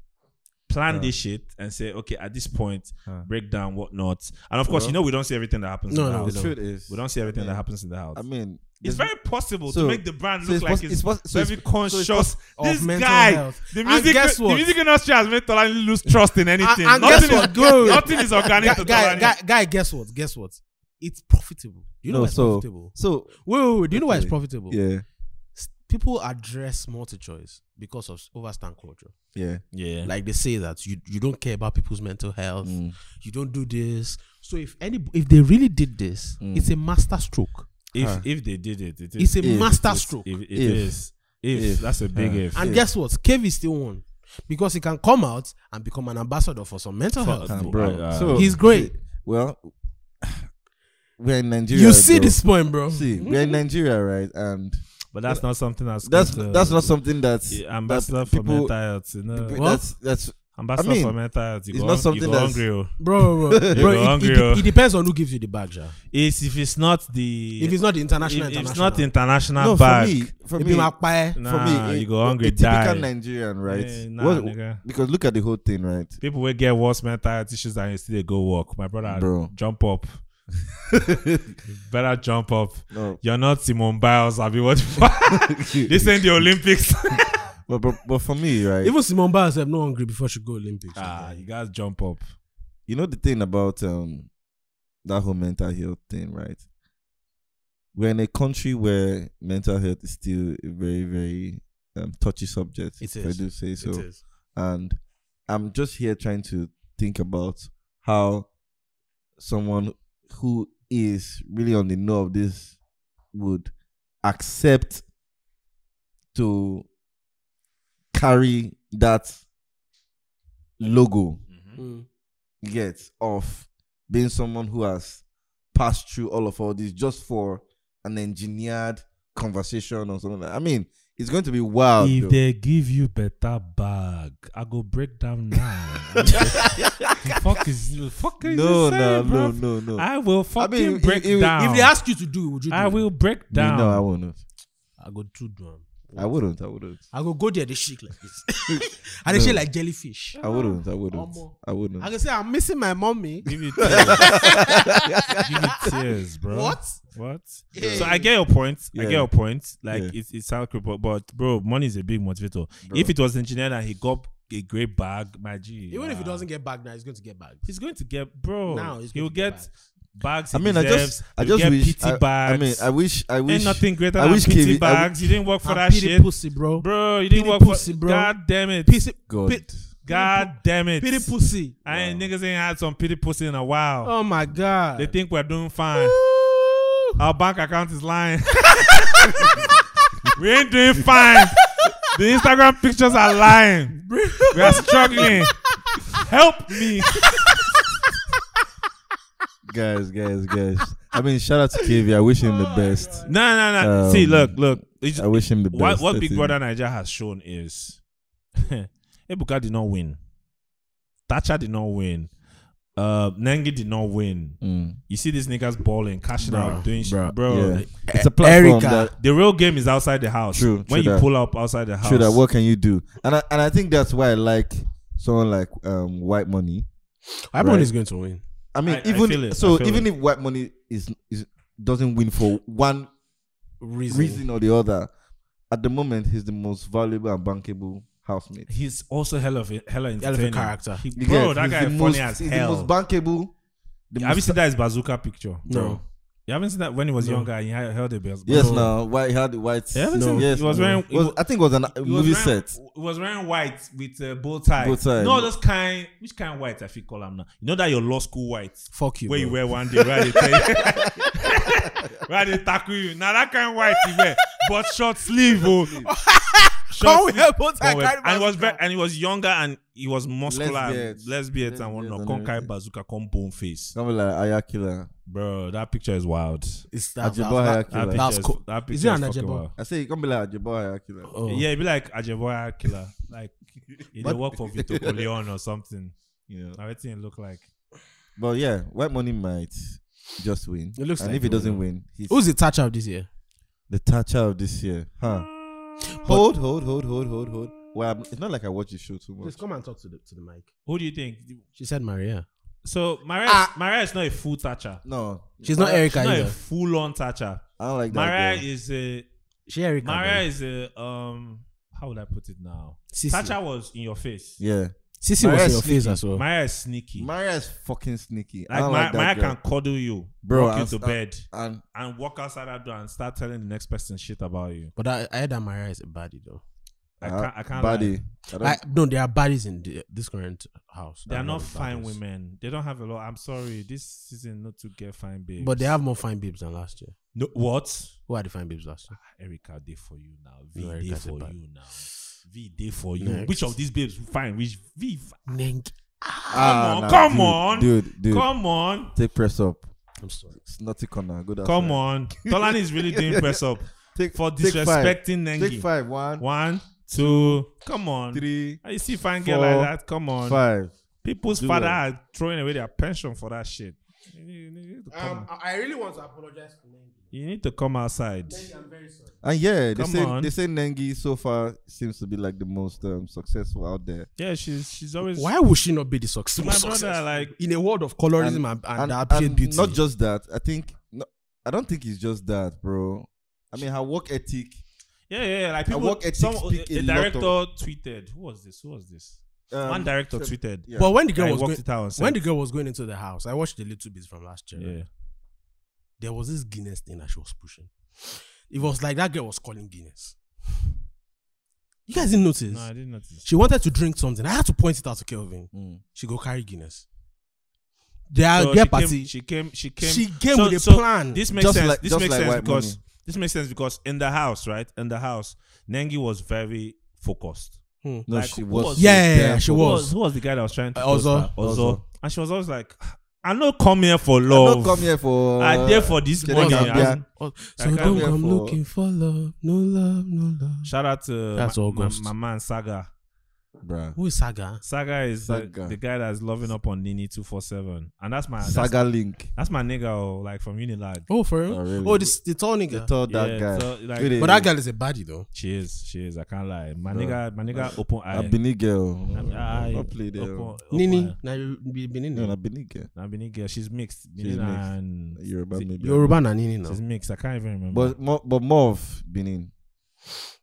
Speaker 1: plan this shit, and say, okay, at this point,
Speaker 3: Huh.
Speaker 1: break down whatnot. And of course,
Speaker 3: Well-
Speaker 1: you know we don't see everything that happens.
Speaker 2: No,
Speaker 1: in the
Speaker 2: no,
Speaker 1: house.
Speaker 2: no.
Speaker 3: the truth is,
Speaker 1: We don't see everything
Speaker 3: I mean,
Speaker 1: that happens in the house.
Speaker 3: I mean,
Speaker 1: it's
Speaker 3: there's-
Speaker 1: very possible
Speaker 3: so-
Speaker 1: to make the brand
Speaker 3: so
Speaker 1: look
Speaker 3: it's
Speaker 1: like
Speaker 3: poss-
Speaker 1: it's,
Speaker 3: it's poss- so it's-
Speaker 1: very
Speaker 3: so
Speaker 1: conscious.
Speaker 3: it's poss-
Speaker 2: of
Speaker 1: this
Speaker 2: mental
Speaker 1: guy,
Speaker 2: health.
Speaker 1: the
Speaker 2: And
Speaker 1: music,
Speaker 2: guess
Speaker 1: the
Speaker 2: what?
Speaker 1: music industry has made Tolani lose trust in anything.
Speaker 2: and guess
Speaker 1: nothing, is,
Speaker 2: what, bro?
Speaker 1: nothing is organic
Speaker 2: guy,
Speaker 1: to
Speaker 2: guy,
Speaker 1: Tolani.
Speaker 2: guy, guy, guess what? Guess what? It's profitable. Do you know
Speaker 3: No,
Speaker 2: why it's
Speaker 3: so-
Speaker 2: profitable?
Speaker 3: so
Speaker 2: Wait, wait, wait. Do you know why it's
Speaker 3: Okay.
Speaker 2: profitable?
Speaker 3: yeah,
Speaker 2: S- People address multi-choice because of overstand culture.
Speaker 3: yeah.
Speaker 1: yeah,
Speaker 2: Like they say that you, you don't care about people's mental health.
Speaker 3: Mm.
Speaker 2: You don't do this. So if any if they really did this,
Speaker 3: Mm.
Speaker 2: it's a master stroke.
Speaker 1: If
Speaker 3: Huh.
Speaker 1: if they did it, it
Speaker 2: It's
Speaker 1: is.
Speaker 2: a
Speaker 3: If,
Speaker 2: masterstroke.
Speaker 1: if, it
Speaker 3: If.
Speaker 1: is. If,
Speaker 3: If.
Speaker 1: that's a big
Speaker 3: Huh.
Speaker 1: if.
Speaker 2: And
Speaker 3: Yeah.
Speaker 2: guess what? Kev is still one because he can come out and become an ambassador for some mental
Speaker 1: For-
Speaker 2: health.
Speaker 1: uh,
Speaker 3: Nah,
Speaker 1: Bro,
Speaker 3: bro.
Speaker 1: uh,
Speaker 3: so
Speaker 2: He's great.
Speaker 3: Well, we're in Nigeria.
Speaker 2: You see
Speaker 3: though.
Speaker 2: this point, bro.
Speaker 3: See, we're in
Speaker 1: Mm-hmm.
Speaker 3: Nigeria, right? And
Speaker 1: But that's not something that's
Speaker 3: that's
Speaker 1: going to-
Speaker 3: that's not something that's
Speaker 1: Yeah, ambassador
Speaker 3: that
Speaker 1: for
Speaker 3: people-
Speaker 1: mental health. You know?
Speaker 3: b-
Speaker 2: What?
Speaker 3: that's that's
Speaker 1: Ambassador
Speaker 3: I mean,
Speaker 1: for mental health. You
Speaker 3: it's
Speaker 1: go,
Speaker 3: not
Speaker 1: hung-
Speaker 3: something
Speaker 1: you go
Speaker 3: that's-
Speaker 1: hungry. oh.
Speaker 2: Bro, bro, bro,
Speaker 1: You go
Speaker 2: it- it,
Speaker 1: hungry,
Speaker 2: de-
Speaker 1: oh.
Speaker 2: it depends on who gives you the bag, ja.
Speaker 1: It's if it's not the
Speaker 2: If it's not the international,
Speaker 1: if- if it's
Speaker 2: international.
Speaker 1: not international
Speaker 3: no
Speaker 1: bag.
Speaker 3: for me. For
Speaker 2: It
Speaker 3: me,
Speaker 2: be my pie.
Speaker 1: Nah,
Speaker 3: for me,
Speaker 1: you
Speaker 3: a-
Speaker 1: go hungry,
Speaker 3: a typical
Speaker 1: die.
Speaker 3: Nigerian, right?
Speaker 1: Eh, nah,
Speaker 3: What-
Speaker 1: nigga.
Speaker 3: because look at the whole thing, right?
Speaker 1: People will get worse mental health issues than you still they go walk. My brother,
Speaker 3: Bro.
Speaker 1: jump up. You better jump up.
Speaker 3: No,
Speaker 1: You're not Simon Biles. I'll be what the fuck? This ain't the Olympics.
Speaker 3: but, but but for me, right?
Speaker 2: Even Simone Biles have no hungry before she go Olympics.
Speaker 1: ah, you guys jump up.
Speaker 3: you know the thing about um that whole mental health thing, right? We're in a country where mental health is still a very, very um, touchy subject.
Speaker 2: It
Speaker 3: if
Speaker 2: is.
Speaker 3: I do say so.
Speaker 2: It is.
Speaker 3: and I'm just here trying to think about how someone who is really on the know of this would accept to carry that logo
Speaker 2: Mm.
Speaker 3: you get of being someone who has passed through all of all this just for an engineered conversation or something like I mean, it's going to be wild.
Speaker 1: if
Speaker 3: though.
Speaker 1: they give you better bag, I go break down now. The fuck is the fuck is
Speaker 3: no,
Speaker 1: you
Speaker 3: no,
Speaker 1: saying,
Speaker 3: no,
Speaker 1: bruv?
Speaker 3: no, no.
Speaker 1: I will fucking
Speaker 3: mean, if-
Speaker 1: break
Speaker 3: if- if
Speaker 1: down.
Speaker 2: If they ask you to do, it, would you? Do
Speaker 1: I
Speaker 2: it?
Speaker 1: will break
Speaker 3: Me,
Speaker 1: down.
Speaker 3: No, I wouldn't.
Speaker 2: I go to do am.
Speaker 3: I wouldn't. I wouldn't.
Speaker 2: I go go there. They shake like this. and they shake like jellyfish.
Speaker 1: Ah,
Speaker 3: I wouldn't. I wouldn't.
Speaker 2: Omo.
Speaker 3: I wouldn't.
Speaker 2: I can say I'm missing my mommy.
Speaker 1: Give me tears. Give me tears, bro.
Speaker 2: What?
Speaker 1: What?
Speaker 2: Yeah.
Speaker 1: So I get your point. I
Speaker 3: Yeah.
Speaker 1: get your point. Like
Speaker 3: Yeah.
Speaker 1: it's it's sound creep, but, but bro, money is a big motivator.
Speaker 3: Bro.
Speaker 1: If it was engineered and he got a great bag, my G.
Speaker 2: Even if
Speaker 1: wow.
Speaker 2: he doesn't get bagged now, he's going to get bagged.
Speaker 1: he's going to get bro.
Speaker 2: Now he's
Speaker 1: he'll
Speaker 2: going to get
Speaker 1: get bags.
Speaker 3: I mean, I just, I just
Speaker 1: get
Speaker 3: wish.
Speaker 1: PT
Speaker 3: I,
Speaker 1: bags.
Speaker 3: I mean, I wish. I
Speaker 1: Ain't
Speaker 3: wish.
Speaker 1: nothing greater
Speaker 3: I
Speaker 1: than
Speaker 3: wish
Speaker 1: PT
Speaker 3: KV I
Speaker 1: bags. you didn't work for
Speaker 2: And
Speaker 1: that
Speaker 2: pity
Speaker 1: shit,
Speaker 2: pussy, bro.
Speaker 1: bro. You didn't
Speaker 2: pity
Speaker 1: work for.
Speaker 2: pussy, bro.
Speaker 1: God damn it,
Speaker 2: Pity,
Speaker 3: God.
Speaker 2: pit-
Speaker 1: God damn it,
Speaker 2: pity pussy.
Speaker 1: I ain't niggas ain't had some pity pussy in a while.
Speaker 2: Oh my god.
Speaker 1: They think we're doing fine.
Speaker 2: Ooh.
Speaker 1: Our bank account is lying. we ain't doing fine. The Instagram pictures are lying. We are struggling. Help me.
Speaker 3: guys, guys, guys. I mean, shout out to KV. I wish him
Speaker 1: Oh,
Speaker 3: the best.
Speaker 1: No, no, no.
Speaker 3: Um,
Speaker 1: See, look, look. It's-
Speaker 3: I wish him the best.
Speaker 1: what what
Speaker 3: I
Speaker 1: Big
Speaker 3: think.
Speaker 1: Brother Nigeria has shown is Ebuka did not win. Thatcher did not win. Uh, Nengi did not win.
Speaker 3: Mm.
Speaker 1: You see these niggas balling, cashing out, doing shit,
Speaker 2: bruh,
Speaker 1: bro.
Speaker 3: yeah. It's a platform
Speaker 2: Erica.
Speaker 3: that.
Speaker 1: The real game is outside the house.
Speaker 3: True, true
Speaker 1: when you
Speaker 3: that.
Speaker 1: pull up outside the house,
Speaker 3: True that. What can you do? And I, and I think that's why I like someone like um White Money.
Speaker 2: Ibrahim
Speaker 3: Right.
Speaker 2: is going to win.
Speaker 3: I mean,
Speaker 1: I- I
Speaker 3: even
Speaker 1: feel it. I
Speaker 3: so,
Speaker 1: feel
Speaker 3: even
Speaker 1: it.
Speaker 3: if White Money is is doesn't win for one
Speaker 2: Reason.
Speaker 3: reason or the other, at the moment he's the most valuable and bankable housemate.
Speaker 1: he's also hell of a hell of,
Speaker 2: Hell of a
Speaker 1: entertaining.
Speaker 2: character.
Speaker 1: He-
Speaker 3: You
Speaker 1: bro,
Speaker 3: get-
Speaker 1: that
Speaker 3: he's
Speaker 1: guy
Speaker 3: the
Speaker 1: funny
Speaker 3: most-
Speaker 1: as
Speaker 3: he's
Speaker 1: hell.
Speaker 3: The most bankable. The
Speaker 1: Have you
Speaker 3: most-
Speaker 1: seen that his bazooka picture?
Speaker 2: No.
Speaker 1: Bro. You haven't seen that when he was younger. He had- held a bazooka.
Speaker 3: Yes, now why he had the white?
Speaker 1: You haven't
Speaker 3: no,
Speaker 1: seen-
Speaker 3: yes,
Speaker 1: he was
Speaker 3: no.
Speaker 1: wearing- he
Speaker 3: Was-
Speaker 1: wa-
Speaker 3: I think it was an, a
Speaker 1: He
Speaker 3: movie
Speaker 1: was wearing,
Speaker 3: set.
Speaker 1: He was wearing white with a bow tie.
Speaker 3: Bow tie.
Speaker 1: No, those kind. Which kind of white? I think call him now. You know that your law school white.
Speaker 2: Fuck you.
Speaker 1: where you
Speaker 2: bro.
Speaker 1: wear one day, where they tell you, where they tackle you. Now that kind of white you wear, but short sleeve. Oh.
Speaker 2: Come
Speaker 1: Short
Speaker 2: wear both
Speaker 1: Come wear-
Speaker 2: and carry
Speaker 1: and he was very,
Speaker 2: bazooka.
Speaker 1: and he was younger and he was muscular,
Speaker 3: Lesbians.
Speaker 1: and lesbian and whatnot.
Speaker 3: Lesbians
Speaker 1: Come
Speaker 3: and
Speaker 1: carry
Speaker 3: everything.
Speaker 1: bazooka, come bone face,
Speaker 3: Something like Ayakila.
Speaker 1: bro. That picture is wild.
Speaker 2: It's that,
Speaker 3: Ajiboye
Speaker 2: that, that,
Speaker 3: Akila.
Speaker 1: That
Speaker 2: that,
Speaker 1: picture
Speaker 2: that's
Speaker 1: is-
Speaker 2: cool.
Speaker 1: That picture
Speaker 2: Is
Speaker 1: is
Speaker 2: it an
Speaker 1: fucking
Speaker 2: Ajebo?
Speaker 1: wild.
Speaker 3: I say you can't be like Ajibor Ayakila.
Speaker 2: Oh.
Speaker 1: Yeah, it'd be like Ajeboya killer, like he did
Speaker 3: But-
Speaker 1: work for Vito Corleone or something.
Speaker 3: You know.
Speaker 1: Now what it look like?
Speaker 3: But yeah, White Money might just win.
Speaker 2: It looks
Speaker 3: and
Speaker 2: like
Speaker 3: if he
Speaker 2: it will.
Speaker 3: doesn't win, he's
Speaker 2: Who's the touch out this year?
Speaker 3: the Thatcher of this year. Huh?
Speaker 1: Mm.
Speaker 3: Hold, hold, hold, hold, hold, hold. Well, I'm- it's not like I watch the show too much.
Speaker 2: Please come and talk to the to the mic.
Speaker 1: Who do you think?
Speaker 2: She said Maria.
Speaker 1: So Maria,
Speaker 2: Ah.
Speaker 1: Maria is not a full thatcher.
Speaker 3: No,
Speaker 2: She's not
Speaker 3: Mariah-
Speaker 2: Erica
Speaker 1: She's not a
Speaker 2: either.
Speaker 1: full on thatcher.
Speaker 3: I don't like that.
Speaker 1: Maria
Speaker 3: girl.
Speaker 1: is a
Speaker 2: She Erica.
Speaker 1: Maria is a um how would I put it now?
Speaker 2: Sissy.
Speaker 1: Thatcher was in your face.
Speaker 3: yeah,
Speaker 2: Sissy was
Speaker 3: Maria
Speaker 2: in
Speaker 3: is
Speaker 2: your face
Speaker 3: sneaky.
Speaker 2: as well.
Speaker 1: Maria is sneaky.
Speaker 3: Maria is fucking sneaky. I
Speaker 1: like,
Speaker 3: don't
Speaker 1: Maria,
Speaker 3: like that
Speaker 1: Maria
Speaker 3: girl.
Speaker 1: can cuddle you,
Speaker 3: Bro,
Speaker 1: rock you
Speaker 3: and-
Speaker 1: to
Speaker 3: and-
Speaker 1: bed,
Speaker 3: and
Speaker 1: and walk outside that door and start telling the next person shit about you.
Speaker 2: But I, I heard that Maria is a baddie though.
Speaker 1: I
Speaker 3: uh,
Speaker 1: can't. I can't. lie.
Speaker 3: Body. I don't-
Speaker 2: Like no, there are baddies in the, this current house.
Speaker 1: They
Speaker 2: There
Speaker 1: are
Speaker 2: are
Speaker 1: not
Speaker 2: lot of
Speaker 1: fine
Speaker 2: baddies.
Speaker 1: women. They don't have a lot. I'm sorry. This season not to get fine babes.
Speaker 2: But they have more fine babes than last year.
Speaker 1: No, what?
Speaker 2: Who are the fine babes last?
Speaker 1: Erica day for you now. V
Speaker 2: No,
Speaker 1: day
Speaker 2: Erica's a
Speaker 1: for
Speaker 2: bad-
Speaker 1: you now. V day for you.
Speaker 2: Next.
Speaker 1: Which of these babes fine? Which V?
Speaker 2: Neng.
Speaker 3: Ah,
Speaker 1: on,
Speaker 3: nah,
Speaker 1: come
Speaker 3: dude,
Speaker 1: on.
Speaker 3: dude, dude.
Speaker 1: Come on,
Speaker 3: Take press up.
Speaker 2: I'm sorry.
Speaker 3: It's naughty corner. Good.
Speaker 1: come on. Tolani is really doing press up
Speaker 3: Take
Speaker 1: for
Speaker 3: take five.
Speaker 1: disrespecting
Speaker 3: Take
Speaker 1: Nengi.
Speaker 3: five. One,
Speaker 1: One, two, come on.
Speaker 3: three,
Speaker 1: Ah, You see fine girl
Speaker 3: four,
Speaker 1: like that? Come on.
Speaker 3: five.
Speaker 1: People's
Speaker 3: Do
Speaker 1: father
Speaker 3: it.
Speaker 1: are throwing away their pension for that shit. You need- you need to come,
Speaker 2: Um, I I really want to apologize to Nengi.
Speaker 1: you need to come outside.
Speaker 2: Nengi, I'm very sorry.
Speaker 3: And yeah, they
Speaker 1: Come
Speaker 3: say
Speaker 1: on.
Speaker 3: they say Nengi so far seems to be like the most um, successful out there.
Speaker 1: Yeah, she's she's always
Speaker 2: Why would she not be the success?
Speaker 1: my brother like
Speaker 2: in a world of colorism and, and,
Speaker 3: and,
Speaker 2: appeared
Speaker 3: and
Speaker 2: beauty.
Speaker 3: not just that. I think no, I don't think it's just that, bro. I mean, her work ethic.
Speaker 1: yeah yeah yeah, like people
Speaker 3: work ethics
Speaker 1: some
Speaker 3: speak
Speaker 1: the
Speaker 3: a lot
Speaker 1: director
Speaker 3: of-
Speaker 1: tweeted who was this who was this
Speaker 3: Um,
Speaker 1: one director
Speaker 3: so-
Speaker 1: tweeted
Speaker 3: yeah.
Speaker 2: but when the girl
Speaker 1: I
Speaker 2: was
Speaker 1: walked
Speaker 2: going,
Speaker 1: it out and said,
Speaker 2: when the girl was going into the house, I watched the little bits from last year. right?
Speaker 1: yeah
Speaker 2: There was this Guinness thing that she was pushing. It was like that girl was calling Guinness. You guys didn't notice.
Speaker 1: no I didn't notice
Speaker 2: she wanted to drink something. I had to point it out to Kelvin.
Speaker 3: Mm.
Speaker 2: She go carry Guinness. They are
Speaker 1: So
Speaker 2: gay
Speaker 1: she
Speaker 2: party.
Speaker 1: came, she came she came
Speaker 2: She came
Speaker 1: so-
Speaker 2: with a
Speaker 1: so
Speaker 2: plan.
Speaker 1: this makes
Speaker 3: Just
Speaker 1: sense
Speaker 3: like-
Speaker 1: this
Speaker 3: just
Speaker 1: makes
Speaker 3: like
Speaker 1: sense
Speaker 3: white
Speaker 1: because
Speaker 3: money.
Speaker 1: this makes sense because in the house right in the house Nengi was very focused
Speaker 2: Hmm.
Speaker 3: No,
Speaker 1: Like,
Speaker 3: she
Speaker 1: who
Speaker 3: was.
Speaker 1: was-
Speaker 2: Yeah, yeah,
Speaker 3: there
Speaker 2: yeah, she
Speaker 3: for-
Speaker 1: who
Speaker 2: was.
Speaker 1: was who was the guy that was trying to
Speaker 2: Uh,
Speaker 1: toast
Speaker 2: Ozo.
Speaker 1: her? Ozo.
Speaker 3: Ozo.
Speaker 1: and she was always like I don't come here for love
Speaker 3: not come here for.
Speaker 1: I there for this
Speaker 3: They
Speaker 1: money.
Speaker 3: don't come
Speaker 1: I-
Speaker 3: here.
Speaker 2: Oh,
Speaker 1: I
Speaker 2: so
Speaker 1: can't
Speaker 2: don't
Speaker 3: wait
Speaker 2: come
Speaker 3: for-
Speaker 2: looking for love, no love, no love.
Speaker 1: Shout out to
Speaker 2: That's
Speaker 1: my, my,
Speaker 2: August.
Speaker 1: my man Saga.
Speaker 3: Bruh.
Speaker 2: Who is Saga?
Speaker 1: Saga is the- The,
Speaker 3: Saga.
Speaker 1: guy that's loving up on Nini two four seven, and that's my that's,
Speaker 3: Saga Link.
Speaker 1: that's my nigga, oh, like from Unilag.
Speaker 2: Oh, for real?
Speaker 3: Oh, really?
Speaker 2: Oh, this the tall
Speaker 3: They
Speaker 2: nigga.
Speaker 3: told that guy.
Speaker 1: so, like,
Speaker 3: Really?
Speaker 2: But that girl is a baddie though.
Speaker 1: she is, she is. I can't lie. My nigga, my nigga, open eye.
Speaker 3: Abini girl.
Speaker 1: Ab- eye,
Speaker 3: Not um, play there.
Speaker 1: open- open
Speaker 2: Nini,
Speaker 1: eye.
Speaker 2: na be
Speaker 3: No,
Speaker 2: Benin.
Speaker 3: Abini girl.
Speaker 1: Nah, Benin girl. She's mixed. Benin
Speaker 3: mixed.
Speaker 1: and
Speaker 3: Yoruba
Speaker 1: See,
Speaker 3: maybe.
Speaker 2: Yoruba na Nini now.
Speaker 1: she's mixed. I can't even remember.
Speaker 3: But more, but more of Benin.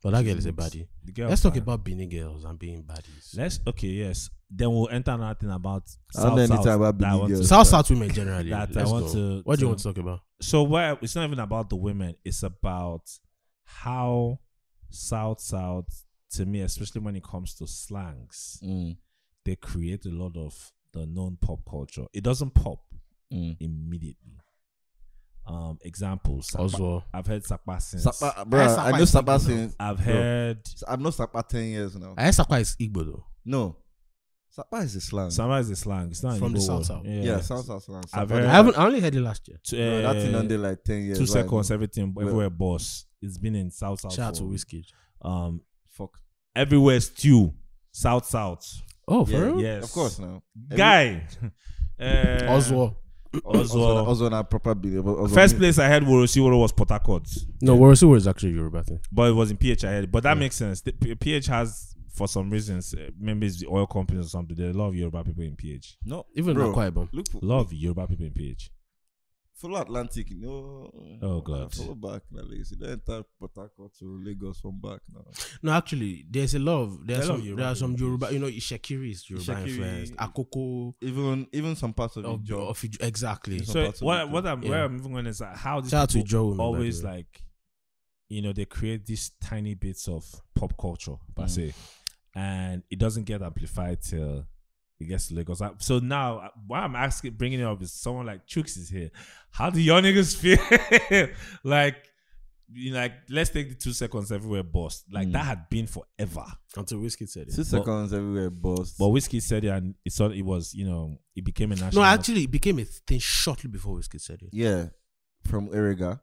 Speaker 2: But that girl is a baddie.
Speaker 1: the girl
Speaker 2: Let's talk
Speaker 1: fine.
Speaker 2: about Benin girls and being baddies.
Speaker 1: Let's okay, yes. Then we'll enter another thing about
Speaker 3: I don't
Speaker 1: South
Speaker 3: know
Speaker 1: South.
Speaker 3: anything about
Speaker 1: that I
Speaker 3: Benin
Speaker 1: want to-
Speaker 3: girls.
Speaker 2: South South women generally.
Speaker 1: That I
Speaker 2: Let's
Speaker 1: want
Speaker 2: go.
Speaker 1: to-
Speaker 2: What do
Speaker 1: to-
Speaker 2: you want to talk about?
Speaker 1: so where it's not even about the women it's about how south south to me especially when it comes to slangs
Speaker 3: Mm,
Speaker 1: they create a lot of the known pop culture it doesn't pop
Speaker 3: mm.
Speaker 1: immediately um examples Sapa-
Speaker 2: Oswald.
Speaker 1: i've heard sapa since
Speaker 3: Sapa, bruh,
Speaker 2: Sapa
Speaker 3: I know
Speaker 2: is
Speaker 3: Sapa
Speaker 2: Igbo now.
Speaker 3: since
Speaker 1: i've heard
Speaker 3: I've known Sapa ten years now.
Speaker 2: I heard Sakwa is Igbo though.
Speaker 3: No, Sapa is a slang.
Speaker 1: sapa is a slang it's not an
Speaker 2: From the
Speaker 1: Igbo
Speaker 2: South
Speaker 1: word.
Speaker 2: South.
Speaker 1: yeah,
Speaker 3: yeah, South South slang.
Speaker 1: I've
Speaker 3: Sapa-
Speaker 1: heard-
Speaker 2: I haven't. I only heard it last year.
Speaker 1: To,
Speaker 3: Bro, that thing
Speaker 1: uh,
Speaker 3: under like ten years.
Speaker 1: two
Speaker 3: right
Speaker 1: seconds
Speaker 3: now.
Speaker 1: everything everywhere boss it's been in south south
Speaker 2: Shout out to
Speaker 1: for-
Speaker 2: Whiskey.
Speaker 1: um
Speaker 3: Fuck.
Speaker 1: everywhere stew south south
Speaker 2: Oh, for
Speaker 3: Yeah,
Speaker 2: real?
Speaker 1: yes
Speaker 3: Hmm. Of course now.
Speaker 1: guy. Uh,
Speaker 2: Oswald.
Speaker 1: Oswald.
Speaker 3: Oswald and proper Benin. but Oswald
Speaker 1: First
Speaker 3: mean-
Speaker 1: place I had Worosiworo was Port Harcourt,
Speaker 2: No, Worosuwa is actually Yoruba thing.
Speaker 1: but it was in PH I had. But that makes sense. The P- PH has, for some reasons, uh, maybe it's the oil companies or something. There are a lot of Yoruba people in PH.
Speaker 3: No,
Speaker 2: Even
Speaker 3: bro,
Speaker 2: Akwa Ibom.
Speaker 3: Look for
Speaker 1: A lot of Yoruba people in PH.
Speaker 3: Full Atlantic, no.
Speaker 1: Oh, God.
Speaker 3: Follow back, now, ladies. You don't enter Port Harcourt to Lagos from back now.
Speaker 2: No, actually, there's a lot of there are
Speaker 1: There are a lot
Speaker 2: some
Speaker 1: of Yoruba
Speaker 2: there are some
Speaker 1: people.
Speaker 2: Yoruba. You know, Ishekiri is Yoruba
Speaker 3: Ishekiri.
Speaker 2: influenced. Akoko
Speaker 3: Even even some parts
Speaker 1: Oh,
Speaker 3: of
Speaker 2: of,
Speaker 3: Ijaw.
Speaker 2: of Ijo- exactly.
Speaker 3: Some
Speaker 1: So
Speaker 3: parts of
Speaker 1: what,
Speaker 3: it,
Speaker 1: what
Speaker 3: yeah.
Speaker 1: I'm where I'm even going is like how these
Speaker 2: Shout out to
Speaker 1: people
Speaker 2: Joe Women, by the
Speaker 1: always
Speaker 2: way.
Speaker 1: like, you know, they create these tiny bits of pop culture per
Speaker 2: Mm.
Speaker 1: se, and it doesn't get amplified till it gets to Lagos. I- So now, uh, why I'm asking, bringing it up is someone like Chooks is here. How do your niggas feel? like, you know, like let's take the two seconds everywhere, boss. Like
Speaker 3: Mm.
Speaker 1: that had been forever.
Speaker 2: Until Whiskey said it.
Speaker 3: Two seconds everywhere, boss.
Speaker 1: But Whiskey said it, and it sort it was, you know, it became a national.
Speaker 2: No, actually, it became a thing shortly before Whiskey said it.
Speaker 3: yeah, from Erega.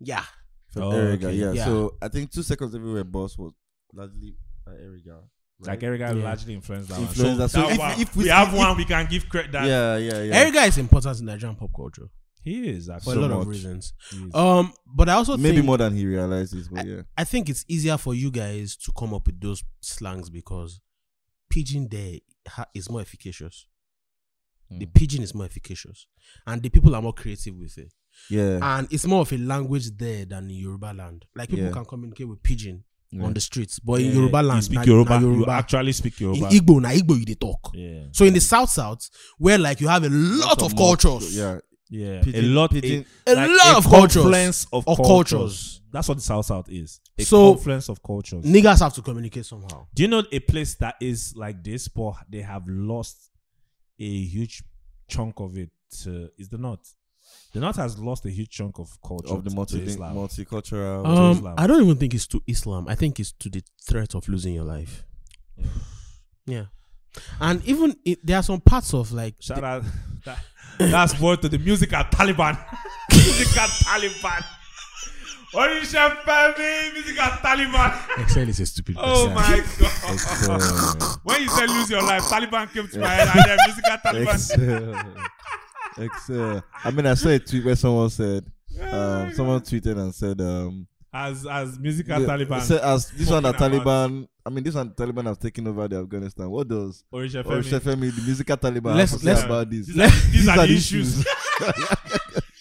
Speaker 2: Yeah,
Speaker 3: From
Speaker 1: Oh,
Speaker 3: Erega,
Speaker 1: okay.
Speaker 3: yeah.
Speaker 2: Yeah.
Speaker 3: So I think two seconds everywhere, boss was largely by Erega.
Speaker 1: like
Speaker 3: right?
Speaker 1: Eric got
Speaker 2: Yeah.
Speaker 1: largely influenced that
Speaker 3: Influenced
Speaker 1: one.
Speaker 3: that.
Speaker 1: So,
Speaker 3: So
Speaker 1: that
Speaker 3: if-
Speaker 1: one-
Speaker 3: if
Speaker 1: we
Speaker 3: we-
Speaker 1: have
Speaker 3: if-
Speaker 1: one, we can give credit that
Speaker 3: yeah, yeah, yeah.
Speaker 2: Erega is important in Nigerian pop culture
Speaker 1: he is
Speaker 2: for
Speaker 1: actually.
Speaker 2: a
Speaker 3: So
Speaker 2: lot
Speaker 3: much.
Speaker 2: of reasons.
Speaker 1: He is.
Speaker 2: Um, but I also
Speaker 3: Maybe
Speaker 2: think,
Speaker 3: more than he realizes, but yeah.
Speaker 2: I think it's easier for you guys to come up with those slangs because pigeon there ha- is more efficacious. The
Speaker 1: Hmm.
Speaker 3: Mm.
Speaker 2: pigeon is more efficacious, and the people are more creative with it.
Speaker 3: Yeah.
Speaker 2: and it's more of a language there than in Yoruba land. Like people
Speaker 3: Yeah.
Speaker 2: can communicate with pidgin
Speaker 3: Yeah.
Speaker 2: on the streets, but in
Speaker 1: Yeah,
Speaker 2: Yoruba land,
Speaker 1: you speak
Speaker 2: na-
Speaker 1: Yoruba,
Speaker 2: na
Speaker 1: You
Speaker 2: Yoruba.
Speaker 1: actually speak
Speaker 2: in
Speaker 1: Yoruba.
Speaker 2: Igbo, na Igbo you they talk.
Speaker 1: yeah,
Speaker 2: So in the south south, where like you have a lot of
Speaker 3: more-
Speaker 2: cultures,
Speaker 3: Yeah.
Speaker 1: yeah,
Speaker 3: Pidgin-
Speaker 1: a lot,
Speaker 3: pidgin-
Speaker 1: a,
Speaker 2: a
Speaker 1: like
Speaker 2: lot
Speaker 1: a
Speaker 2: of cultures.
Speaker 1: confluence of
Speaker 2: Of
Speaker 1: cultures.
Speaker 2: cultures.
Speaker 1: That's what the South South is. A
Speaker 2: So-
Speaker 1: confluence of cultures.
Speaker 2: Niggas have to communicate somehow.
Speaker 1: Do you know a place that is like this, but they have lost a huge chunk of it? To, is the North? The North has lost a huge chunk of culture
Speaker 3: of the
Speaker 1: to-
Speaker 3: multi-
Speaker 1: to Islam.
Speaker 3: multicultural.
Speaker 1: to
Speaker 2: Um,
Speaker 1: Islam.
Speaker 2: I don't even think it's to Islam. I think it's to the threat of losing your life.
Speaker 1: Yeah.
Speaker 2: Yeah, and even it, there are some parts of like
Speaker 1: Shout out. That, that's word to the music at Taliban. music at Taliban. Orisha Femi, music at Taliban.
Speaker 2: Excel is a stupid.
Speaker 1: Oh
Speaker 2: person.
Speaker 1: my God.
Speaker 3: Excel.
Speaker 1: When you said lose your life, Taliban came to my head and then music at Taliban.
Speaker 3: Excel. Excel. I mean, I saw a tweet where someone said, um, someone tweeted and said, um,
Speaker 1: As, as music at
Speaker 3: the-
Speaker 1: Taliban.
Speaker 3: said as this one that
Speaker 1: Fucking
Speaker 3: Taliban. I mean, this one Taliban have taken over the Afghanistan. What does
Speaker 1: Orisha
Speaker 3: or
Speaker 1: Femi.
Speaker 3: Shefemi, the musical Taliban,
Speaker 2: Let's-
Speaker 3: have to
Speaker 2: let's-
Speaker 3: say about this?
Speaker 1: These are, these are the issues.
Speaker 3: issues.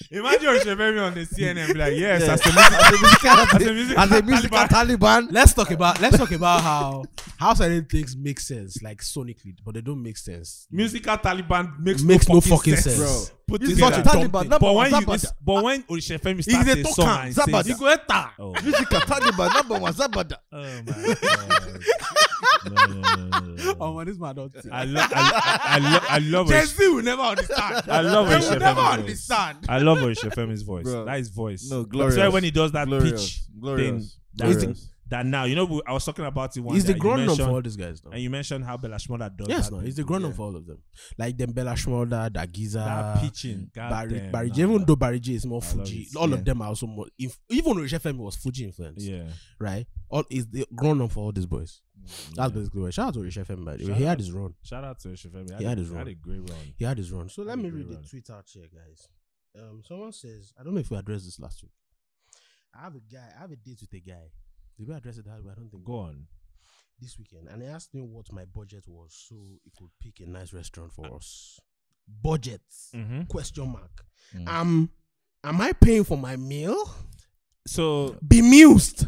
Speaker 1: Imagine Orisha Femi on the CNN be like, yes,
Speaker 3: Yeah.
Speaker 1: as a music,
Speaker 3: As
Speaker 1: as a
Speaker 3: a musical-
Speaker 1: music
Speaker 3: as
Speaker 1: at
Speaker 3: a musical
Speaker 1: Taliban.
Speaker 3: Taliban.
Speaker 2: Let's talk about let's talk about how how certain things make sense, like sonically, but they don't make sense.
Speaker 1: Music at Taliban makes,
Speaker 2: Makes
Speaker 1: no,
Speaker 2: no
Speaker 1: fucking
Speaker 2: fucking
Speaker 1: sense.
Speaker 2: sense.
Speaker 1: Put
Speaker 3: Music
Speaker 1: together.
Speaker 3: at Taliban.
Speaker 1: But when you,
Speaker 3: Zabada.
Speaker 1: it's, but when Orisha Femi
Speaker 3: He's a
Speaker 1: starts a song
Speaker 3: talker,
Speaker 1: and says,
Speaker 3: Zabada.
Speaker 1: "You go enter." Oh,
Speaker 3: Musical Taliban number one Zabada.
Speaker 1: oh my god! No, no, no, no, no, no.
Speaker 2: Oh, this man don't.
Speaker 1: I love, I, I, lo- I love,
Speaker 2: Gen
Speaker 1: Orisha-
Speaker 2: Z will never understand.
Speaker 1: I love
Speaker 2: They
Speaker 1: Orisha
Speaker 2: will never
Speaker 1: Femi's voice.
Speaker 2: understand.
Speaker 1: I love Orisha Femi's voice.
Speaker 3: Bro.
Speaker 1: That is voice.
Speaker 3: No,
Speaker 1: That's
Speaker 3: glorious.
Speaker 1: when he does that pitch.
Speaker 3: Glorious, glorious,
Speaker 1: thing that-
Speaker 3: glorious.
Speaker 1: That now, you know, we- I was talking about it one
Speaker 2: He's
Speaker 1: day.
Speaker 2: the
Speaker 1: You
Speaker 2: grown up for
Speaker 1: mentioned-
Speaker 2: all these guys, though.
Speaker 1: And you mentioned how Bella Shmurda does
Speaker 2: Yes,
Speaker 1: that.
Speaker 2: no, he's the grown up
Speaker 3: yeah.
Speaker 2: for all of them. Like them Bella Shmurda, Dagiza,
Speaker 1: that pitching. God
Speaker 2: Barry,
Speaker 1: damn,
Speaker 2: Barry
Speaker 1: nah,
Speaker 2: J. Even
Speaker 1: nah.
Speaker 2: though Barry J is more
Speaker 1: I love
Speaker 2: Fuji,
Speaker 1: it,
Speaker 2: all
Speaker 3: yeah.
Speaker 2: of them are also more. Inf- even Rich FM was Fuji influence,
Speaker 1: Yeah.
Speaker 2: right? All is the grown up for all these boys. That's
Speaker 1: Yeah.
Speaker 2: basically what. Shout out to Rich FM, by the way.
Speaker 1: Shout
Speaker 2: He
Speaker 1: out.
Speaker 2: had his run.
Speaker 1: Shout out to Shafemi.
Speaker 2: He had his
Speaker 1: had
Speaker 2: run.
Speaker 1: a great run.
Speaker 2: He had his run. So let
Speaker 1: Had a
Speaker 2: me
Speaker 1: great
Speaker 2: read the
Speaker 1: run.
Speaker 2: tweet out here, guys. Um, someone says, I don't know if we addressed this last week. I have a guy. I have a date with a guy. Did we address it that way? I don't think
Speaker 1: Go on.
Speaker 2: this weekend, and he asked me what my budget was, so he could pick a nice restaurant for us. Budget?
Speaker 1: Mm-hmm.
Speaker 2: Question mark.
Speaker 3: Mm.
Speaker 2: Um, am I paying for my meal?
Speaker 1: So
Speaker 2: Bemused.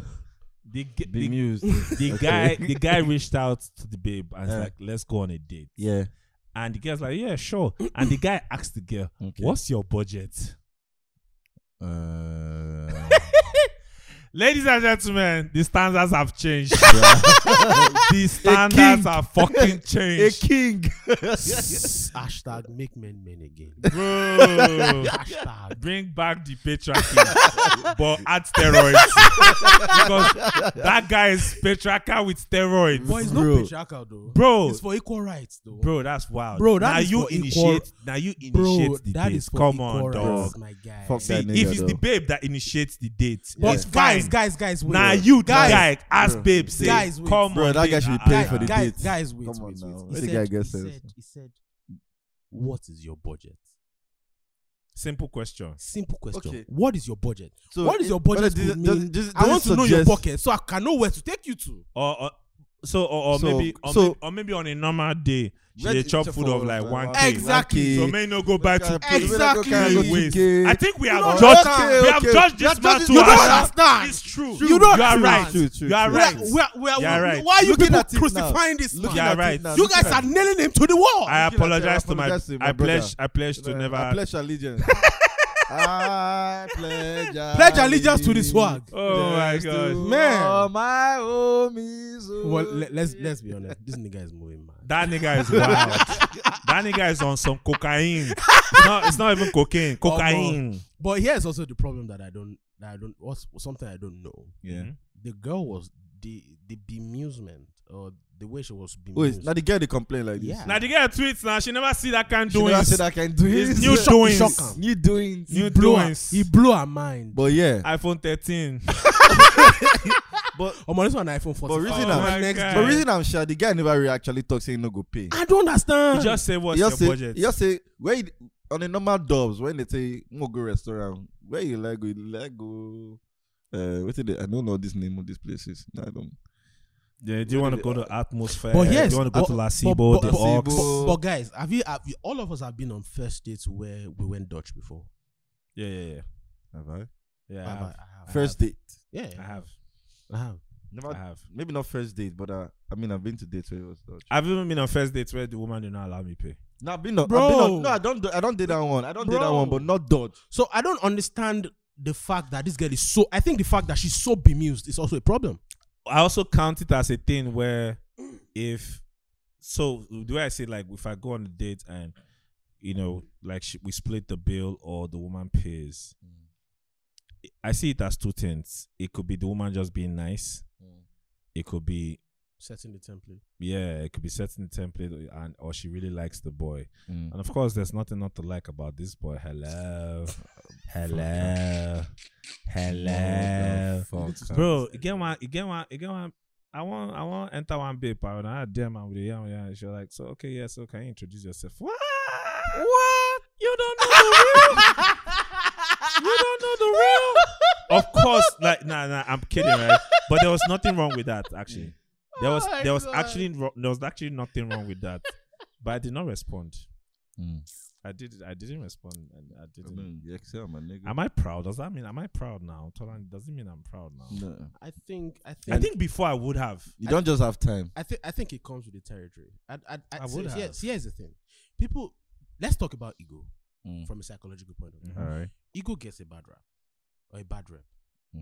Speaker 1: the g- the,
Speaker 3: Bemused.
Speaker 1: the guy the guy reached out to the babe and was
Speaker 3: Yeah.
Speaker 1: like, "Let's go on a date."
Speaker 3: Yeah.
Speaker 1: And the girl's like, "Yeah, sure." And the guy asked the girl,
Speaker 3: Okay.
Speaker 1: "What's your budget?"
Speaker 3: Uh,
Speaker 1: Ladies and gentlemen, the standards have changed. the
Speaker 3: king.
Speaker 1: standards have fucking
Speaker 3: a
Speaker 1: changed,
Speaker 3: king.
Speaker 2: Hashtag make men men again.
Speaker 1: bro.
Speaker 2: Hashtag.
Speaker 1: Bring back the patriarchy, but add steroids because that guy is patriarchal with steroids.
Speaker 2: But it's
Speaker 3: Bro.
Speaker 2: not patriarchal though.
Speaker 1: Bro,
Speaker 2: It's for equal rights though.
Speaker 1: Bro, that's wild.
Speaker 2: Bro, that
Speaker 1: now
Speaker 2: is
Speaker 1: you
Speaker 2: for
Speaker 1: initiate.
Speaker 2: equal-
Speaker 1: now you initiate
Speaker 2: Bro,
Speaker 1: the
Speaker 2: that
Speaker 1: date.
Speaker 2: is for
Speaker 1: Come
Speaker 2: equal
Speaker 1: on,
Speaker 2: rights,
Speaker 1: dog.
Speaker 2: my guy.
Speaker 3: Fuck
Speaker 1: See,
Speaker 3: that nigga,
Speaker 1: if it's the
Speaker 3: though.
Speaker 1: babe that initiates the date,
Speaker 2: But
Speaker 1: it's
Speaker 2: guys,
Speaker 1: fine.
Speaker 2: guys, guys, wait.
Speaker 1: now you, the
Speaker 2: guys,
Speaker 1: guy, ask
Speaker 3: Bro.
Speaker 1: babe. Say,
Speaker 2: Guys, wait.
Speaker 1: come
Speaker 3: Bro,
Speaker 1: on,
Speaker 3: that
Speaker 1: babe.
Speaker 3: guy should be
Speaker 1: Ah,
Speaker 3: paying
Speaker 1: ah,
Speaker 3: for the
Speaker 1: ah.
Speaker 2: guys,
Speaker 3: dates.
Speaker 2: guys, wait,
Speaker 3: Come on
Speaker 2: wait,
Speaker 3: now.
Speaker 2: wait. He
Speaker 3: Let the
Speaker 2: said-
Speaker 3: guy get
Speaker 2: he
Speaker 3: sense.
Speaker 2: said- He said, "What is your budget?"
Speaker 1: Simple question.
Speaker 2: Simple question.
Speaker 3: Okay.
Speaker 2: What is your budget?
Speaker 3: So
Speaker 2: what is
Speaker 3: it-
Speaker 2: your budget?
Speaker 3: but it
Speaker 2: would
Speaker 3: does-
Speaker 2: mean?
Speaker 3: does- does
Speaker 2: I
Speaker 3: it
Speaker 2: want to know your
Speaker 3: suggest-
Speaker 2: pocket so I can know where to take you to.
Speaker 1: Or, or so, or, or
Speaker 3: So-
Speaker 1: maybe, or,
Speaker 3: so-
Speaker 1: maybe, or maybe on a normal day, she
Speaker 3: Where
Speaker 1: they
Speaker 3: did-
Speaker 1: chop
Speaker 3: chop
Speaker 1: food
Speaker 3: for
Speaker 1: of like
Speaker 3: one-
Speaker 1: one
Speaker 3: one
Speaker 1: k.
Speaker 3: K.
Speaker 2: Exactly.
Speaker 1: So may no go back to
Speaker 2: pay.
Speaker 1: pay.
Speaker 2: Exactly.
Speaker 1: Waste. I think we have
Speaker 2: don't
Speaker 1: judged.
Speaker 2: understand.
Speaker 1: We have
Speaker 3: Okay,
Speaker 1: judged
Speaker 3: okay.
Speaker 1: this
Speaker 3: That's
Speaker 1: man
Speaker 3: just-
Speaker 1: too
Speaker 3: you don't
Speaker 1: harsh.
Speaker 2: understand.
Speaker 1: It's true.
Speaker 2: You don't
Speaker 1: are
Speaker 2: understand.
Speaker 1: right.
Speaker 3: True, true,
Speaker 1: You are
Speaker 3: true.
Speaker 2: Where-
Speaker 1: right.
Speaker 2: Where, where,
Speaker 1: You are right.
Speaker 2: Why are you
Speaker 3: Looking
Speaker 2: people
Speaker 3: at it now.
Speaker 2: crucifying this
Speaker 3: Looking
Speaker 2: man?
Speaker 1: at
Speaker 3: at
Speaker 1: right.
Speaker 3: it now,
Speaker 2: You
Speaker 3: looking
Speaker 2: guys
Speaker 3: at
Speaker 2: are
Speaker 3: it.
Speaker 2: nailing him to the wall.
Speaker 1: I
Speaker 3: Look at that,
Speaker 1: apologize to my.
Speaker 3: apologize to my
Speaker 1: I
Speaker 3: brother. É,
Speaker 1: pledge. I pledge to never.
Speaker 3: I pledge allegiance. I pledge
Speaker 2: Pledge allegiance to the swag.
Speaker 1: Oh my God.
Speaker 2: Man.
Speaker 3: Oh my homies. oh.
Speaker 2: Well, let, let's let's be honest. This nigga is moving mad.
Speaker 1: That nigga is wild. that nigga is on some cocaine. It's not, it's not even cocaine. Cocaine.
Speaker 2: But here's also the problem that I don't that I don't what's something I don't know.
Speaker 3: Yeah.
Speaker 1: Mm-hmm.
Speaker 2: The girl was the the bemusement or the way she was bemused.
Speaker 3: Wait, now the girl they complain like this.
Speaker 2: Yeah.
Speaker 1: Now the girl tweets now. She never see that kind
Speaker 3: She never
Speaker 1: doings.
Speaker 3: said I can do
Speaker 1: It's
Speaker 3: it.
Speaker 1: new
Speaker 2: Shock-
Speaker 1: doings.
Speaker 2: shock 'em.
Speaker 3: New doings.
Speaker 2: he
Speaker 1: New
Speaker 2: blew her,
Speaker 1: doings.
Speaker 2: he blew her mind.
Speaker 3: But yeah.
Speaker 1: iPhone 13.
Speaker 3: But
Speaker 2: Oh man, this one iPhone 14.
Speaker 3: but reason
Speaker 1: Oh my
Speaker 3: I'm
Speaker 1: God.
Speaker 3: but reason I'm sure the guy never really actually talk saying no go pay.
Speaker 2: I don't
Speaker 1: You
Speaker 2: understand.
Speaker 1: just say what's
Speaker 3: He
Speaker 1: your
Speaker 3: just say,
Speaker 1: budget.
Speaker 3: he just say where you, on the normal dubs when they say no go restaurant where you like go you like go. Uh, what is it? I don't know this name of these places. No, I don't.
Speaker 1: Yeah, do you want to go to Atmosphere?
Speaker 2: But yes,
Speaker 1: do you want to go
Speaker 2: but-
Speaker 1: to
Speaker 2: but-
Speaker 1: Placebo, the
Speaker 2: but-
Speaker 1: Ox?
Speaker 2: But, but guys, have you, have you all of us have been on first dates where we went Dutch before?
Speaker 1: Yeah, yeah, yeah.
Speaker 3: Have I?
Speaker 1: Yeah, I
Speaker 2: Have
Speaker 1: have.
Speaker 2: I- I have.
Speaker 3: First date.
Speaker 2: yeah,
Speaker 1: I have.
Speaker 2: I have.
Speaker 1: I
Speaker 3: Never.
Speaker 1: have.
Speaker 3: Maybe not first date, but uh, I mean I've been to dates where it was Dutch.
Speaker 1: I've even been on first dates where the woman did not allow me pay.
Speaker 3: No, I've been on.
Speaker 2: Bro.
Speaker 3: I've been on no, I don't. Do, I don't do that one. I don't do that
Speaker 2: Bro.
Speaker 3: one, but not Dodge.
Speaker 2: So I don't understand the fact that this girl is so. I think the fact that she's so bemused is also a problem.
Speaker 1: I also count it as a thing where if so the way I say like if I go on a date and you know, like sh we split the bill or the woman pays. I see it as two things. It could be the woman just being nice. It could be
Speaker 2: Setting the template.
Speaker 1: yeah, it could be setting the template, or- and or she really likes the boy. And of course, there's nothing not to like about this boy. Hello, hello, hello, bro. Again, one, again, one, again, one. I want, I want enter one bit, but I damn, I'm with the young, yeah. She's like, so okay, yeah, so can you introduce yourself? What? What? You don't know the real. you don't know the real. Of course, like, nah, nah, I'm kidding, right? But there was nothing wrong with that, actually. There was
Speaker 2: Oh my
Speaker 1: there was
Speaker 2: God.
Speaker 1: actually ro- there was actually nothing wrong with that, but I did not respond. I did I didn't respond. and I, didn't.
Speaker 3: Excel, my nigga.
Speaker 1: Mm. Am I proud? Does that mean am I proud now? Tolan doesn't mean I'm proud now.
Speaker 3: No.
Speaker 2: I think. I think.
Speaker 1: I think before I would have.
Speaker 3: You don't just have time.
Speaker 2: I think I think it comes with the territory. I I, I,
Speaker 1: I
Speaker 2: see,
Speaker 1: would
Speaker 2: see-
Speaker 1: have.
Speaker 2: see, here's the thing. People let's talk about ego from a psychological point of view.
Speaker 1: Mhm.
Speaker 3: right.
Speaker 2: Ego gets a bad rap. Or a bad rep.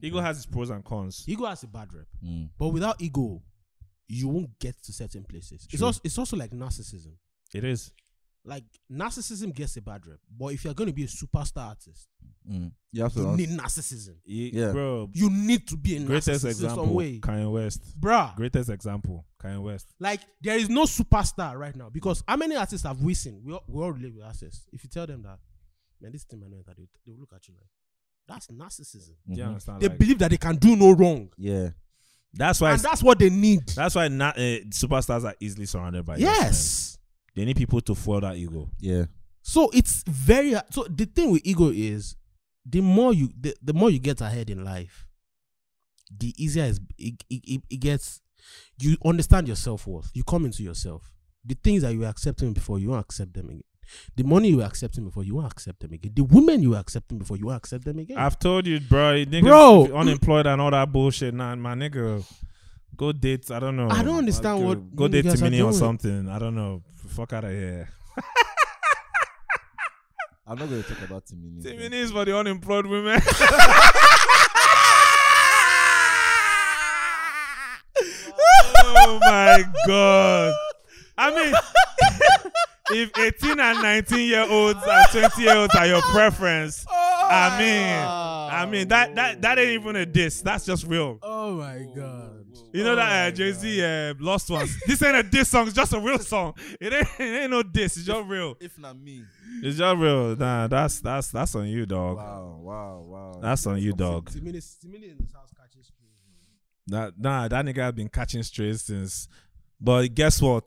Speaker 1: Ego has its pros and cons.
Speaker 2: Ego has a bad rep.
Speaker 3: Mm.
Speaker 2: But without ego, you won't get to certain places. It's
Speaker 1: True.
Speaker 2: also it's also like narcissism.
Speaker 1: It is.
Speaker 2: Like narcissism gets a bad rep. But if you're gonna be a superstar artist,
Speaker 3: Mm. You have to.
Speaker 2: you
Speaker 3: ask-
Speaker 2: need narcissism.
Speaker 1: Yeah.
Speaker 3: Yeah.
Speaker 1: Bro,
Speaker 2: You need to be a
Speaker 1: greatest
Speaker 2: narcissist in some
Speaker 1: example
Speaker 2: way.
Speaker 1: Kanye West.
Speaker 2: Bruh.
Speaker 1: Greatest example Kanye West.
Speaker 2: Like there is no superstar right now because how many artists have we seen? We all, we all relate with artists. If you tell them that, man, this thing, man, that they they will look at you like that's narcissism.
Speaker 1: Do you
Speaker 3: Mhm.
Speaker 1: understand?
Speaker 2: They
Speaker 1: Like,
Speaker 2: believe that they can do no wrong,
Speaker 3: Yeah.
Speaker 1: that's why
Speaker 2: and that's what they need.
Speaker 1: that's why na uh, superstars are easily surrounded by yes men.
Speaker 2: yes.
Speaker 1: They need people to fuel that ego.
Speaker 3: Yeah.
Speaker 2: So it's very so the thing with ego is the more you the, the more you get ahead in life, the easier is it, it, it, it gets. You understand your self worth. You come into yourself. The things that you were accepting before, you won't accept them again. The money you were accepting before, you won't accept them again. The women you were accepting before, you won't accept them again.
Speaker 1: I've told you, bro. you Niggas
Speaker 2: Bro.
Speaker 1: if you're unemployed and all that bullshit. Nah, my nigga, go date. I don't know.
Speaker 2: I don't understand
Speaker 1: Go-
Speaker 2: what
Speaker 1: Go
Speaker 2: you
Speaker 1: date
Speaker 2: guys are
Speaker 1: Timini or
Speaker 2: doing.
Speaker 1: something. I don't know. Fuck out of here.
Speaker 3: I'm not going to talk about Timini.
Speaker 1: Timini is for the unemployed women. oh my god! I mean, if 18 and 19 year olds and 20 year olds are your preference, I mean, I mean that that that ain't even a diss. That's just real.
Speaker 2: Oh my god!
Speaker 1: You know that uh, Jay Z uh, lost ones. this ain't a diss song. It's just a real song. It ain't, it ain't no diss. It's just real.
Speaker 3: If not me.
Speaker 1: It's just real. Nah, that's that's that's on you, dog.
Speaker 3: Wow. Wow. Wow.
Speaker 1: That's on you, dog.
Speaker 2: Timini, Timini in this house catches
Speaker 1: That nah, that nigga has been catching strays since. But guess what?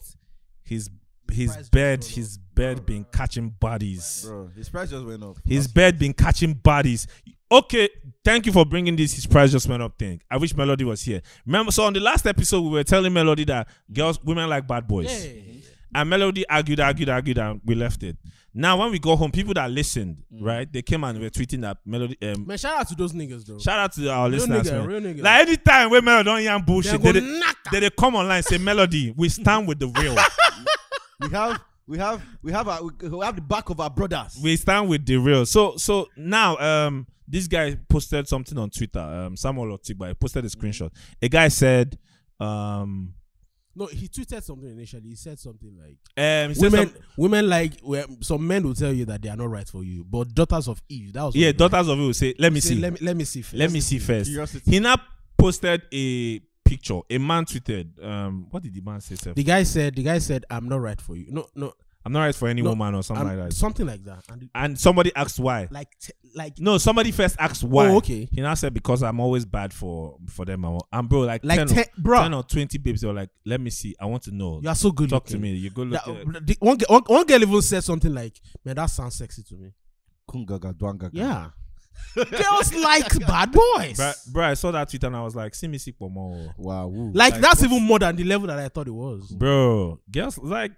Speaker 1: His his
Speaker 2: Price
Speaker 1: bed
Speaker 2: just
Speaker 1: his bed been catching bodies.
Speaker 3: Bro, his price just went up.
Speaker 1: His bed been catching bodies. Okay, thank you for bringing this. His price just went up thing. I wish Melody was here. Remember, so on the last episode, we were telling Melody that girls, women like bad boys, and Melody argued, argued, argued, and we left it. Now, when we go home, people that listened,
Speaker 2: Mm.
Speaker 1: right, they came and were tweeting that Melody. Um,
Speaker 2: Man, shout out to those niggas though.
Speaker 1: shout out to our
Speaker 2: Real
Speaker 1: listeners,
Speaker 2: nigga,
Speaker 1: man.
Speaker 2: real nigga.
Speaker 1: Like anytime when Melody don't yarn
Speaker 2: They
Speaker 1: bullshit,
Speaker 2: go
Speaker 1: they, they,
Speaker 2: knock
Speaker 1: they, they come online say Melody, we stand with the real.
Speaker 3: we have. We have we have our, we have the back of our brothers.
Speaker 1: we stand with the real. So so now um this guy posted something on Twitter. Um Samuel Otigba he posted a screenshot. A guy said um
Speaker 2: No, he tweeted something initially. He said something like
Speaker 1: um he said
Speaker 2: women,
Speaker 1: some-
Speaker 2: women like well, some men will tell you that they are not right for you, but daughters of Eve. That was
Speaker 1: yeah
Speaker 2: what-
Speaker 1: daughters of you say let me
Speaker 2: Say,
Speaker 1: see let
Speaker 2: Let
Speaker 1: me,
Speaker 2: me let me see. First.
Speaker 1: see first.
Speaker 3: Curiosity.
Speaker 1: He now posted a picture. A man tweeted um what did the man say? sir?
Speaker 2: The guy said. The guy said, "I'm not right for you." No, no,
Speaker 1: I'm not right for any
Speaker 2: No,
Speaker 1: woman or something
Speaker 2: I'm-
Speaker 1: like that.
Speaker 2: something like that. And
Speaker 1: And somebody asked why.
Speaker 2: like, t- like,
Speaker 1: No, somebody first asked why.
Speaker 2: Oh, okay.
Speaker 1: He now said because I'm always bad for for them. and all." And bro, like,
Speaker 2: like,
Speaker 1: 10,
Speaker 2: ten,
Speaker 1: or,
Speaker 2: bro,
Speaker 1: 10 or 20 babes, they were like, let me see. I want to know.
Speaker 2: you are so good.
Speaker 1: Talk
Speaker 2: looking.
Speaker 1: to me. You go look
Speaker 2: That,
Speaker 1: at
Speaker 2: the- one, girl- one, one girl even said something like, "Man, that sounds sexy to me."
Speaker 3: Kungaga, dwangaga.
Speaker 2: Yeah, girls like bad boys.
Speaker 1: Bro, bro, I saw that tweet and I was like, see me sick for more.
Speaker 2: Mm-hmm.
Speaker 3: Wow. woo.
Speaker 2: like, that's even more than the level that I thought it was.
Speaker 1: Bro, girls like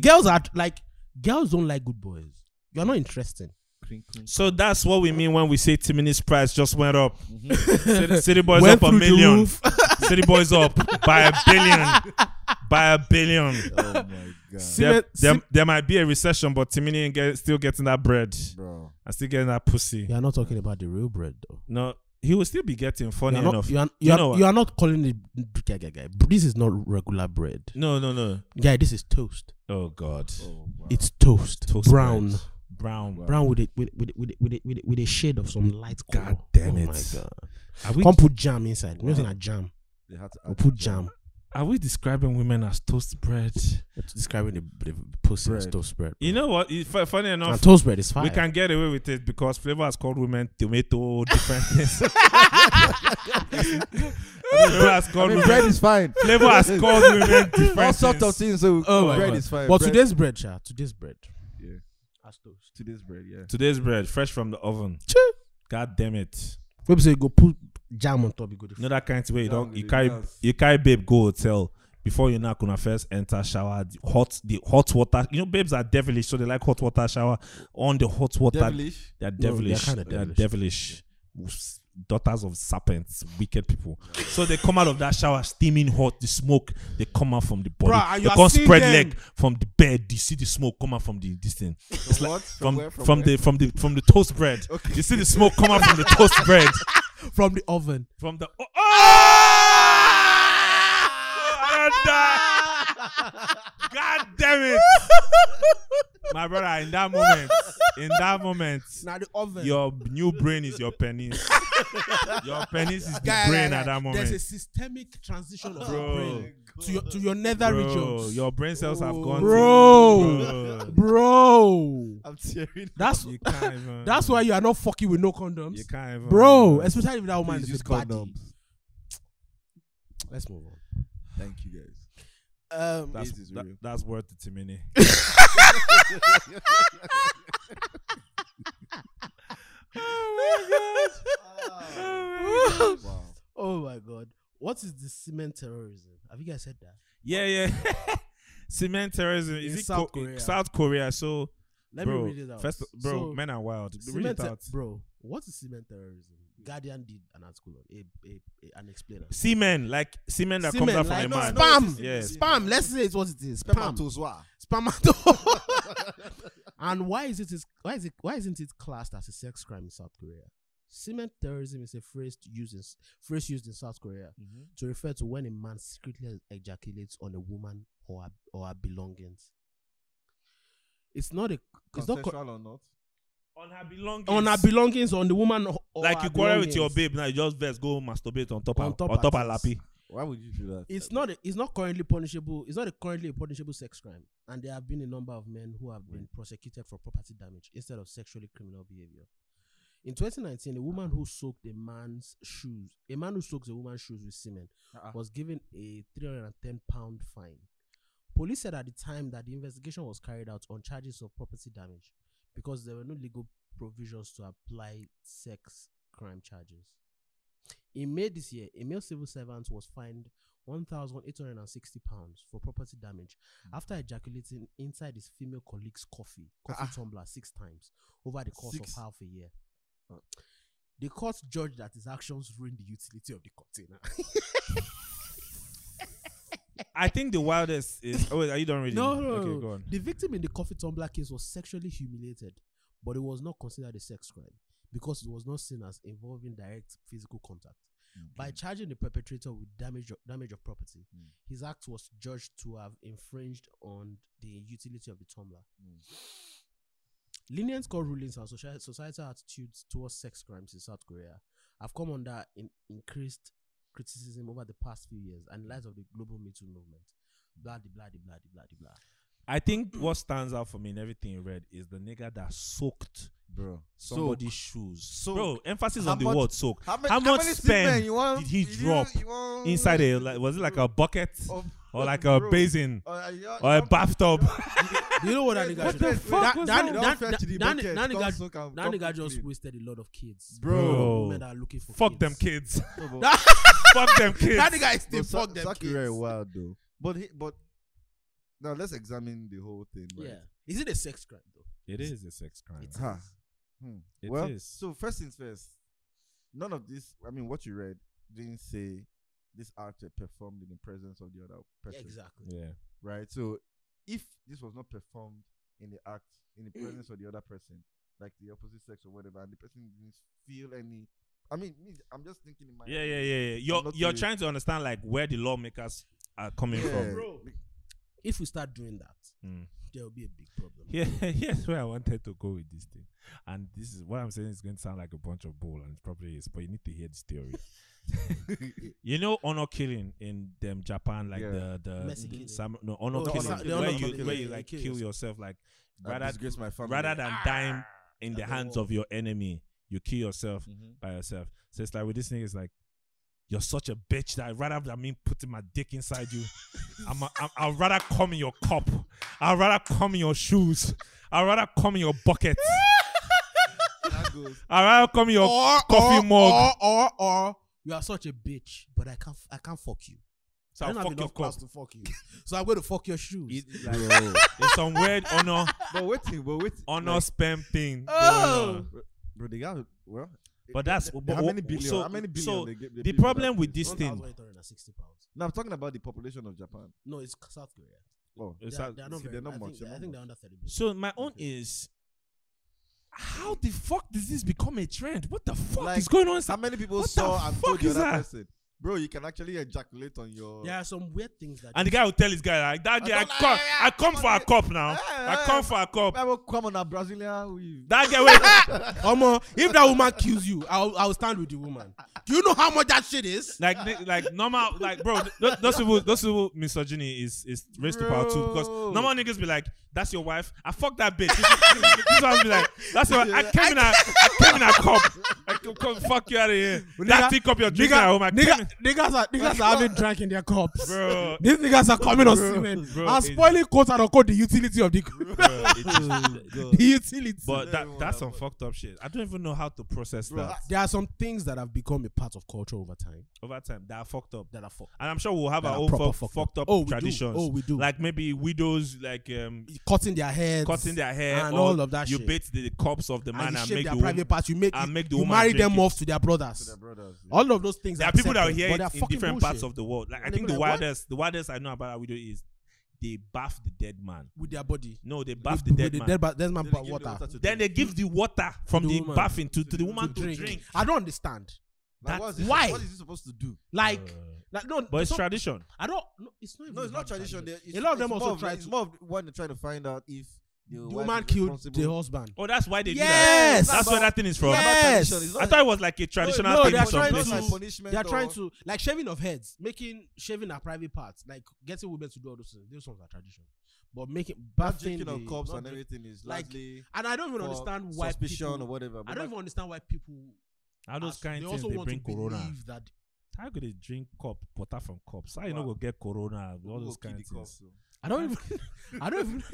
Speaker 2: Girls are like, girls don't like good boys. You are not interesting.
Speaker 3: Cring, cring.
Speaker 1: so that's what we mean when we say Timini's price just went up. City, City boys
Speaker 2: Mm-hmm.
Speaker 1: up
Speaker 2: Went
Speaker 1: a
Speaker 2: through the
Speaker 1: million.
Speaker 2: roof.
Speaker 1: City boys up by a billion. By a billion.
Speaker 3: Oh my god,
Speaker 1: There,
Speaker 2: Cement-
Speaker 1: there, there might be a recession, but Timini ain't get, still getting that bread.
Speaker 3: bro.
Speaker 1: I'm still getting that pussy.
Speaker 2: You are not talking about the real bread, though.
Speaker 1: No, he will still be getting
Speaker 2: You
Speaker 1: funny
Speaker 2: are,
Speaker 1: enough.
Speaker 2: not, you, are, you,
Speaker 1: You
Speaker 2: are,
Speaker 1: know what?
Speaker 2: you are not calling it guy, guy, guy. This is not regular bread.
Speaker 1: no, no, no.
Speaker 2: Guy, this is toast.
Speaker 1: Oh God.
Speaker 3: Oh, wow.
Speaker 2: It's toast,
Speaker 1: Toast
Speaker 2: brown,
Speaker 1: bread. Brown.
Speaker 3: Wow.
Speaker 2: brown with it with with with with, with, with, with a shade of some light color.
Speaker 1: God damn
Speaker 2: Oh
Speaker 1: it.
Speaker 2: my god!
Speaker 1: Are we
Speaker 2: Come put jam inside. We're not saying a jam.
Speaker 3: They had to
Speaker 2: We'll
Speaker 3: add
Speaker 2: put jam.
Speaker 1: are we describing women as toast bread?
Speaker 2: It's describing the, the pussy as
Speaker 3: Bread.
Speaker 2: toast bread.
Speaker 1: You know what? It- fu- funny
Speaker 2: and
Speaker 1: enough,
Speaker 2: toast bread is fine.
Speaker 1: we can get away with it because flavor has called women tomato different things. flavor has
Speaker 3: I
Speaker 1: called
Speaker 3: mean,
Speaker 1: women.
Speaker 3: bread is fine.
Speaker 1: flavor has called women different
Speaker 3: All sorts of
Speaker 1: things.
Speaker 3: things. So
Speaker 2: Oh my
Speaker 3: bread
Speaker 2: God.
Speaker 3: is fine.
Speaker 2: But
Speaker 3: bread,
Speaker 2: today's bread, Sha, today's bread.
Speaker 3: Yeah.
Speaker 2: As toast.
Speaker 3: today's bread, yeah.
Speaker 1: Today's bread, fresh from the oven. God damn it!
Speaker 2: Maybe say you go put jam on top, you go
Speaker 1: You know that kind of way you don't you
Speaker 3: Down
Speaker 1: carry
Speaker 3: with the
Speaker 1: you carry babe go hotel before you now gonna first enter shower the hot the hot water you know babes are devilish so they like hot water shower on the hot water
Speaker 3: Devilish.
Speaker 1: they're
Speaker 2: No, they're
Speaker 1: devilish
Speaker 2: kinda
Speaker 1: they're
Speaker 2: devilish.
Speaker 1: devilish, S- daughters of serpents wicked people so they come out of that shower steaming hot the smoke they come out from the body
Speaker 2: Bruh, and you
Speaker 1: they
Speaker 2: are
Speaker 1: can't
Speaker 2: seeing
Speaker 1: spread
Speaker 2: them.
Speaker 1: leg from the bed you see the smoke come out from the this thing
Speaker 3: From what?
Speaker 1: from
Speaker 3: where?
Speaker 1: from,
Speaker 3: where?
Speaker 1: the from the from the toast bread you see the smoke come out from the toast bread
Speaker 2: from the oven.
Speaker 1: from the oh, oh! Brother! God damn it, my brother! In that moment, in that moment,
Speaker 2: Now the oven.
Speaker 1: your new brain is your penis. Your penis is the
Speaker 2: Guy, guy,
Speaker 1: brain
Speaker 2: guy,
Speaker 1: at that
Speaker 2: There's a
Speaker 1: moment,
Speaker 2: systemic transition of
Speaker 1: Bro.
Speaker 2: your brain to your to your nether
Speaker 1: bro.
Speaker 2: regions.
Speaker 1: Your brain cells have gone,
Speaker 2: Bro.
Speaker 1: To,
Speaker 2: bro,
Speaker 3: I'm tearing.
Speaker 2: that's
Speaker 1: You can't even.
Speaker 2: that's why you are not fucking with no condoms,
Speaker 1: you can't even,
Speaker 2: bro. Especially if that woman
Speaker 3: Please
Speaker 2: is
Speaker 3: use
Speaker 2: a baddie.
Speaker 3: condoms.
Speaker 2: Let's move on.
Speaker 3: Thank you guys.
Speaker 2: Um,
Speaker 1: That's,
Speaker 3: This is
Speaker 1: that,
Speaker 3: real.
Speaker 1: that's worth it to me.
Speaker 2: oh, my
Speaker 3: Wow.
Speaker 2: god, what is the cement terrorism? Have you guys heard that?
Speaker 1: Yeah, yeah. Cement terrorism is
Speaker 2: In
Speaker 1: it
Speaker 2: South
Speaker 1: South,
Speaker 2: Korea.
Speaker 1: Korea. South Korea? So,
Speaker 2: Let
Speaker 1: bro,
Speaker 2: me read it out.
Speaker 1: First, bro,
Speaker 2: So,
Speaker 1: men are wild. Read
Speaker 2: cement
Speaker 1: it
Speaker 2: ter-
Speaker 1: out.
Speaker 2: bro. What is cement terrorism? Guardian did an article on a, a, a, an explainer.
Speaker 1: Semen, like semen that
Speaker 2: Semen,
Speaker 1: comes out from
Speaker 2: like-
Speaker 1: a
Speaker 2: no,
Speaker 1: man.
Speaker 2: no, Spam.
Speaker 1: Yeah.
Speaker 2: Spam. Let's say it's what it is. Spam.
Speaker 3: Spamatozoa.
Speaker 2: Spamato. and why is it is why is it why isn't it classed as a sex crime in South Korea? Cement terrorism is a phrase to use in, phrase used in South Korea to refer to when a man secretly ejaculates on a woman or her, or her belongings. It's not a it's not co-
Speaker 3: Consensual or not?
Speaker 1: On her belongings.
Speaker 2: on her belongings on the woman or, or
Speaker 1: like
Speaker 2: her
Speaker 1: you quarrel with your
Speaker 2: belongings.
Speaker 1: babe now, you just best go masturbate on top
Speaker 2: On
Speaker 1: of
Speaker 2: top
Speaker 1: on top
Speaker 2: her
Speaker 1: of
Speaker 2: tits.
Speaker 1: lappy.
Speaker 3: Why would you do that?
Speaker 2: It's not a, it's not currently punishable. It's not a currently a punishable sex crime, and there have been a number of men who have been prosecuted for property damage instead of sexually criminal behavior. In 2019, a woman who soaked a man's shoes, a man who soaks a woman's shoes with semen,
Speaker 3: Uh-uh.
Speaker 2: was given a 310 pound fine. Police said at the time that the investigation was carried out on charges of property damage because there were no legal provisions to apply sex crime charges. In May this year, a male civil servant was fined 1,860 pounds for property damage
Speaker 3: Hmm.
Speaker 2: after ejaculating inside his female colleague's coffee, coffee
Speaker 3: Ah.
Speaker 2: tumbler six times over the course
Speaker 3: Six.
Speaker 2: of half a year.
Speaker 3: Oh.
Speaker 2: The court judged that his actions ruined the utility of the container.
Speaker 1: I think the wildest is. Oh, wait, are you done reading?
Speaker 2: no, no, no.
Speaker 1: Okay, go on.
Speaker 2: The victim in the coffee tumbler case was sexually humiliated, but it was not considered a sex crime because it was not seen as involving direct physical contact. By charging the perpetrator with damage of, damage of property,
Speaker 3: Mm.
Speaker 2: his act was judged to have infringed on the utility of the tumbler. Lenient court rulings and soci- societal attitudes towards sex crimes in South Korea have come under in- increased criticism over the past few years and in light of the global Me Too movement. Blah, de, blah, de, blah, de, blah, de, blah.
Speaker 1: I think what stands out for me in everything you read is the nigga that soaked
Speaker 3: Bro.
Speaker 1: somebody's shoes.
Speaker 3: Soak.
Speaker 1: Bro, emphasis
Speaker 3: How
Speaker 1: on the
Speaker 3: much-
Speaker 1: word soak.
Speaker 3: How, ma-
Speaker 1: How much
Speaker 3: many
Speaker 1: sperm
Speaker 3: semen you want,
Speaker 1: did he
Speaker 3: you-
Speaker 1: drop
Speaker 3: you want-
Speaker 1: Inside a like, was it like a bucket
Speaker 3: Of- uh,
Speaker 1: or like a
Speaker 3: Bro.
Speaker 1: basin
Speaker 3: Or a, yo-
Speaker 1: or a
Speaker 3: yo-
Speaker 1: bathtub?
Speaker 2: You know what that nigga
Speaker 3: What
Speaker 2: should
Speaker 3: the
Speaker 2: have-
Speaker 3: fuck
Speaker 2: that-
Speaker 3: was
Speaker 2: that- that-
Speaker 3: that? Don't fetch the
Speaker 2: that- that
Speaker 3: bucket,
Speaker 2: nigga-
Speaker 3: come soak am-
Speaker 2: That
Speaker 3: come
Speaker 2: nigga
Speaker 3: cook
Speaker 2: just
Speaker 3: clean.
Speaker 2: wasted a lot of kids.
Speaker 3: Bro.
Speaker 2: A lot of women that are looking for
Speaker 1: Fuck
Speaker 2: kids.
Speaker 1: them kids.
Speaker 3: No, but-
Speaker 1: Fuck them
Speaker 2: That
Speaker 1: kids.
Speaker 2: nigga is the
Speaker 3: but Sa-
Speaker 2: fuck them
Speaker 3: Saki
Speaker 2: kids.
Speaker 3: very wild though. But he, but now let's examine the whole thing. Right?
Speaker 2: Yeah. Is it a sex crime though?
Speaker 1: It is a sex crime.
Speaker 2: It's-
Speaker 3: Huh. Hmm.
Speaker 1: It
Speaker 3: well,
Speaker 1: is.
Speaker 3: so first things first. None of this. I mean, what you read didn't say this actor performed in the presence of the other person,
Speaker 2: Exactly.
Speaker 1: Yeah.
Speaker 3: right? So if this was not performed in the act in
Speaker 1: Mm.
Speaker 3: the presence of the other person, like the opposite sex or whatever, and the person didn't feel any. I mean, me, I'm just thinking in my
Speaker 1: Yeah, yeah, yeah. yeah. You're
Speaker 3: not
Speaker 1: you're
Speaker 3: really-
Speaker 1: trying to understand like where the lawmakers are coming
Speaker 3: Yeah.
Speaker 1: from.
Speaker 2: Bro. If we start doing that,
Speaker 1: Mm.
Speaker 2: there will be a big problem.
Speaker 1: Yeah, here's where I wanted to go with this thing. And this is what I'm saying is going to sound like a bunch of bull, and it probably is, but you need to hear this theory. you know, honor killing in them Japan, like
Speaker 3: Yeah.
Speaker 1: the the
Speaker 2: Mercy killing.
Speaker 1: sam- no honor
Speaker 2: Oh, the
Speaker 1: killing,
Speaker 3: honor- the
Speaker 1: where
Speaker 3: honor
Speaker 1: you
Speaker 3: killing.
Speaker 1: where
Speaker 2: Yeah,
Speaker 1: you
Speaker 2: yeah,
Speaker 1: like
Speaker 2: kill
Speaker 1: kill, yourself,
Speaker 2: yourself.
Speaker 1: like
Speaker 3: I
Speaker 1: rather
Speaker 3: disgrace my family. Ah!
Speaker 1: rather than dying in
Speaker 2: At
Speaker 1: the
Speaker 2: the
Speaker 1: hands
Speaker 2: wall.
Speaker 1: of your enemy, you kill yourself
Speaker 3: Mhm.
Speaker 1: by yourself. So it's like with this thing, it's like you're such a bitch that rather than me putting my dick inside you, I'm a, I'm, I'd rather come in your cup. I'd rather come in your shoes. I'd rather come in your bucket.
Speaker 3: That goes.
Speaker 1: I'd rather come in your
Speaker 3: oh.
Speaker 1: coffee mug.
Speaker 2: Or, or, or, you are such a bitch, but I can't, I can't fuck you.
Speaker 1: so
Speaker 2: I
Speaker 1: I'll
Speaker 2: don't have
Speaker 1: fuck your
Speaker 2: enough class
Speaker 1: cup.
Speaker 2: to fuck you. So I'm going to fuck your shoes.
Speaker 1: It- like,
Speaker 3: Yo.
Speaker 1: it's some weird honor
Speaker 3: but waiting, but wait.
Speaker 1: honor
Speaker 3: like,
Speaker 1: spam thing.
Speaker 2: Oh!
Speaker 1: going on.
Speaker 3: bro, they got well.
Speaker 1: But that's
Speaker 3: How
Speaker 1: Oh, but-
Speaker 3: many billion?
Speaker 1: So,
Speaker 3: how many billion?
Speaker 1: so
Speaker 3: they give- they
Speaker 1: the
Speaker 3: give for
Speaker 1: problem
Speaker 3: that
Speaker 1: with
Speaker 3: place?
Speaker 1: this thing,
Speaker 2: 1,860 pounds.
Speaker 3: No, I'm talking about the population of Japan.
Speaker 2: No, it's South Korea.
Speaker 3: Oh,
Speaker 1: It's
Speaker 2: They're,
Speaker 1: not-
Speaker 2: they're not
Speaker 3: see,
Speaker 2: very,
Speaker 3: they're not
Speaker 2: I
Speaker 3: much,
Speaker 2: Think,
Speaker 3: they're
Speaker 2: I
Speaker 3: not
Speaker 2: think
Speaker 3: much.
Speaker 2: they're under 30 million.
Speaker 1: So my own is how the fuck does this become a trend? What the fuck
Speaker 3: Like,
Speaker 1: is going on?
Speaker 3: How many people
Speaker 1: What the
Speaker 3: saw and
Speaker 1: fuck
Speaker 3: told the
Speaker 1: is
Speaker 3: other
Speaker 1: that?
Speaker 3: person, bro? You can actually ejaculate on your.
Speaker 2: there are some weird things that
Speaker 1: And the guy will tell his guy like that guy, I,
Speaker 3: I don't
Speaker 1: come,
Speaker 3: like-
Speaker 1: I come for a cup now.
Speaker 3: Ah,
Speaker 1: I come for a cup.
Speaker 3: I will come on a Brazilian. We,
Speaker 1: That guy wait,
Speaker 2: Omo, if that woman kills you, I'll I'll stand with the woman. Do you know how much that shit is?
Speaker 1: like ni- like normal like bro. th- Those, those people those people misogyny is is race to power too because
Speaker 3: Bro.
Speaker 1: normal niggas be like that's your wife. I fuck that bitch. This- this this one be like that's your. I came in a I came in a cup. I come, come fuck you out of here. That teacup you're drinking at home. I came in-
Speaker 2: niggas are niggas are having drunk in their cups.
Speaker 1: bro.
Speaker 2: These niggas are coming on
Speaker 1: Bro, bro, it's-
Speaker 2: quote and unquote the utility of the
Speaker 1: bro, it just-
Speaker 2: the utility.
Speaker 1: But that,
Speaker 3: Everyone
Speaker 1: that's
Speaker 3: have
Speaker 1: some
Speaker 3: one.
Speaker 1: fucked up shit. I don't even know how to process
Speaker 3: bro,
Speaker 1: that
Speaker 2: there are some things that have become a part of culture over time
Speaker 1: over time. That are fucked up.
Speaker 2: that are fucked.
Speaker 1: And I'm sure we'll have
Speaker 2: That
Speaker 1: our
Speaker 2: are
Speaker 1: own
Speaker 2: proper
Speaker 1: fuck,
Speaker 2: fucked
Speaker 1: fucked,
Speaker 2: up.
Speaker 1: up
Speaker 2: Oh, we do.
Speaker 1: traditions.
Speaker 2: Oh, we do.
Speaker 1: Like maybe widows, like um,
Speaker 2: Cutting their heads,
Speaker 1: cutting their hair
Speaker 2: and
Speaker 1: or
Speaker 2: all of that
Speaker 1: You
Speaker 2: shit.
Speaker 1: bait the, the corpse of the
Speaker 2: and
Speaker 1: man
Speaker 2: you
Speaker 1: and
Speaker 2: shape
Speaker 1: make
Speaker 2: their
Speaker 1: the woman.
Speaker 2: private parts. You make,
Speaker 1: and make the
Speaker 2: you
Speaker 1: woman
Speaker 2: marry
Speaker 1: break
Speaker 2: them
Speaker 1: it.
Speaker 2: off to their
Speaker 3: to
Speaker 2: brothers.
Speaker 3: their brothers. yeah.
Speaker 2: All of those things.
Speaker 1: There
Speaker 2: are
Speaker 1: are people that will
Speaker 2: accepted,
Speaker 1: hear
Speaker 2: but
Speaker 1: it
Speaker 2: they're
Speaker 1: in
Speaker 2: fucking
Speaker 1: different parts
Speaker 2: bullshit.
Speaker 1: of the world. Like I
Speaker 2: And
Speaker 1: think
Speaker 2: they
Speaker 1: the
Speaker 2: be like, what?
Speaker 1: wildest, the wildest I know about a widow is they bath the dead man.
Speaker 2: with their body.
Speaker 1: No, they bath
Speaker 2: With-
Speaker 1: the
Speaker 2: with
Speaker 1: dead
Speaker 2: the
Speaker 1: man.
Speaker 2: dead, ba- dead man
Speaker 3: Then they
Speaker 2: ba-
Speaker 3: give the
Speaker 2: water.
Speaker 3: to
Speaker 1: then they
Speaker 3: drink.
Speaker 1: give the water from
Speaker 2: To the
Speaker 1: the,
Speaker 2: woman.
Speaker 1: bathing to, to the woman to
Speaker 2: drink.
Speaker 1: drink.
Speaker 2: I don't understand.
Speaker 3: Like,
Speaker 1: that-
Speaker 3: what's this-
Speaker 2: why?
Speaker 3: What is this supposed to do?
Speaker 2: Like,
Speaker 1: Uh,
Speaker 2: like no,
Speaker 1: but it's
Speaker 2: some-
Speaker 1: tradition.
Speaker 2: I don't. No, it's not.
Speaker 3: No,
Speaker 2: even
Speaker 3: it's not
Speaker 2: about
Speaker 3: tradition. They-
Speaker 2: A lot of them
Speaker 3: it's more
Speaker 2: also try
Speaker 3: It's
Speaker 2: to.
Speaker 3: more of one they're trying to find out if the
Speaker 2: The
Speaker 3: wife
Speaker 2: woman
Speaker 3: is
Speaker 2: killed
Speaker 3: responsible.
Speaker 2: the husband.
Speaker 1: Oh, that's why they
Speaker 2: Yes!
Speaker 1: do that. That's where that thing is from.
Speaker 3: It's not about
Speaker 2: Yes!
Speaker 3: tradition, it's not
Speaker 1: I thought it was like a traditional
Speaker 2: No,
Speaker 1: thing.
Speaker 2: they are
Speaker 1: in some
Speaker 2: trying
Speaker 1: places.
Speaker 2: to-
Speaker 3: like punishment.
Speaker 2: They are trying
Speaker 3: or-
Speaker 2: to like shaving of heads, making shaving our private parts, like getting women to do all those things. Those ones are tradition, but making
Speaker 3: that
Speaker 2: bathing
Speaker 3: drinking on
Speaker 2: the-
Speaker 3: cups
Speaker 2: not
Speaker 3: and
Speaker 2: drink-
Speaker 3: everything is
Speaker 2: like,
Speaker 3: largely
Speaker 2: And I don't even
Speaker 3: for
Speaker 2: understand why
Speaker 3: suspicion
Speaker 2: people.
Speaker 3: or whatever.
Speaker 2: I
Speaker 3: but
Speaker 2: don't
Speaker 3: like-
Speaker 2: even understand why people.
Speaker 1: All those
Speaker 2: ask-
Speaker 1: kind
Speaker 2: they
Speaker 1: of things
Speaker 2: also
Speaker 1: they
Speaker 2: want
Speaker 1: bring
Speaker 2: to
Speaker 1: corona.
Speaker 2: believe that
Speaker 1: How could they drink cup water from cups? How you
Speaker 3: Wow.
Speaker 1: not go get corona?
Speaker 3: who
Speaker 1: All
Speaker 3: will
Speaker 1: those
Speaker 3: kill
Speaker 1: kind of
Speaker 3: the
Speaker 1: things.
Speaker 3: cups, though?
Speaker 2: I don't even. I don't even.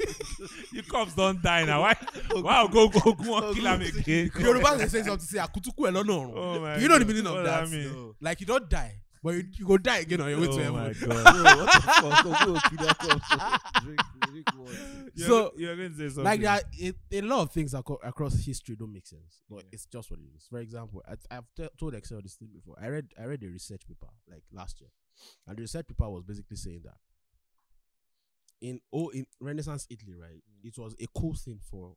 Speaker 1: Your cups don't die now. Why? Wow, go go go and kill him again.
Speaker 2: Yoruba they say something. Say akutuku elona.
Speaker 1: Oh my
Speaker 2: You know the
Speaker 1: God.
Speaker 2: meaning of
Speaker 1: What
Speaker 2: that.
Speaker 1: I mean?
Speaker 3: No.
Speaker 2: Like you don't die, but you, you go die again on your way
Speaker 1: Oh
Speaker 2: to
Speaker 1: my
Speaker 2: heaven.
Speaker 1: god.
Speaker 3: Bro, what the fuck? Who will kill that cups? Drink, drink water.
Speaker 1: You're,
Speaker 2: So-
Speaker 1: you're going to say something.
Speaker 2: Like there are a, a lot of things aco- across history don't make sense, but
Speaker 3: Yeah.
Speaker 2: it's just what it is. For example, I, I've t- told Excel this thing before. I read I read a research paper like last year, and the research paper was basically saying that in oh in Renaissance Italy, right,
Speaker 1: Mm.
Speaker 2: it was a cool thing for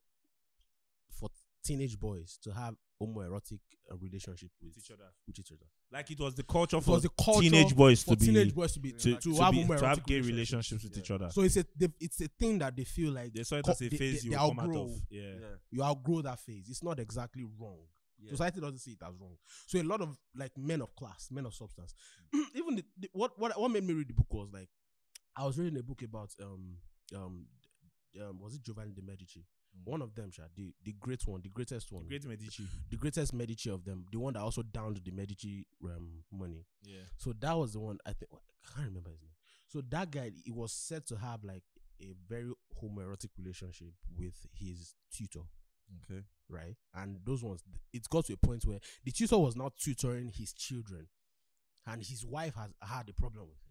Speaker 2: for teenage boys to have homoerotic uh, relationship with
Speaker 1: Each other.
Speaker 2: with each other.
Speaker 1: Like it was the culture
Speaker 2: It
Speaker 1: for
Speaker 2: was a culture
Speaker 1: teenage boys
Speaker 2: for
Speaker 1: to be
Speaker 2: teenage boys to be
Speaker 1: to,
Speaker 2: to,
Speaker 1: to,
Speaker 2: have
Speaker 1: be, to
Speaker 2: homoerotic
Speaker 1: have gay
Speaker 2: relationship.
Speaker 1: relationships with
Speaker 3: Yeah.
Speaker 1: each other.
Speaker 2: So it's a they, it's a thing that they feel like
Speaker 1: they saw it
Speaker 2: co-
Speaker 1: as a
Speaker 2: they-
Speaker 1: phase
Speaker 2: they-
Speaker 1: you
Speaker 2: they
Speaker 1: will come out
Speaker 2: outgrow.
Speaker 1: of. Yeah.
Speaker 3: Yeah.
Speaker 2: you outgrow that phase. It's not exactly wrong.
Speaker 3: Yeah.
Speaker 2: Society doesn't see it as wrong. So a lot of like men of class, men of substance. Even the, the, what what what made me read the book was like I was reading a book about um um um was it Giovanni de Medici? One of them, Sha, the, the great one, the greatest one,
Speaker 1: Mm. Great Medici.
Speaker 2: the greatest Medici of them, the one that also downed the Medici um, money.
Speaker 1: Yeah.
Speaker 2: So that was the one I think I can't remember his name. So that guy, he was said to have like a very homoerotic relationship with his tutor
Speaker 3: Okay.
Speaker 2: right? And those ones, th- it got to a point where the tutor was now tutoring his children, and his wife has had a problem with it.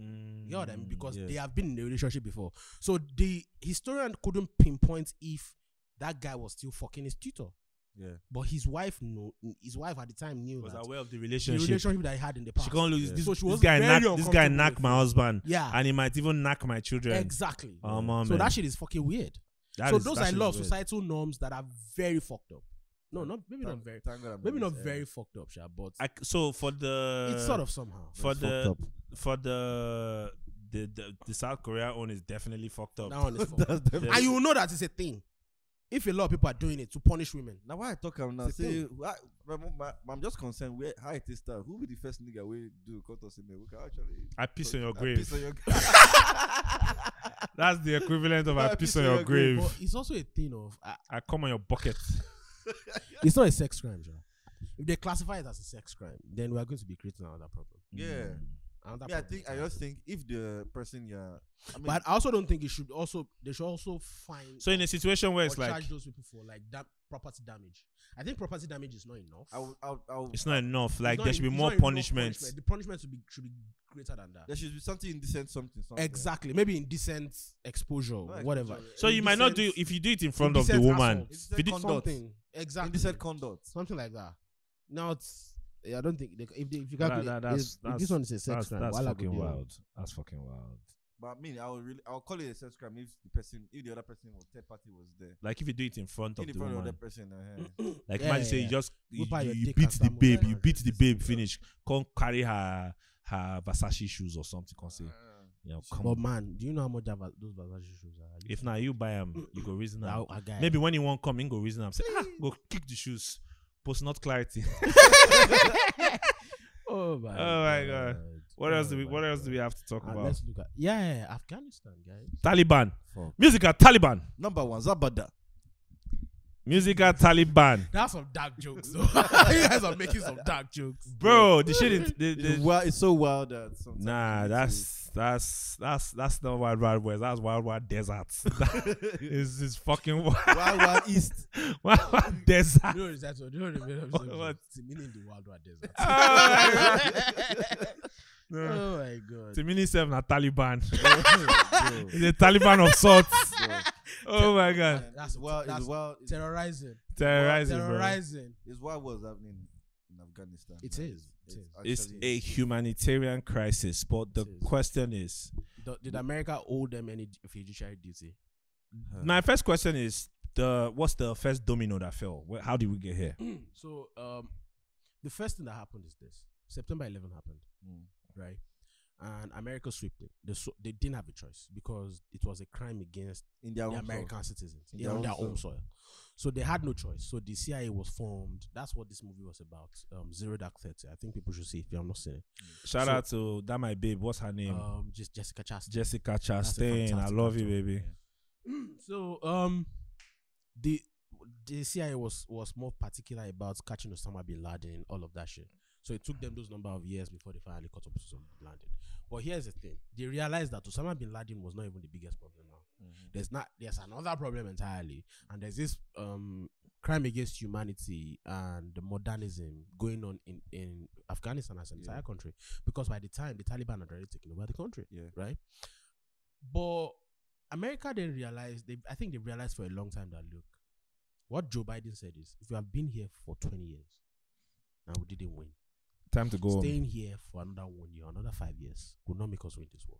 Speaker 2: You know what I
Speaker 1: Mm,
Speaker 2: mean? Because
Speaker 3: yeah.
Speaker 2: they have been in a relationship before, so the historian couldn't pinpoint if that guy was still fucking his tutor,
Speaker 3: Yeah.
Speaker 2: but his wife knew. His wife at the time knew
Speaker 1: was
Speaker 2: that
Speaker 1: aware of the
Speaker 2: the
Speaker 1: relationship.
Speaker 2: relationship that he had in the past.
Speaker 1: She can't lose
Speaker 3: Yeah.
Speaker 1: this,
Speaker 2: So she
Speaker 1: this
Speaker 2: was
Speaker 1: guy.
Speaker 2: very
Speaker 1: Knack, this guy
Speaker 2: uncomfortable Ah.
Speaker 1: knack
Speaker 2: with
Speaker 1: my husband,
Speaker 2: yeah,
Speaker 1: and he might even knack my children.
Speaker 2: exactly.
Speaker 1: Oh man,
Speaker 2: So that shit is fucking weird. so those are a lot of societal norms that are very fucked up. No, not maybe not
Speaker 3: Thank-
Speaker 2: very,
Speaker 3: thank God I'm
Speaker 2: maybe
Speaker 3: not
Speaker 2: not
Speaker 3: this eh.
Speaker 2: very
Speaker 3: era.
Speaker 2: fucked up, sha, but
Speaker 1: I, so for the
Speaker 2: it's sort of somehow.
Speaker 1: for
Speaker 3: It's
Speaker 1: the
Speaker 3: fucked up.
Speaker 1: for the the, the the South Korea one is definitely fucked up.
Speaker 2: That one is fucked up.
Speaker 3: definitely-
Speaker 1: Yeah.
Speaker 2: And you will know that it's a thing. If a lot of people are doing it to punish women,
Speaker 3: Now why I talk am now?
Speaker 2: It's a
Speaker 3: Say, why, my, my, I'm just concerned where how it is start. Who be the first nigga we do cut us in there? We can actually
Speaker 1: I piss on your
Speaker 3: I
Speaker 1: grave.
Speaker 3: Piss on your grave.
Speaker 1: That's the equivalent of
Speaker 3: I
Speaker 1: I piss on your grave.
Speaker 2: But it's also a thing of uh,
Speaker 1: I come on your bucket.
Speaker 2: it's not a sex crime, Joe. If they classify it as a sex crime, then we are going to be creating another problem.
Speaker 3: yeah.
Speaker 2: Another
Speaker 3: Yeah, I
Speaker 2: problem
Speaker 3: think
Speaker 2: to
Speaker 3: I
Speaker 2: tackle.
Speaker 3: just think if the person you're, I mean,
Speaker 2: But I also don't think it should also they should also find
Speaker 1: So in a situation where
Speaker 2: or
Speaker 1: it's like
Speaker 2: charge those people for like that property damage. I think property damage is not enough.
Speaker 3: I would, I would, I would,
Speaker 1: it's not enough, like
Speaker 2: It's not
Speaker 1: there
Speaker 2: en-
Speaker 1: should be
Speaker 2: it's
Speaker 1: more
Speaker 2: not enough
Speaker 1: punishment.
Speaker 2: The punishment should be should be greater than that.
Speaker 3: there should be something indecent, something, something.
Speaker 2: Exactly. Maybe indecent exposure,
Speaker 3: Not
Speaker 2: whatever.
Speaker 3: exposure,
Speaker 1: So you might not do
Speaker 2: Indecent-
Speaker 1: if you do it in front of the
Speaker 2: indecent
Speaker 1: woman.
Speaker 2: assault.
Speaker 3: Indecent
Speaker 1: If you do
Speaker 3: conduct.
Speaker 2: something exactly
Speaker 3: Indecent conduct.
Speaker 2: something like that. Now it's yeah, I don't think they, if, they, if you
Speaker 1: Nah,
Speaker 2: calculate
Speaker 1: nah,
Speaker 2: if-
Speaker 1: that's-
Speaker 2: if
Speaker 1: that's-
Speaker 2: this one is a sex
Speaker 1: That's,
Speaker 2: crime,
Speaker 1: that's
Speaker 2: wala
Speaker 1: fucking
Speaker 2: go there.
Speaker 1: wild. That's fucking wild.
Speaker 3: But I mean, I would really, I'll call it a sex crime if the person, if the other person was third party was there.
Speaker 1: Like if you do it in front of
Speaker 3: In
Speaker 1: the
Speaker 3: the front of
Speaker 1: woman,
Speaker 3: the person, uh,
Speaker 1: like
Speaker 2: Yeah,
Speaker 1: imagine
Speaker 2: yeah,
Speaker 1: say you
Speaker 2: yeah.
Speaker 1: just you,
Speaker 2: Whip out
Speaker 1: you-
Speaker 2: your
Speaker 1: you
Speaker 2: dick
Speaker 1: beat
Speaker 2: and
Speaker 1: the
Speaker 2: stamp on
Speaker 1: babe,
Speaker 2: it.
Speaker 1: you beat the babe, finish. Come carry her her Versace shoes or something.
Speaker 3: Uh-huh.
Speaker 1: Come say, you know, come.
Speaker 2: But man, do you know how much that, va- those Versace shoes are? Are you
Speaker 1: If now you buy them, you go reason
Speaker 2: Now,
Speaker 1: out.
Speaker 2: a guy.
Speaker 1: Maybe when he won't come, he go reason out. Say, ah, go kick the shoes. Post not clarity.
Speaker 2: Oh my.
Speaker 1: Oh my God. what else do we? What else do we have to talk about?
Speaker 2: Ah, Let's look at yeah, yeah, Afghanistan, guys.
Speaker 1: Taliban.
Speaker 3: Fuck.
Speaker 1: Music at Taliban.
Speaker 3: Number one, Zabada.
Speaker 1: Music at Taliban.
Speaker 2: That's some dark jokes. though. you guys are making some dark jokes,
Speaker 1: Bro, the shit is the, the,
Speaker 3: It's, wild, it's so wild that sometimes
Speaker 1: Nah,
Speaker 3: you need
Speaker 1: that's that's that's that's not wild wild west. That's wild wild deserts. It's is fucking
Speaker 3: to-
Speaker 1: wild,
Speaker 3: wild, wild east.
Speaker 1: wild, wild desert.
Speaker 2: You know, that's what. You know, the middle of the
Speaker 1: What?
Speaker 2: It's meaning the wild wild desert.
Speaker 1: Ah. No.
Speaker 2: oh my god.
Speaker 1: To me, self na Taliban.
Speaker 3: Bro,
Speaker 1: It's a Taliban of sorts.
Speaker 3: bro.
Speaker 1: Oh my god,
Speaker 3: And
Speaker 2: That's-
Speaker 3: it's wild.
Speaker 2: that's-
Speaker 3: It's wild. It's,
Speaker 2: terrorizing.
Speaker 1: terrorizing, bro.
Speaker 2: terrorizing.
Speaker 3: it's wild what's happening in Afghanistan.
Speaker 2: It
Speaker 3: man.
Speaker 2: is, it is.
Speaker 1: It's
Speaker 3: actually-
Speaker 1: a humanitarian crisis, but the
Speaker 2: It is.
Speaker 1: question is,
Speaker 2: Do- Did America owe them any d- fiduciary duty?
Speaker 3: Huh.
Speaker 1: my first question is the what's the first domino that fell? Wh- How did we get here?
Speaker 2: Mm. so, um, the first thing that happened is this: September 11 happened,
Speaker 3: Mm.
Speaker 2: right? And America swept it. They, so, they didn't have a choice because it was a crime against
Speaker 3: in their
Speaker 2: the
Speaker 3: own
Speaker 2: American
Speaker 3: soil.
Speaker 2: citizens
Speaker 3: In
Speaker 2: yeah,
Speaker 3: their
Speaker 2: on
Speaker 3: own
Speaker 2: their own soil. So they had no choice. So the CIA was formed. That's what this movie was about. Um, Zero Dark Thirty. I think people should see it if you have not seen it.
Speaker 1: Shout
Speaker 2: So-
Speaker 1: out to that my babe. What's her name?
Speaker 2: Um, just Jessica Chastain.
Speaker 1: Jessica
Speaker 2: that's a
Speaker 1: Chastain. I
Speaker 2: fantastic
Speaker 1: love you,
Speaker 2: actor.
Speaker 1: baby.
Speaker 2: so um the the CIA was was more particular about catching Osama bin Laden, all of that shit. So it took them those number of years before they finally caught up to Osama bin Laden. But here's the thing: they realized that Osama bin Laden was not even the biggest problem now.
Speaker 3: Mhm.
Speaker 2: There's not there's another problem entirely, and there's this um crime against humanity and the modernism going on in in Afghanistan as an
Speaker 3: Yeah.
Speaker 2: entire country. Because by the time the Taliban had already taken over the country,
Speaker 3: Yeah.
Speaker 2: right? But America didn't realize they I think they realized for a long time that look, what Joe Biden said is if you have been here for 20 years and we didn't win,
Speaker 1: Time to go. home.
Speaker 2: staying here for another one year, another five years could not make us win this war.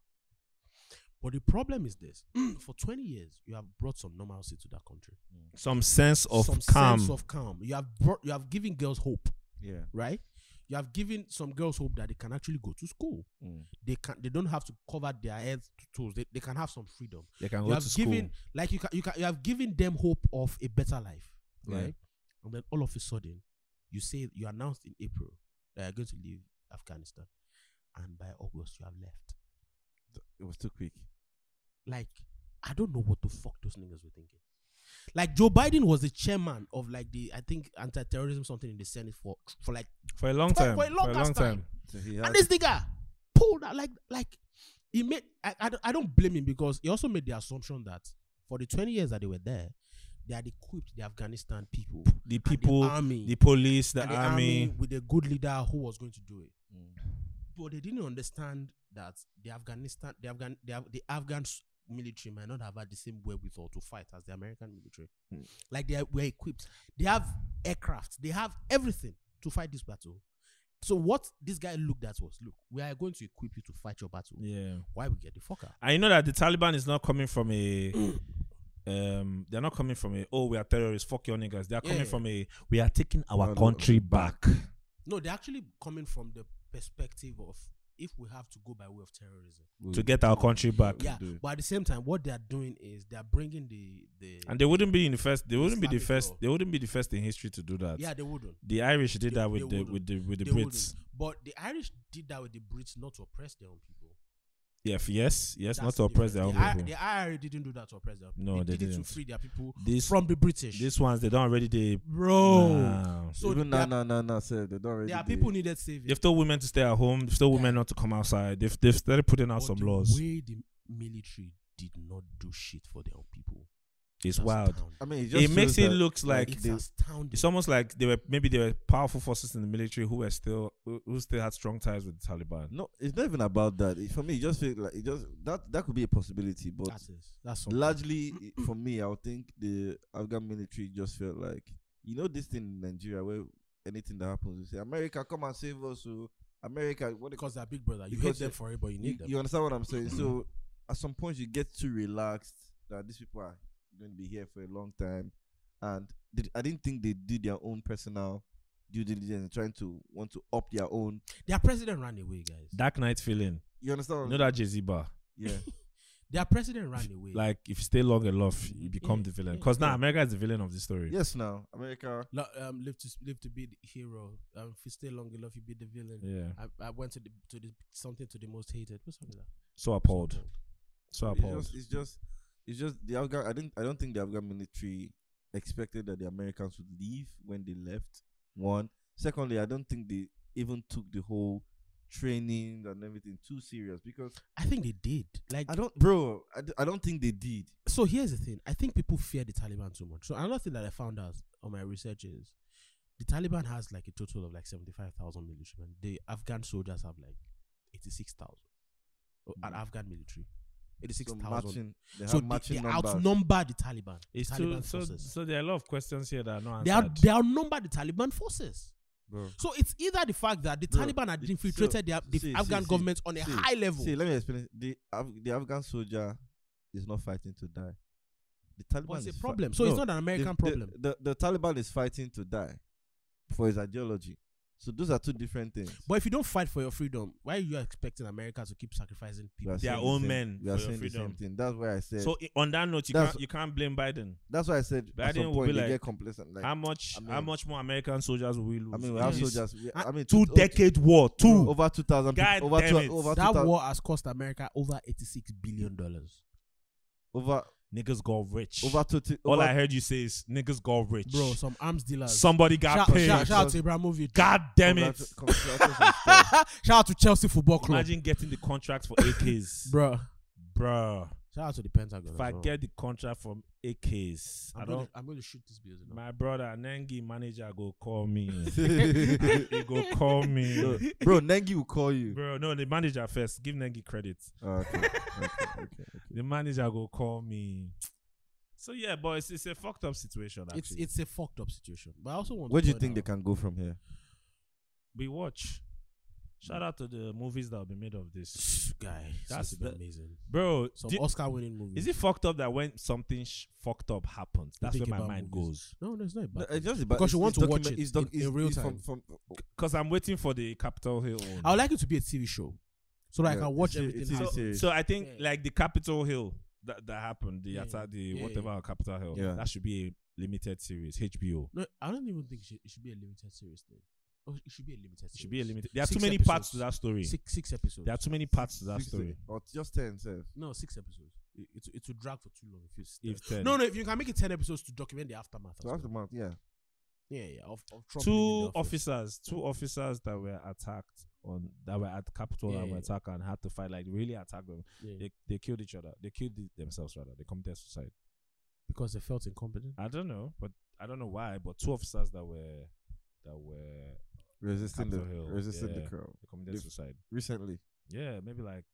Speaker 2: But the problem is this for 20 years, you have brought some normalcy to that country.
Speaker 1: some sense of
Speaker 2: some
Speaker 1: calm.
Speaker 2: sense of calm. You have brought you have given girls hope,
Speaker 3: Yeah.
Speaker 2: right? You have given some girls hope that they can actually go to school.
Speaker 3: Mm.
Speaker 2: They can they don't have to cover their heads to toes. They, they can have some freedom
Speaker 1: they can
Speaker 2: you
Speaker 1: go
Speaker 2: have
Speaker 1: to school.
Speaker 2: given like you can, you can you have given them hope of a better life
Speaker 3: Yeah.
Speaker 2: right and then all of a sudden you say you announced in april that you're going to leave afghanistan and by august you have left
Speaker 3: It was too quick.
Speaker 2: like i don't know what the fuck those niggas were thinking like joe biden was the chairman of like the i think anti-terrorism something in the senate for for like
Speaker 1: for a long
Speaker 2: For-
Speaker 1: time.
Speaker 2: for a long ass time.
Speaker 3: So he
Speaker 2: and
Speaker 3: had-
Speaker 2: this nigga pulled out like like he made I, I, don't- I don't blame him because he also made the assumption that for the 20 years that they were there they had equipped the afghanistan people and
Speaker 1: The
Speaker 2: the
Speaker 1: people, the,
Speaker 2: army
Speaker 1: police, the,
Speaker 2: and
Speaker 1: army.
Speaker 2: with a good leader who was going to do it
Speaker 3: Mm.
Speaker 2: but they didn't understand that the afghanistan the afghan the, Af- the afghan s- military might not have had the same wherewithal to fight as the american military
Speaker 1: Mm.
Speaker 2: like they are, were equipped they have aircraft they have everything to fight this battle so what this guy looked at was look we are going to equip you to fight your battle
Speaker 1: Yeah,
Speaker 2: why we get the fuck out
Speaker 1: and you know that the Taliban is not coming from a. Um, they're not coming from a. Oh, we are terrorists. Fuck your niggas. They're
Speaker 2: Yeah.
Speaker 1: coming from a. We are taking our
Speaker 3: No, no,
Speaker 1: country back.
Speaker 2: no they're actually coming from the perspective of if we have to go by way of terrorism.
Speaker 3: We'll-
Speaker 1: to get our country back.
Speaker 2: Yeah,
Speaker 3: do it.
Speaker 2: but at the same time, what they are doing is they are bringing the the
Speaker 1: And they wouldn't be in the first. They wouldn't be the
Speaker 2: Islamic
Speaker 1: first.
Speaker 2: law.
Speaker 1: They wouldn't be the first in history to do that.
Speaker 2: yeah they wouldn't
Speaker 1: The Irish did
Speaker 2: They-
Speaker 1: that
Speaker 2: they
Speaker 1: with the
Speaker 2: wouldn't.
Speaker 1: with the with the
Speaker 2: they
Speaker 1: Brits.
Speaker 2: wouldn't. But the Irish did that with the Brits not to oppress their own people.
Speaker 1: Yeah, f- yes, yes,
Speaker 2: That's
Speaker 1: not to
Speaker 2: the
Speaker 1: oppress their own
Speaker 2: difference.
Speaker 1: people.
Speaker 2: The, I- the IRA didn't do that to oppress their people.
Speaker 1: No, they
Speaker 2: did it
Speaker 1: didn't.
Speaker 2: to free their people
Speaker 1: This-
Speaker 2: from Oh. the British.
Speaker 1: These ones they don't already they.
Speaker 2: Bro,
Speaker 1: Nah.
Speaker 2: so
Speaker 3: Even
Speaker 2: there,
Speaker 3: now,
Speaker 2: are-
Speaker 3: now, now, now, sir, they don't really.
Speaker 2: there are
Speaker 3: do
Speaker 2: people
Speaker 3: it.
Speaker 2: needed saving.
Speaker 1: They've told women to stay at home. They've told women not to come outside. They've they've started putting out
Speaker 2: But
Speaker 1: some
Speaker 2: the
Speaker 1: laws.
Speaker 2: way the military did not do shit for their own people.
Speaker 1: It's
Speaker 2: That's
Speaker 1: wild.
Speaker 2: astounding.
Speaker 3: I mean, it, just
Speaker 1: It makes
Speaker 3: shows
Speaker 1: it
Speaker 3: that,
Speaker 1: looks like
Speaker 2: it's
Speaker 3: they-
Speaker 2: astounding.
Speaker 1: it's almost like they were maybe they were powerful forces in the military who were still who who still had strong ties with the Taliban.
Speaker 3: No, it's not even about that. It- for me, it just feels like it just that that could be a possibility, but
Speaker 2: that is, that's something.
Speaker 3: largely i- for me, I would think the Afghan military just felt like you know this thing in Nigeria where anything that happens, you say America, come and save us. So America, what they call
Speaker 2: because they're big brother. You
Speaker 3: Because
Speaker 2: hate them
Speaker 3: you-
Speaker 2: for it, but you
Speaker 3: you,
Speaker 2: need them.
Speaker 3: you understand what I'm saying? So at some point, you get too relaxed that these people are going to be here for a long time, and they, I didn't think they did their own personal due diligence trying to want to up their own.
Speaker 2: Their president ran away, guys.
Speaker 1: Dark Knight feeling.
Speaker 3: You understand? What
Speaker 1: You
Speaker 3: I'm
Speaker 1: know that Jay Z bar.
Speaker 3: Yeah.
Speaker 2: Their president ran away.
Speaker 1: Like if you stay long enough, you become
Speaker 2: Yeah,
Speaker 1: the villain.
Speaker 2: yeah,
Speaker 1: Because now
Speaker 2: yeah.
Speaker 1: America is the villain of the story.
Speaker 3: yes. Now America.
Speaker 2: Lo- um, live to live to be the hero. Um, if you stay long enough, you be the villain.
Speaker 1: Yeah.
Speaker 2: I, I went to the, to the something to the most hated. What's something like that?
Speaker 1: So appalled. So appalled.
Speaker 3: It's just, it's just, it's just the Afghan. I didn't. I don't think the Afghan military expected that the Americans would leave when they left. One. Secondly, I don't think they even took the whole training and everything too serious because
Speaker 2: I think they did. Like
Speaker 3: I don't, bro. I, d- I don't think they did.
Speaker 2: so here's the thing. I think people fear the Taliban too much. So another thing that I found out on my research is the Taliban has like a total of like seventy five thousand militiamen. The Afghan soldiers have like eighty six thousand. Oh, An
Speaker 3: Mhm.
Speaker 2: Afghan military, eighty six
Speaker 3: So
Speaker 2: thousand.
Speaker 3: matching. They
Speaker 2: So
Speaker 3: have
Speaker 2: they,
Speaker 3: matching
Speaker 2: they
Speaker 3: numbers.
Speaker 2: outnumber the Taliban. the
Speaker 1: It's too,
Speaker 2: Taliban
Speaker 1: so,
Speaker 2: forces.
Speaker 1: so there are a lot of questions here that are not
Speaker 2: they, out,
Speaker 1: answered.
Speaker 2: they outnumber the Taliban forces.
Speaker 3: bro.
Speaker 2: So it's either the fact that the
Speaker 3: Bro,
Speaker 2: Taliban had
Speaker 3: it's-
Speaker 2: infiltrated
Speaker 3: so-
Speaker 2: the, the
Speaker 3: see,
Speaker 2: Afghan
Speaker 3: see, see,
Speaker 2: government on a
Speaker 3: see,
Speaker 2: high level.
Speaker 3: See, let me explain. The Af- the Afghan soldier is not fighting to die. The Taliban
Speaker 2: But it's
Speaker 3: is
Speaker 2: a
Speaker 3: fi-
Speaker 2: problem. So
Speaker 3: No,
Speaker 2: it's not an American
Speaker 3: the, the-
Speaker 2: problem.
Speaker 3: The, the, Taliban is fighting to die for his ideology. So those are two different things.
Speaker 2: But if you don't fight for your freedom, why are you expecting America to keep sacrificing
Speaker 3: We are
Speaker 2: people?
Speaker 1: Their
Speaker 3: saying the
Speaker 1: own
Speaker 3: same-
Speaker 1: men
Speaker 3: We are
Speaker 1: for your
Speaker 3: saying the same
Speaker 1: freedom.
Speaker 3: thing. That's why I said.
Speaker 1: So i- on that note, you
Speaker 3: That's-
Speaker 1: can't you can't blame Biden.
Speaker 3: that's why I said.
Speaker 1: Biden
Speaker 3: at some
Speaker 1: will
Speaker 3: point
Speaker 1: be
Speaker 3: they
Speaker 1: like,
Speaker 3: get complacent. Like
Speaker 1: how much
Speaker 3: I
Speaker 1: how
Speaker 3: mean-
Speaker 1: much more American soldiers will we lose?
Speaker 3: I mean, we have
Speaker 1: This-
Speaker 3: soldiers. We,
Speaker 2: Ah,
Speaker 3: I mean,
Speaker 1: two
Speaker 3: two-
Speaker 1: decade war, two.
Speaker 3: Over two thousand.
Speaker 1: God
Speaker 3: Over
Speaker 1: damn
Speaker 3: two.
Speaker 1: it.
Speaker 3: Over two
Speaker 2: That
Speaker 3: thousand.
Speaker 2: war has cost America over eighty-six billion dollars,
Speaker 3: Over
Speaker 1: Niggas got rich.
Speaker 3: over two. ti-
Speaker 1: All
Speaker 3: over-
Speaker 1: I heard you say is niggas got rich.
Speaker 2: bro. Some arms dealers.
Speaker 1: Somebody got
Speaker 2: shout,
Speaker 1: paid.
Speaker 2: shout, shout out to Ibrahimovic.
Speaker 1: God damn it.
Speaker 3: congratu- congratulations, Steph.
Speaker 2: shout out to Chelsea Football Club,
Speaker 1: Imagine getting the contract for AKs.
Speaker 2: bro.
Speaker 1: Bruh.
Speaker 2: Shout out to the Pentagon.
Speaker 1: If I
Speaker 2: as well.
Speaker 1: get the contract from AKs, I
Speaker 2: I'm,
Speaker 1: don't
Speaker 2: gonna, I'm gonna shoot this building. up.
Speaker 1: my brother Nengi manager go call me. he go call me.
Speaker 3: Bro, Nengi will call you.
Speaker 1: Bro, no, the manager first. Give Nengi credit.
Speaker 3: Oh, okay. okay, okay.
Speaker 1: The manager go call me. So yeah, but it's, it's a fucked up situation actually.
Speaker 2: It's it's a fucked up situation, but I also want.
Speaker 3: Where
Speaker 2: to
Speaker 3: do you
Speaker 2: point
Speaker 3: think they
Speaker 2: out-
Speaker 3: can go from here?
Speaker 1: we watch. Shout out to the movies that will be made of this.
Speaker 2: Guy,
Speaker 1: That's the-
Speaker 2: that's amazing.
Speaker 1: Bro,
Speaker 2: Some
Speaker 1: do-
Speaker 2: Oscar-winning movie.
Speaker 1: is it fucked up that when something sh- fucked up happens, that's where
Speaker 2: think
Speaker 1: my
Speaker 2: about
Speaker 1: mind goes?
Speaker 2: movies. No, no, uh, it's not.
Speaker 3: No,
Speaker 2: Bad.
Speaker 3: it's just
Speaker 2: Because you want to watch
Speaker 3: document-
Speaker 2: it
Speaker 3: it's doc-
Speaker 2: in- in real
Speaker 3: it's
Speaker 2: time.
Speaker 3: From, from,
Speaker 1: Because I'm waiting for the Capitol Hill. one.
Speaker 2: I would like it to be a TV show, so that I
Speaker 3: Yeah,
Speaker 2: can watch
Speaker 3: it's a-
Speaker 2: everything.
Speaker 3: it's a
Speaker 2: happen.
Speaker 3: series.
Speaker 1: So I think
Speaker 2: Yeah.
Speaker 1: like the Capitol Hill that, that happened, the
Speaker 2: Yeah.
Speaker 1: attack, the
Speaker 2: Yeah,
Speaker 1: whatever on Capitol Hill,
Speaker 3: Yeah.
Speaker 1: that should be a limited series. HBO.
Speaker 2: No, I don't even think it should, it should be a limited series thing. Oh, it should be a limited. Series.
Speaker 1: It should be a limited. There are
Speaker 2: Six
Speaker 1: too many parts to
Speaker 2: episodes.
Speaker 1: that story.
Speaker 2: Six six episodes.
Speaker 1: There are too many parts to that
Speaker 3: six-
Speaker 1: story.
Speaker 3: Or just 10, sir.
Speaker 2: no six episodes. It, it, it will drag for too long if you. start-
Speaker 1: If ten.
Speaker 2: no, no. If you can make it ten episodes to document the aftermath. as
Speaker 3: So after
Speaker 2: well.
Speaker 3: month, yeah.
Speaker 2: Yeah, yeah. Of, of Trump leaving
Speaker 1: two
Speaker 2: the office.
Speaker 1: officers, two officers that were attacked on that were at Capitol
Speaker 2: Yeah,
Speaker 1: and were
Speaker 2: yeah.
Speaker 1: attacked and had to fight, like really attack them.
Speaker 2: Yeah,
Speaker 1: They they killed each other. They killed the- themselves rather. They committed suicide.
Speaker 2: because they felt incompetent.
Speaker 1: I don't know, but I don't know why. But two officers that were that were
Speaker 3: Resisting the
Speaker 1: Capitol Hill,
Speaker 3: resisting
Speaker 1: yeah.
Speaker 3: the crowd.
Speaker 1: they committed
Speaker 3: They-
Speaker 1: suicide.
Speaker 3: Recently.
Speaker 1: Yeah, maybe like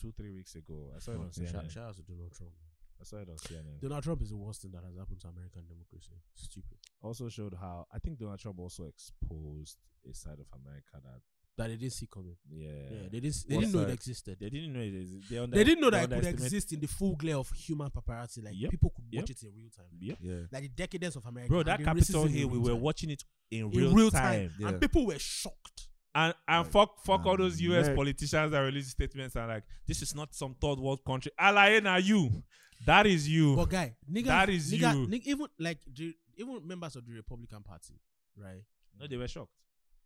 Speaker 1: two three weeks ago. I saw it on
Speaker 2: Shout,
Speaker 1: CNN.
Speaker 2: shout out to Donald Trump.
Speaker 1: I saw it on CNN.
Speaker 2: Donald Trump is the worst thing that has happened to American democracy. Stupid.
Speaker 1: also showed how I think Donald Trump also exposed a side of America that
Speaker 2: That they didn't see coming.
Speaker 1: yeah,
Speaker 2: Yeah, they didn't. They
Speaker 3: What
Speaker 2: didn't know it
Speaker 3: side?
Speaker 2: existed.
Speaker 1: they didn't know it. is- They, under,
Speaker 2: They didn't know
Speaker 1: they
Speaker 2: that it could
Speaker 1: underestimate-
Speaker 2: exist in the full glare of human paparazzi. Like
Speaker 1: Yep,
Speaker 2: people could
Speaker 1: yep,
Speaker 2: watch it in real time.
Speaker 1: Yep.
Speaker 3: Yeah.
Speaker 2: Like the decadence of America.
Speaker 1: bro
Speaker 2: and
Speaker 1: that
Speaker 2: the
Speaker 1: Capitol
Speaker 2: racism in
Speaker 1: Hill we
Speaker 2: real
Speaker 1: were
Speaker 2: time.
Speaker 1: watching it in
Speaker 2: in
Speaker 1: real, time,
Speaker 3: Yeah.
Speaker 2: and people were shocked.
Speaker 1: And and
Speaker 3: Like,
Speaker 1: fuck fuck all those US
Speaker 3: Amer-
Speaker 1: politicians that release statements and like this is not some third world country. Alain are you? That is you.
Speaker 2: But guy, nigga,
Speaker 1: That is
Speaker 2: nigga,
Speaker 1: you.
Speaker 2: nig- even like the, even members of the Republican Party, right?
Speaker 1: No, they were shocked.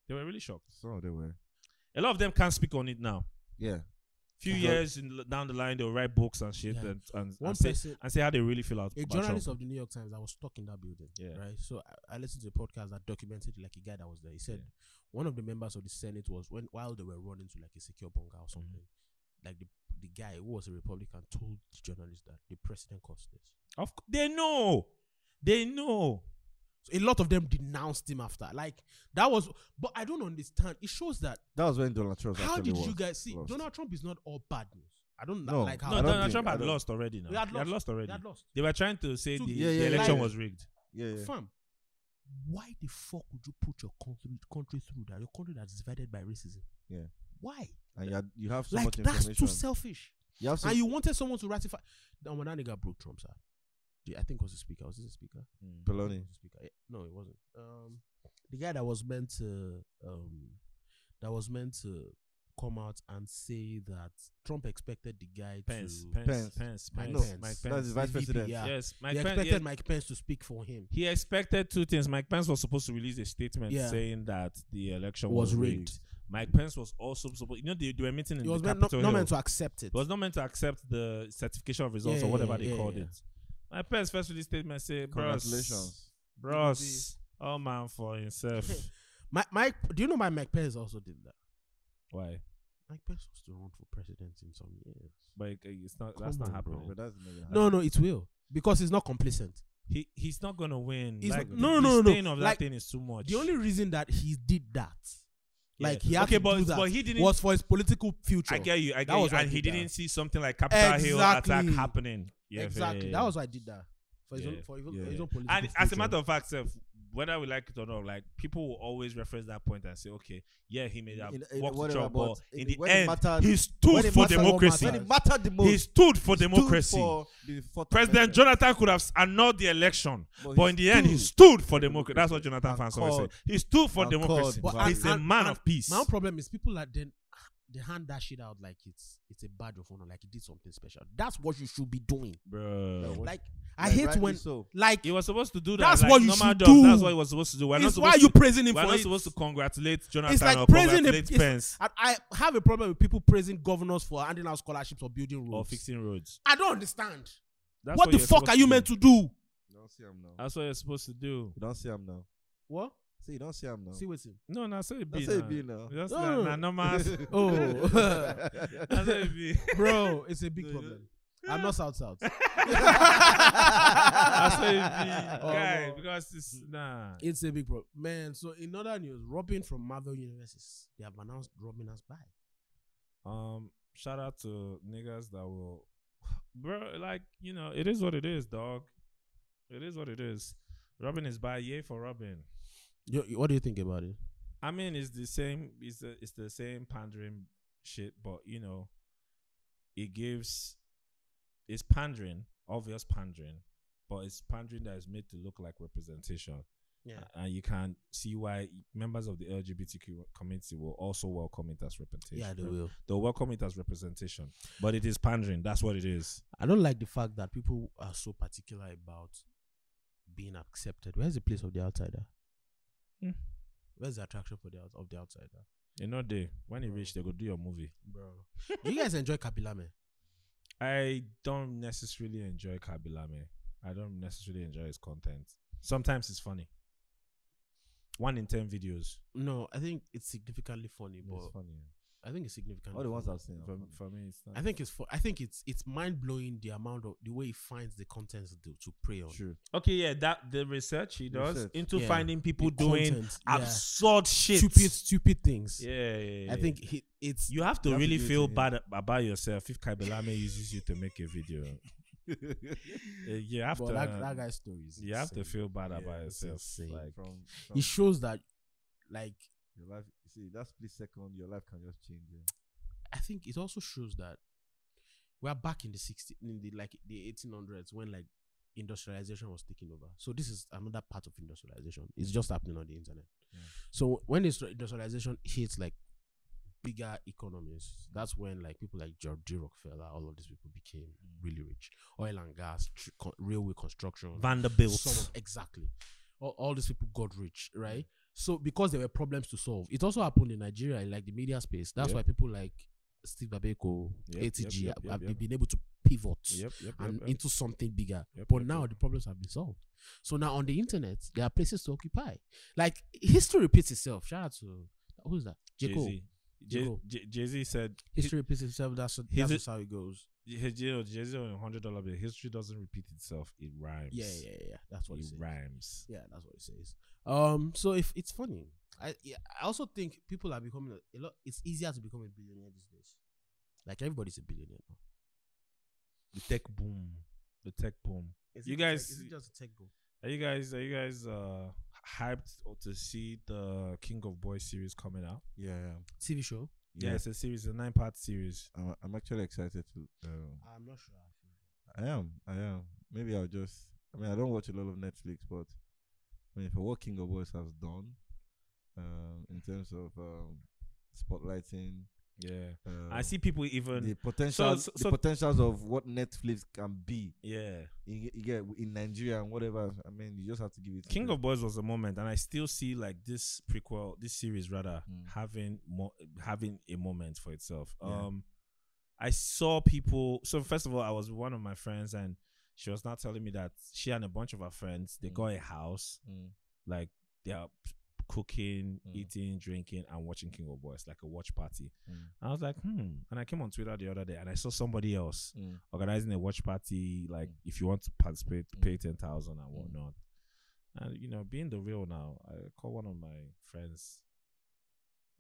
Speaker 1: They were really shocked.
Speaker 3: So they were.
Speaker 1: A lot of them can't speak on it now.
Speaker 3: Yeah.
Speaker 1: Few
Speaker 3: Okay.
Speaker 1: years in, down the line, they'll write books and shit
Speaker 2: Yeah.
Speaker 1: and and,
Speaker 2: One
Speaker 1: and, say,
Speaker 2: person-
Speaker 1: and say how they really feel out.
Speaker 2: A
Speaker 1: about
Speaker 2: journalist
Speaker 1: Trump.
Speaker 2: of the New York Times, I was stuck in that building,
Speaker 1: Yeah.
Speaker 2: right? So I, I listened to a podcast that documented like a guy that was there. He said one of the members of the Senate was when while they were running to like a secure bunker
Speaker 1: Mm-hmm.
Speaker 2: or something, like the the guy who was a Republican told the journalist that the president caused this.
Speaker 1: Of cou- they know, they know.
Speaker 2: So a lot of them denounced him after. Like that was, but I don't understand. It shows that
Speaker 3: That was when Donald Trump.
Speaker 2: how
Speaker 3: actually
Speaker 2: did you
Speaker 3: was-
Speaker 2: guys see
Speaker 3: lost.
Speaker 2: Donald Trump is not all bad news. I don't
Speaker 3: No.
Speaker 2: like how
Speaker 1: No,
Speaker 3: I don't
Speaker 1: Donald
Speaker 3: think-
Speaker 1: Trump
Speaker 3: I
Speaker 1: had
Speaker 3: don't-
Speaker 1: lost already. Now
Speaker 2: We had
Speaker 1: he had
Speaker 2: lost.
Speaker 1: lost already.
Speaker 2: they had lost.
Speaker 1: They were trying to say
Speaker 2: To-
Speaker 1: the, the
Speaker 3: Yeah, yeah, yeah.
Speaker 1: election
Speaker 2: Lies.
Speaker 1: was rigged.
Speaker 3: Yeah, yeah.
Speaker 2: Fam, why the fuck would you put your country country through that? Your country that's divided by racism.
Speaker 3: Yeah.
Speaker 2: Why?
Speaker 3: And you, had, you have so
Speaker 2: like
Speaker 3: much
Speaker 2: that's
Speaker 3: information.
Speaker 2: too selfish.
Speaker 3: you have so
Speaker 2: and you wanted someone to ratify. Then when that nigga broke Trump's heart, the- I think it was the speaker. Was this the speaker?
Speaker 1: Hmm.
Speaker 3: Baloney.
Speaker 2: Was it speaker? Yeah. No, it wasn't. Um, the guy that was meant to, um, that was meant to come out and say that Trump expected the guy
Speaker 1: Pence,
Speaker 2: to.
Speaker 1: Pence, Pence, Pence,
Speaker 3: Pence.
Speaker 2: Mike
Speaker 1: Pence,
Speaker 2: Pence.
Speaker 1: Mike
Speaker 3: That's
Speaker 1: Pence.
Speaker 3: his vice
Speaker 2: VP,
Speaker 3: president.
Speaker 2: yeah.
Speaker 1: Yes, Mike
Speaker 2: he
Speaker 1: Pence.
Speaker 2: expected
Speaker 1: yeah.
Speaker 2: Mike Pence to speak for him.
Speaker 1: He expected two things. Mike Pence was supposed to release a statement
Speaker 2: Yeah.
Speaker 1: saying that the election
Speaker 2: Was
Speaker 1: was,
Speaker 2: rigged.
Speaker 1: rigged. Mike Pence was also supposed. You know, they, they were meeting in
Speaker 2: He was
Speaker 1: the
Speaker 2: meant, not,
Speaker 1: Capitol
Speaker 2: not
Speaker 1: Hill.
Speaker 2: meant to accept it.
Speaker 1: It was not meant to accept the certification of results
Speaker 2: Yeah,
Speaker 1: or whatever
Speaker 2: yeah,
Speaker 1: they
Speaker 2: yeah,
Speaker 1: called
Speaker 2: yeah.
Speaker 1: it. My parents first released statement say, "Bros,
Speaker 3: Congratulations.
Speaker 1: bros, all man for himself."
Speaker 2: Mike, Mike, do you know my Mike Pence also did that?
Speaker 1: Why?
Speaker 2: Mike Pence was to run for president in some years.
Speaker 1: But it- it's not.
Speaker 2: Come
Speaker 1: that's not
Speaker 2: on,
Speaker 1: happening.
Speaker 3: But that's never gonna
Speaker 2: No, no, it will because he's not complicent.
Speaker 1: He he's not gonna win.
Speaker 2: He's
Speaker 1: like, the-
Speaker 2: not- no,
Speaker 1: the
Speaker 2: no, no.
Speaker 1: stain of that
Speaker 2: Like,
Speaker 1: thing is too much.
Speaker 2: The only reason that he did that,
Speaker 1: Yeah.
Speaker 2: like he had
Speaker 1: Okay,
Speaker 2: to
Speaker 1: but-
Speaker 2: do that,
Speaker 1: but he didn't-
Speaker 2: was for his political future.
Speaker 1: I get you. I
Speaker 2: That
Speaker 1: get you.
Speaker 2: was why
Speaker 1: And
Speaker 2: he
Speaker 1: he
Speaker 2: did that.
Speaker 1: didn't see something like Capital Hill attack
Speaker 2: Exactly.
Speaker 1: happening. Yeah,
Speaker 2: exactly.
Speaker 1: yeah,
Speaker 2: That
Speaker 1: yeah.
Speaker 2: was why I did that for his own
Speaker 1: Yeah.
Speaker 2: for his,
Speaker 3: Yeah.
Speaker 2: his own political.
Speaker 1: And as a
Speaker 2: future.
Speaker 1: matter of fact, sef, whether we like it or not, like people will always reference that point and say, "Okay, yeah, he made that
Speaker 3: In- in
Speaker 1: walk to
Speaker 3: whatever,
Speaker 1: Trump,
Speaker 3: but
Speaker 1: but in
Speaker 3: in-
Speaker 1: the
Speaker 3: when it
Speaker 1: end,
Speaker 3: mattered-
Speaker 1: he
Speaker 3: when
Speaker 1: stood
Speaker 3: it
Speaker 1: for
Speaker 3: mattered, what
Speaker 1: democracy.
Speaker 3: When it mattered the most.
Speaker 1: He stood for
Speaker 3: stood
Speaker 1: democracy.
Speaker 3: for the fourth
Speaker 1: President
Speaker 3: amendment.
Speaker 1: Jonathan could have annulled the election,
Speaker 3: But
Speaker 1: but,
Speaker 3: he
Speaker 1: in the end, he
Speaker 3: stood
Speaker 1: stood for democracy. That's what Jonathan
Speaker 3: and
Speaker 1: Francois said.
Speaker 3: called-
Speaker 1: He stood for
Speaker 3: and called
Speaker 1: democracy.
Speaker 2: But
Speaker 3: values.
Speaker 1: He's a
Speaker 2: and-
Speaker 1: man
Speaker 2: and
Speaker 1: of peace.
Speaker 2: my own problem is people that then they hand that shit out like it's it's a badge of honor, like he did something special. That's what you should be doing.
Speaker 1: Bro,
Speaker 2: Like I
Speaker 3: Like,
Speaker 2: hate
Speaker 3: rightly
Speaker 2: when
Speaker 3: so.
Speaker 2: like
Speaker 1: he was supposed to do that.
Speaker 2: That's
Speaker 1: like
Speaker 2: what you
Speaker 1: normal
Speaker 2: should
Speaker 1: jobs.
Speaker 2: do.
Speaker 1: That's what he was supposed to do. We're not
Speaker 2: it's why
Speaker 1: supposed
Speaker 2: you
Speaker 1: to-
Speaker 2: praising him
Speaker 1: We're
Speaker 2: for
Speaker 1: not
Speaker 2: it.
Speaker 1: supposed to congratulate Jonathan.
Speaker 2: It's
Speaker 1: or
Speaker 2: like praising the
Speaker 1: congratulate
Speaker 2: it's-
Speaker 1: Pence
Speaker 2: I, I have a problem with people praising governors for handing out scholarships or building roads.
Speaker 1: or fixing roads.
Speaker 2: I don't understand.
Speaker 1: That's
Speaker 2: what the
Speaker 1: you're
Speaker 2: fuck
Speaker 1: supposed
Speaker 2: are
Speaker 1: to
Speaker 2: you
Speaker 1: do.
Speaker 2: meant to do?
Speaker 3: You don't see him now.
Speaker 1: That's what you're supposed to do.
Speaker 3: You don't see him now.
Speaker 2: What?
Speaker 3: See, you don't see him now.
Speaker 2: See what's him.
Speaker 1: No, no, say it be.
Speaker 3: That's how it be now.
Speaker 1: That's
Speaker 2: No,
Speaker 1: like,
Speaker 2: no,
Speaker 1: nah,
Speaker 2: no.
Speaker 1: normal.
Speaker 2: Oh.
Speaker 1: That's how it be.
Speaker 2: bro it's a big
Speaker 3: No, you
Speaker 2: problem i'm not south south
Speaker 1: That's how it be,
Speaker 2: Oh,
Speaker 1: guy.
Speaker 2: no.
Speaker 1: Because it's nah.
Speaker 2: it's a big problem man so in other news robin from marvel universes they have announced robin as bi
Speaker 1: Um, shout out to niggas that will, bro. Like you know, it is what it is, dog. It is what it is. Robin is by yay for Robin.
Speaker 2: Yo, what do you think about it
Speaker 1: I mean, it's the same. It's the it's the same pandering shit, but you know, it gives. It's pandering, obvious pandering, but it's pandering that is made to look like representation.
Speaker 2: yeah
Speaker 1: A- And you can see why members of the LGBTQ community will also welcome it as representation.
Speaker 2: yeah they will
Speaker 1: They'll welcome it as representation, but it is pandering. That's what it is.
Speaker 2: i don't like the fact that people are so particular about being accepted where's the place of the outsider
Speaker 1: Hmm.
Speaker 2: where's the attraction for the out- of the outsider
Speaker 1: You know, they when you reach, they go do your movie.
Speaker 2: bro do you guys enjoy kabila man
Speaker 1: I don't necessarily enjoy Kabilame. I don't necessarily enjoy his content. Sometimes it's funny. One in ten videos.
Speaker 2: no i think it's significantly funny but
Speaker 1: It's funny.
Speaker 2: i think it's significantly
Speaker 3: All the ones
Speaker 2: funny.
Speaker 3: I've seen. are
Speaker 1: For,
Speaker 3: funny.
Speaker 1: for me, it's not.
Speaker 2: I think it's for. I think it's it's mind blowing the amount of the way he finds the contents to, to prey on.
Speaker 3: True.
Speaker 1: Okay, yeah, that the research he does
Speaker 3: Research.
Speaker 1: into
Speaker 2: Yeah.
Speaker 1: finding people
Speaker 2: The
Speaker 1: doing
Speaker 2: content, yeah.
Speaker 1: absurd shit.
Speaker 2: Stupid, stupid things.
Speaker 1: Yeah, yeah, yeah,
Speaker 2: I
Speaker 1: yeah.
Speaker 2: think he, it's
Speaker 1: you have to
Speaker 3: You have to
Speaker 1: really
Speaker 3: do it
Speaker 1: feel
Speaker 3: to him.
Speaker 1: bad ab- about yourself if Kabilame uses you to make a video. Uh, you have
Speaker 2: but
Speaker 1: to.
Speaker 2: that, that guy's story is
Speaker 1: you have to
Speaker 2: insane.
Speaker 1: feel bad about
Speaker 2: it's
Speaker 1: yourself.
Speaker 2: insane.
Speaker 1: Like,
Speaker 3: from, from
Speaker 2: It shows that, like,
Speaker 3: your life, see that split second, your life can just change. Yeah.
Speaker 2: I think it also shows that we are back in the 60 in the like the eighteen hundreds when like industrialization was taking over. So this is another part of industrialization. It's just happening on the internet.
Speaker 1: Yeah.
Speaker 2: So when it's- industrialization hits like bigger economies, that's when like people like George D. Rockefeller, all of these people became really rich. Oil and gas, tr- con- railway construction,
Speaker 1: Vanderbilt.
Speaker 2: some of- exactly. All, all these people got rich, right? So because there were problems to solve, it also happened in Nigeria, in, like the media space. That's
Speaker 4: Yep.
Speaker 2: why people like Steve Babeko,
Speaker 4: Yep, yep,
Speaker 2: ATG
Speaker 4: yep, yep,
Speaker 2: have
Speaker 4: yep.
Speaker 2: been able to pivot
Speaker 4: Yep, yep, yep,
Speaker 2: and
Speaker 4: yep.
Speaker 2: into something bigger.
Speaker 4: Yep,
Speaker 2: but
Speaker 4: yep,
Speaker 2: now
Speaker 4: yep.
Speaker 2: the problems have been solved. So now on the internet, there are places to occupy. Like history repeats itself. Shout out to who's that? J. Cole.
Speaker 1: Jay-Z. Jay
Speaker 2: J-Cole.
Speaker 1: Jay- Jay-Z said
Speaker 2: History repeats itself. That's
Speaker 1: His-
Speaker 2: that's just how it goes.
Speaker 1: Jay- Jay- Jay-Z on a hundred dollar bill. History doesn't repeat itself. It rhymes.
Speaker 2: Yeah, yeah, yeah. That's what he
Speaker 1: It
Speaker 2: said.
Speaker 1: rhymes.
Speaker 2: Yeah, that's what it says. Um, so if it's funny, I yeah, I also think people are becoming a, a lot. It's easier to become a billionaire these days. Like everybody's a billionaire now.
Speaker 1: The tech boom. The tech boom.
Speaker 2: Is
Speaker 1: You
Speaker 2: it just-
Speaker 1: guys-
Speaker 2: is it just a tech boom?
Speaker 1: Are you guys are you guys uh hyped or to see the King of Boys series coming out?
Speaker 3: Yeah, yeah.
Speaker 2: TV show?
Speaker 1: Yeah, it's a series, a nine part series.
Speaker 3: I'm, I'm actually excited to. Uh,
Speaker 2: I'm not sure.
Speaker 3: I am. I am. Maybe I'll just. I mean, I don't watch a lot of Netflix, but I mean, for what King of Boys has done, um, in terms of um, spotlighting,
Speaker 1: Yeah.
Speaker 3: uh,
Speaker 1: I see people even
Speaker 3: the potential,
Speaker 1: so-
Speaker 3: the
Speaker 1: so-
Speaker 3: potentials of what Netflix can be.
Speaker 1: yeah.
Speaker 3: You, get- you get in Nigeria and whatever. I mean, you just have to give it.
Speaker 1: King of Boys was a moment, and I still see like this prequel, this series rather
Speaker 3: Mm.
Speaker 1: having more having a moment for itself.
Speaker 3: Yeah.
Speaker 1: Um, I saw people. So first of all, I was with one of my friends, and she was now telling me that she and a bunch of her friends they
Speaker 3: Mm.
Speaker 1: got a house,
Speaker 3: Mm.
Speaker 1: like they are cooking,
Speaker 3: Mm.
Speaker 1: eating, drinking, and watching King of Boys, like a watch party.
Speaker 3: Mm.
Speaker 1: I was like, hmm. And I came on Twitter the other day, and I saw somebody else
Speaker 3: Mm.
Speaker 1: organizing a watch party. Like,
Speaker 3: Mm.
Speaker 1: if you want to participate,
Speaker 3: Mm.
Speaker 1: pay ten thousand and whatnot. And you know, being the real now, I call one of my friends,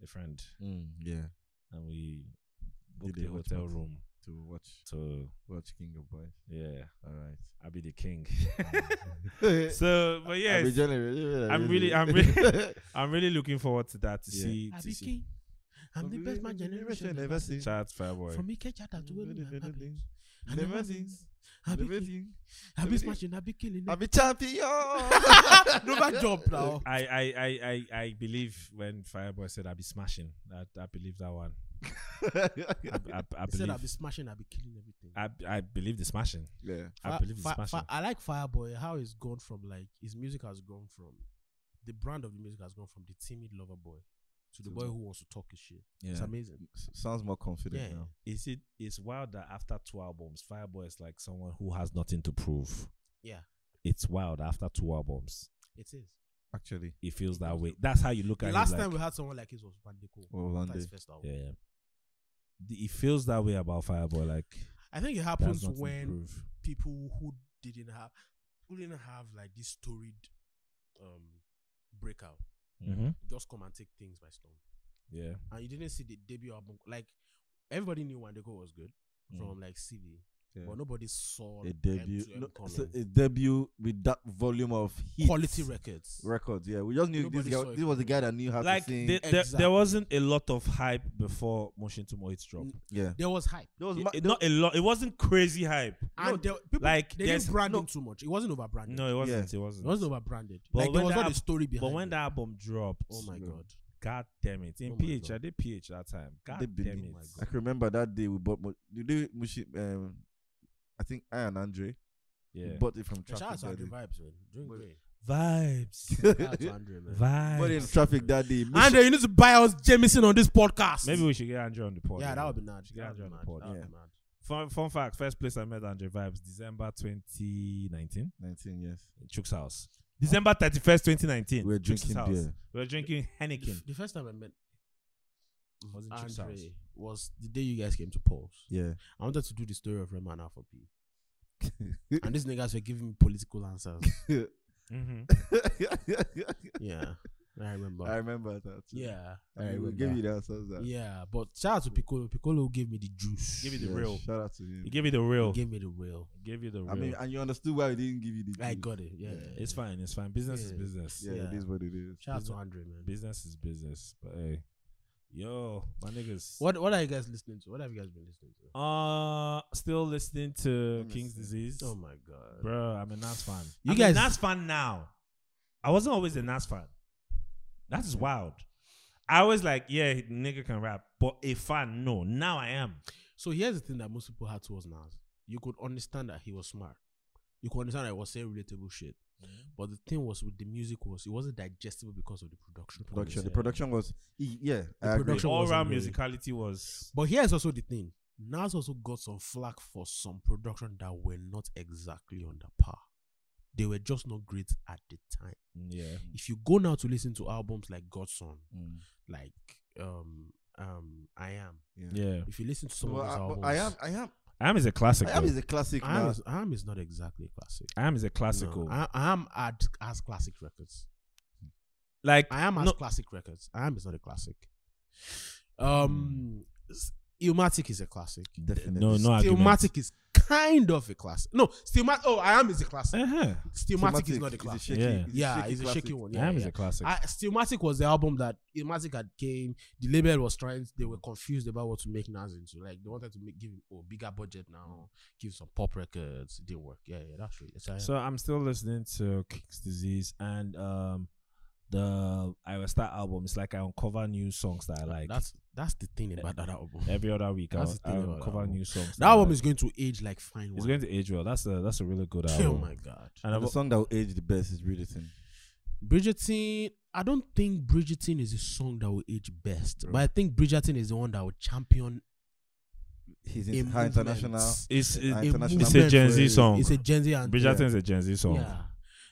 Speaker 1: a friend,
Speaker 3: Mm. Yeah,
Speaker 1: and we
Speaker 3: Did
Speaker 1: booked
Speaker 3: a
Speaker 1: a
Speaker 3: watch
Speaker 1: hotel
Speaker 3: party.
Speaker 1: room.
Speaker 3: to watch
Speaker 1: So
Speaker 3: watch King of Boys.
Speaker 1: yeah,
Speaker 3: All right.
Speaker 1: I'll be the king.
Speaker 3: so
Speaker 1: so, but yeah, it's- I'm really- I'm really- I'm really looking forward to that to
Speaker 3: Yeah.
Speaker 1: see.
Speaker 2: I
Speaker 1: To see.
Speaker 2: became. I'm the best my generation ever seen.
Speaker 1: Shout out to Fireboy.
Speaker 2: From Ike Chata to Welu
Speaker 3: Never since. Never since.
Speaker 2: I
Speaker 3: Never
Speaker 2: be
Speaker 3: since.
Speaker 2: smashing. I be killing.
Speaker 3: I'm a champion.
Speaker 2: No back job now.
Speaker 1: I, I, I, I, I believe when Fireboy said I'll be smashing, I, I believe that one. I, I, I
Speaker 2: He said I
Speaker 1: believe
Speaker 2: be smashing. I be killing everything.
Speaker 1: I, I believe the smashing.
Speaker 3: yeah.
Speaker 1: I
Speaker 2: Fi-
Speaker 1: believe the
Speaker 2: Fi- Fi-
Speaker 1: smashing.
Speaker 2: I like Fireboy. How it's gone from like his music has gone from the brand of the music has gone from the timid lover boy to the
Speaker 3: To
Speaker 2: boy
Speaker 3: the-
Speaker 2: who wants to talk his shit. It's
Speaker 3: Yeah.
Speaker 2: amazing.
Speaker 3: S- sounds more confident
Speaker 2: Yeah.
Speaker 3: now.
Speaker 1: Is it? It's wild that after two albums, Fireboy is like someone who has nothing to prove.
Speaker 2: Yeah.
Speaker 1: It's wild after two albums.
Speaker 2: It is.
Speaker 3: Actually,
Speaker 1: It feels that way. That's how you look
Speaker 2: The
Speaker 1: at
Speaker 2: last
Speaker 1: it.
Speaker 2: time
Speaker 1: like,
Speaker 2: we had someone like this was Bandeko.
Speaker 3: well, one
Speaker 2: That's his
Speaker 3: day.
Speaker 2: first album.
Speaker 1: yeah. The- It feels that way about Fireboy. Like
Speaker 2: I think it
Speaker 1: he has
Speaker 2: happens
Speaker 1: nothing to
Speaker 2: when
Speaker 1: prove.
Speaker 2: people who didn't have who didn't have like this storied um breakout
Speaker 1: Mhm.
Speaker 2: just come and take things by storm.
Speaker 1: Yeah.
Speaker 2: And you didn't see the debut album like everybody knew Wandeko was good
Speaker 1: Mm.
Speaker 2: from like CD.
Speaker 3: Yeah.
Speaker 2: but nobody saw
Speaker 3: Mm. a debut,
Speaker 2: M2M
Speaker 3: no,
Speaker 2: coming.
Speaker 3: so a debut with that volume of hits.
Speaker 2: quality records.
Speaker 3: records. Yeah, we just knew
Speaker 2: Nobody
Speaker 3: this
Speaker 2: saw
Speaker 3: guy.
Speaker 2: it
Speaker 3: This was the guy that knew how
Speaker 1: Like
Speaker 3: to sing.
Speaker 1: the, there,
Speaker 2: Exactly.
Speaker 1: there wasn't a lot of hype before Motion to Mohit drop.
Speaker 2: Mm,
Speaker 3: yeah,
Speaker 2: There was hype,
Speaker 3: there was
Speaker 1: It-
Speaker 3: ma-
Speaker 1: it- not a lot. It wasn't crazy hype.
Speaker 2: and there, people
Speaker 1: like,
Speaker 2: they
Speaker 1: there's-
Speaker 2: didn't brand
Speaker 1: no.
Speaker 2: him too much. It wasn't overbranded.
Speaker 1: No, it wasn't. It
Speaker 2: it
Speaker 1: wasn't.
Speaker 2: wasn't overbranded.
Speaker 1: But
Speaker 2: like there
Speaker 1: when
Speaker 2: was
Speaker 1: that
Speaker 2: not a
Speaker 1: al-
Speaker 2: story behind.
Speaker 1: But when
Speaker 2: it.
Speaker 1: the album dropped,
Speaker 2: oh my
Speaker 3: No.
Speaker 2: god,
Speaker 1: God damn it. In
Speaker 2: Oh my
Speaker 1: PH,
Speaker 2: God.
Speaker 1: I did PH that time. God
Speaker 3: They
Speaker 1: damn
Speaker 3: believe-
Speaker 1: it.
Speaker 2: my
Speaker 3: I can remember that day we bought. Mo- the day Mushi, um, I think I and Andre we
Speaker 1: Yeah.
Speaker 3: bought it from
Speaker 2: Yeah, shout out
Speaker 3: traffic.
Speaker 2: to
Speaker 3: That
Speaker 2: Andre
Speaker 3: day.
Speaker 2: vibes, man. Doing
Speaker 3: Well,
Speaker 2: great.
Speaker 1: Vibes.
Speaker 2: Shout out to Andre, man.
Speaker 3: Bought it
Speaker 1: Vibes.
Speaker 3: in traffic that day. Mushi-
Speaker 2: Andre, you need to buy us Jameson on this podcast.
Speaker 1: Maybe we should get Andrew on the pod.
Speaker 2: yeah, that would be
Speaker 1: man.
Speaker 2: nice.
Speaker 1: Should get
Speaker 2: That would
Speaker 1: Andrew on
Speaker 2: be
Speaker 1: the
Speaker 2: mad.
Speaker 1: pod.
Speaker 2: That would
Speaker 3: Yeah.
Speaker 2: be mad.
Speaker 1: Fun, fun fact first place I met Andre Vibes, December 2019,
Speaker 3: nineteen. Yes,
Speaker 1: in Chooks House. December 31st, 2019.
Speaker 3: we were
Speaker 1: Chook's
Speaker 3: drinking
Speaker 1: house.
Speaker 3: beer.
Speaker 1: We were drinking Henneken.
Speaker 2: The first time I met
Speaker 1: Was in Chooks House.
Speaker 2: Andre was the day you guys came to pause.
Speaker 3: Yeah,
Speaker 2: I wanted to do the story of Rema and Alpha P. and these niggas were giving me political answers.
Speaker 1: Mm-hmm.
Speaker 2: Yeah, I remember.
Speaker 3: I remember that.
Speaker 2: yeah, I
Speaker 3: I mean,
Speaker 2: remember.
Speaker 3: we gave you the answers. That.
Speaker 2: Yeah, but shout out to Piccolo. Piccolo gave me the juice.
Speaker 1: Give me the
Speaker 3: Yeah,
Speaker 1: real.
Speaker 3: Shout out to him.
Speaker 1: He gave you the real.
Speaker 2: He gave me the real.
Speaker 1: Gave you the real.
Speaker 3: I mean, and you understood why we didn't give you the.
Speaker 2: I
Speaker 3: juice.
Speaker 2: got it. Yeah,
Speaker 3: Yeah,
Speaker 2: yeah,
Speaker 1: it's
Speaker 2: yeah.
Speaker 1: fine. It's fine. Business is
Speaker 2: Yeah.
Speaker 1: business.
Speaker 3: Yeah,
Speaker 2: Yeah.
Speaker 3: it is what it is.
Speaker 2: Shout out to
Speaker 1: Business-
Speaker 2: Andre, man.
Speaker 1: Business is business. But hey, Yo, my niggas.
Speaker 2: What What are you guys listening to? What have you guys been listening to?
Speaker 1: Uh, still listening to
Speaker 3: me
Speaker 1: King's
Speaker 3: see.
Speaker 1: Disease.
Speaker 2: Oh my god,
Speaker 1: Bro, I'm a Nas fan.
Speaker 2: You
Speaker 1: I'm
Speaker 2: guys-
Speaker 1: a Nas fan now. I wasn't always a Nas fan. That is wild. I was like, yeah, nigga can rap, but a fan, no. Now I am.
Speaker 2: So here's the thing that most people had towards Nas. You could understand that he was smart. You could understand that he was saying relatable shit. But the thing was with the music was it wasn't digestible because of the production.
Speaker 3: Production. The
Speaker 2: quality.
Speaker 3: production was e- yeah.
Speaker 2: The
Speaker 3: I agree.
Speaker 2: production-
Speaker 1: All round
Speaker 2: wasn't
Speaker 1: musicality was.
Speaker 2: But here's also the thing. Nas also got some flack for some production that were not exactly on the par. They were just not great at the time.
Speaker 1: mm, Yeah.
Speaker 2: If you go now to listen to albums like Godson,
Speaker 3: Mm,
Speaker 2: like um um I am,
Speaker 3: yeah.
Speaker 1: Yeah.
Speaker 2: if you listen to some
Speaker 3: Well,
Speaker 2: of his
Speaker 3: I,
Speaker 2: albums,
Speaker 3: but I am. I am.
Speaker 1: I am is a classic.
Speaker 3: I am
Speaker 1: though.
Speaker 3: is a classic.
Speaker 2: I am
Speaker 3: now.
Speaker 2: is, I am is not exactly a classic.
Speaker 1: I am is a
Speaker 2: No,
Speaker 1: classical.
Speaker 2: I, I am at as classic records.
Speaker 1: like
Speaker 2: I am as
Speaker 1: No.
Speaker 2: classic records. I am is not a classic. Um,
Speaker 1: Hmm.
Speaker 2: s- Illmatic is a classic.
Speaker 3: Definitely.
Speaker 1: no, no argument.
Speaker 2: Stillmatic is kind of a classic. No, Stillmatic. Oh, I am is a classic.
Speaker 1: Uh-huh.
Speaker 2: Stillmatic is not a
Speaker 3: It's
Speaker 2: classic.
Speaker 3: shaky-
Speaker 1: Yeah.
Speaker 3: it's
Speaker 2: yeah, it's a
Speaker 3: classic.
Speaker 2: shaky one.
Speaker 1: I
Speaker 2: Yeah,
Speaker 1: am is
Speaker 2: yeah.
Speaker 1: a classic.
Speaker 2: I, Stillmatic was the album that Illmatic had came. The label was trying. They were confused about what to make Nas into. Like they wanted to make give him a bigger budget now. Give some pop records. It didn't work. Yeah, yeah, that's right. That's right.
Speaker 1: So I'm still listening to King's Disease and um the I was that album. It's like I uncover new songs that I like.
Speaker 2: that's that's the thing about that album.
Speaker 1: every other week. I,
Speaker 2: That's the
Speaker 1: I
Speaker 2: thing about that
Speaker 1: uncover
Speaker 2: album.
Speaker 1: new songs.
Speaker 2: That
Speaker 1: I
Speaker 2: album
Speaker 1: like.
Speaker 2: is going to age like fine
Speaker 1: it's
Speaker 2: wine.
Speaker 1: going to age well. That's a that's a really good album.
Speaker 2: Oh my god.
Speaker 1: And I've,
Speaker 3: The song that will age the best is Bridgerton.
Speaker 2: Bridgerton, I don't think Bridgerton is the song that will age best, but I think Bridgerton is the one that will champion
Speaker 3: He's
Speaker 2: a
Speaker 3: in high
Speaker 2: movement.
Speaker 3: international.
Speaker 1: it's it,
Speaker 3: I-
Speaker 2: A
Speaker 3: international-
Speaker 1: It's a Gen
Speaker 2: movement
Speaker 1: Z
Speaker 2: for-
Speaker 1: song.
Speaker 2: It's a Gen Z and
Speaker 1: Bridgerton is a Gen Z song.
Speaker 2: Yeah.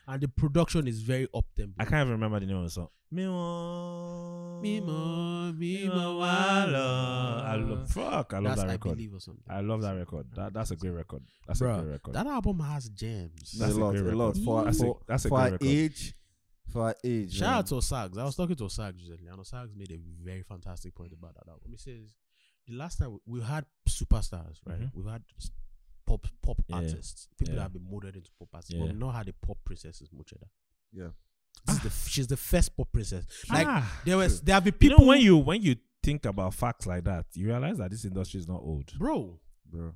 Speaker 2: And the production is very up tempo.
Speaker 1: I can't even remember the name of the song. Mimo,
Speaker 2: Me more, me more,
Speaker 1: Wala. I love fuck. I love
Speaker 2: That's
Speaker 1: that
Speaker 2: I
Speaker 1: record.
Speaker 2: believe or something.
Speaker 1: I love that record. That, that's a great record. That's a
Speaker 2: Bruh,
Speaker 1: great record.
Speaker 2: That album has gems.
Speaker 3: That's
Speaker 1: a
Speaker 3: a lot.
Speaker 1: great
Speaker 3: A lot
Speaker 1: record.
Speaker 3: for
Speaker 1: That's a-
Speaker 3: for,
Speaker 1: that's a
Speaker 3: for
Speaker 1: great
Speaker 3: our
Speaker 1: record.
Speaker 3: age. For our age.
Speaker 2: Shout
Speaker 3: man.
Speaker 2: out to Osags. I was talking to Osags recently, and Osags made a very fantastic point about that album. He says, the last time we we had superstars, right?
Speaker 1: Mhm.
Speaker 2: We've had s- pop pop
Speaker 1: Yeah.
Speaker 2: artists, people
Speaker 1: Yeah.
Speaker 2: that have been molded into pop artists.
Speaker 1: Yeah.
Speaker 2: We've not had a pop princess as much as that.
Speaker 3: Yeah.
Speaker 2: This is the, f- she's the first pop princess. Like
Speaker 1: Ah.
Speaker 2: there was, there have been
Speaker 1: you
Speaker 2: people.
Speaker 1: know when you when you think about facts like that, you realize that this industry is not old.
Speaker 2: bro,
Speaker 3: bro.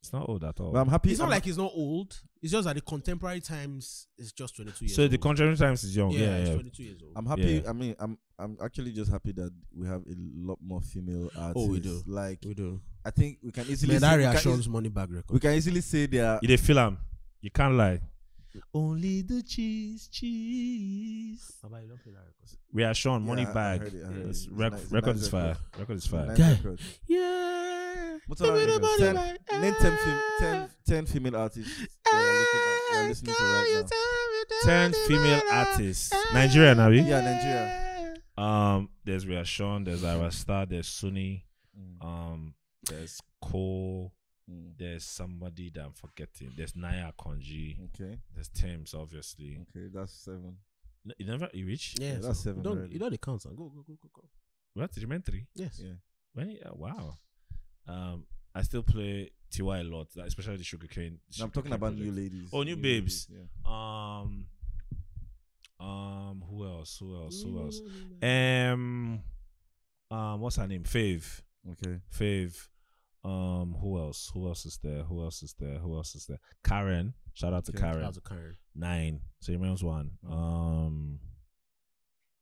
Speaker 1: It's not old at all.
Speaker 3: But I'm happy.
Speaker 2: it's not
Speaker 1: um,
Speaker 3: I'm-
Speaker 2: like he's not old. It's just that the contemporary times is just twenty two years.
Speaker 1: so
Speaker 2: old.
Speaker 1: the contemporary times is young.
Speaker 2: yeah,
Speaker 1: Yeah,
Speaker 2: it's
Speaker 1: yeah.
Speaker 2: twenty two years old.
Speaker 3: I'm happy.
Speaker 1: Yeah.
Speaker 3: I mean, I'm I'm actually just happy that we have a lot more female artists.
Speaker 1: Oh,
Speaker 2: we do.
Speaker 3: Like
Speaker 2: we do.
Speaker 3: I think we can easily
Speaker 2: Man,
Speaker 3: say,
Speaker 2: that
Speaker 3: we, can eas-
Speaker 2: reaction's money bag
Speaker 3: we
Speaker 2: record.
Speaker 3: can easily say they are
Speaker 1: You did feel 'em. You can't lie. Only the cheese, cheese.
Speaker 2: Baba, you don't play that record.
Speaker 1: We are Sean
Speaker 3: Yeah,
Speaker 1: Money
Speaker 3: I- I
Speaker 1: Bag.
Speaker 3: heard it, I heard
Speaker 1: It's
Speaker 3: it. It's a
Speaker 1: rec-
Speaker 3: nice- it's a
Speaker 1: record
Speaker 3: nice
Speaker 1: is fire.
Speaker 3: record.
Speaker 1: Record is
Speaker 3: It's a
Speaker 1: fire.
Speaker 3: nice
Speaker 2: Guy.
Speaker 3: record.
Speaker 2: Yeah.
Speaker 3: What's all
Speaker 2: Give me
Speaker 3: that
Speaker 2: the
Speaker 3: record?
Speaker 2: money
Speaker 3: Ten-
Speaker 2: back.
Speaker 3: Name 10, fem- 10, 10 female artists. that we're looking at- we're listening to right now.
Speaker 1: Ten female artists. Nigerian, are we?
Speaker 3: Yeah, Nigeria.
Speaker 1: Um, there's Ria Sean, there's Ira Star, there's Sunny,
Speaker 3: Mm,
Speaker 1: um, there's Cole,
Speaker 3: mm.
Speaker 1: there's somebody that I'm forgetting. There's Naya Konji,
Speaker 3: mm, Okay,
Speaker 1: there's Thames, obviously.
Speaker 3: okay, that's seven.
Speaker 1: No, you never you reach?
Speaker 2: Yeah,
Speaker 3: that's
Speaker 2: so
Speaker 3: seven
Speaker 2: You don't,
Speaker 3: already.
Speaker 2: you don't count, son. Go, go, go, go, go.
Speaker 1: What? You meant three?
Speaker 2: Yes.
Speaker 3: Yeah.
Speaker 1: When you- oh, wow. Um I still play Tiwa a lot, like, especially the sugarcane.
Speaker 3: No, I'm talking
Speaker 1: Sugarcane
Speaker 3: about new
Speaker 1: project.
Speaker 3: ladies.
Speaker 1: Oh, new babes.
Speaker 3: ladies,
Speaker 1: Um Um who else? Who else? Who
Speaker 2: Mm.
Speaker 1: else?
Speaker 3: Eh,
Speaker 1: Um Um what's her name? Fave.
Speaker 3: yeah. Okay.
Speaker 1: Fave. Um, who else? Who else is there? Who else is there? Who else is there? Karen. Shout out to
Speaker 3: Okay.
Speaker 1: Karen.
Speaker 2: That's a Karen.
Speaker 1: Nine. So remains one.
Speaker 3: Mm-hmm.
Speaker 1: Um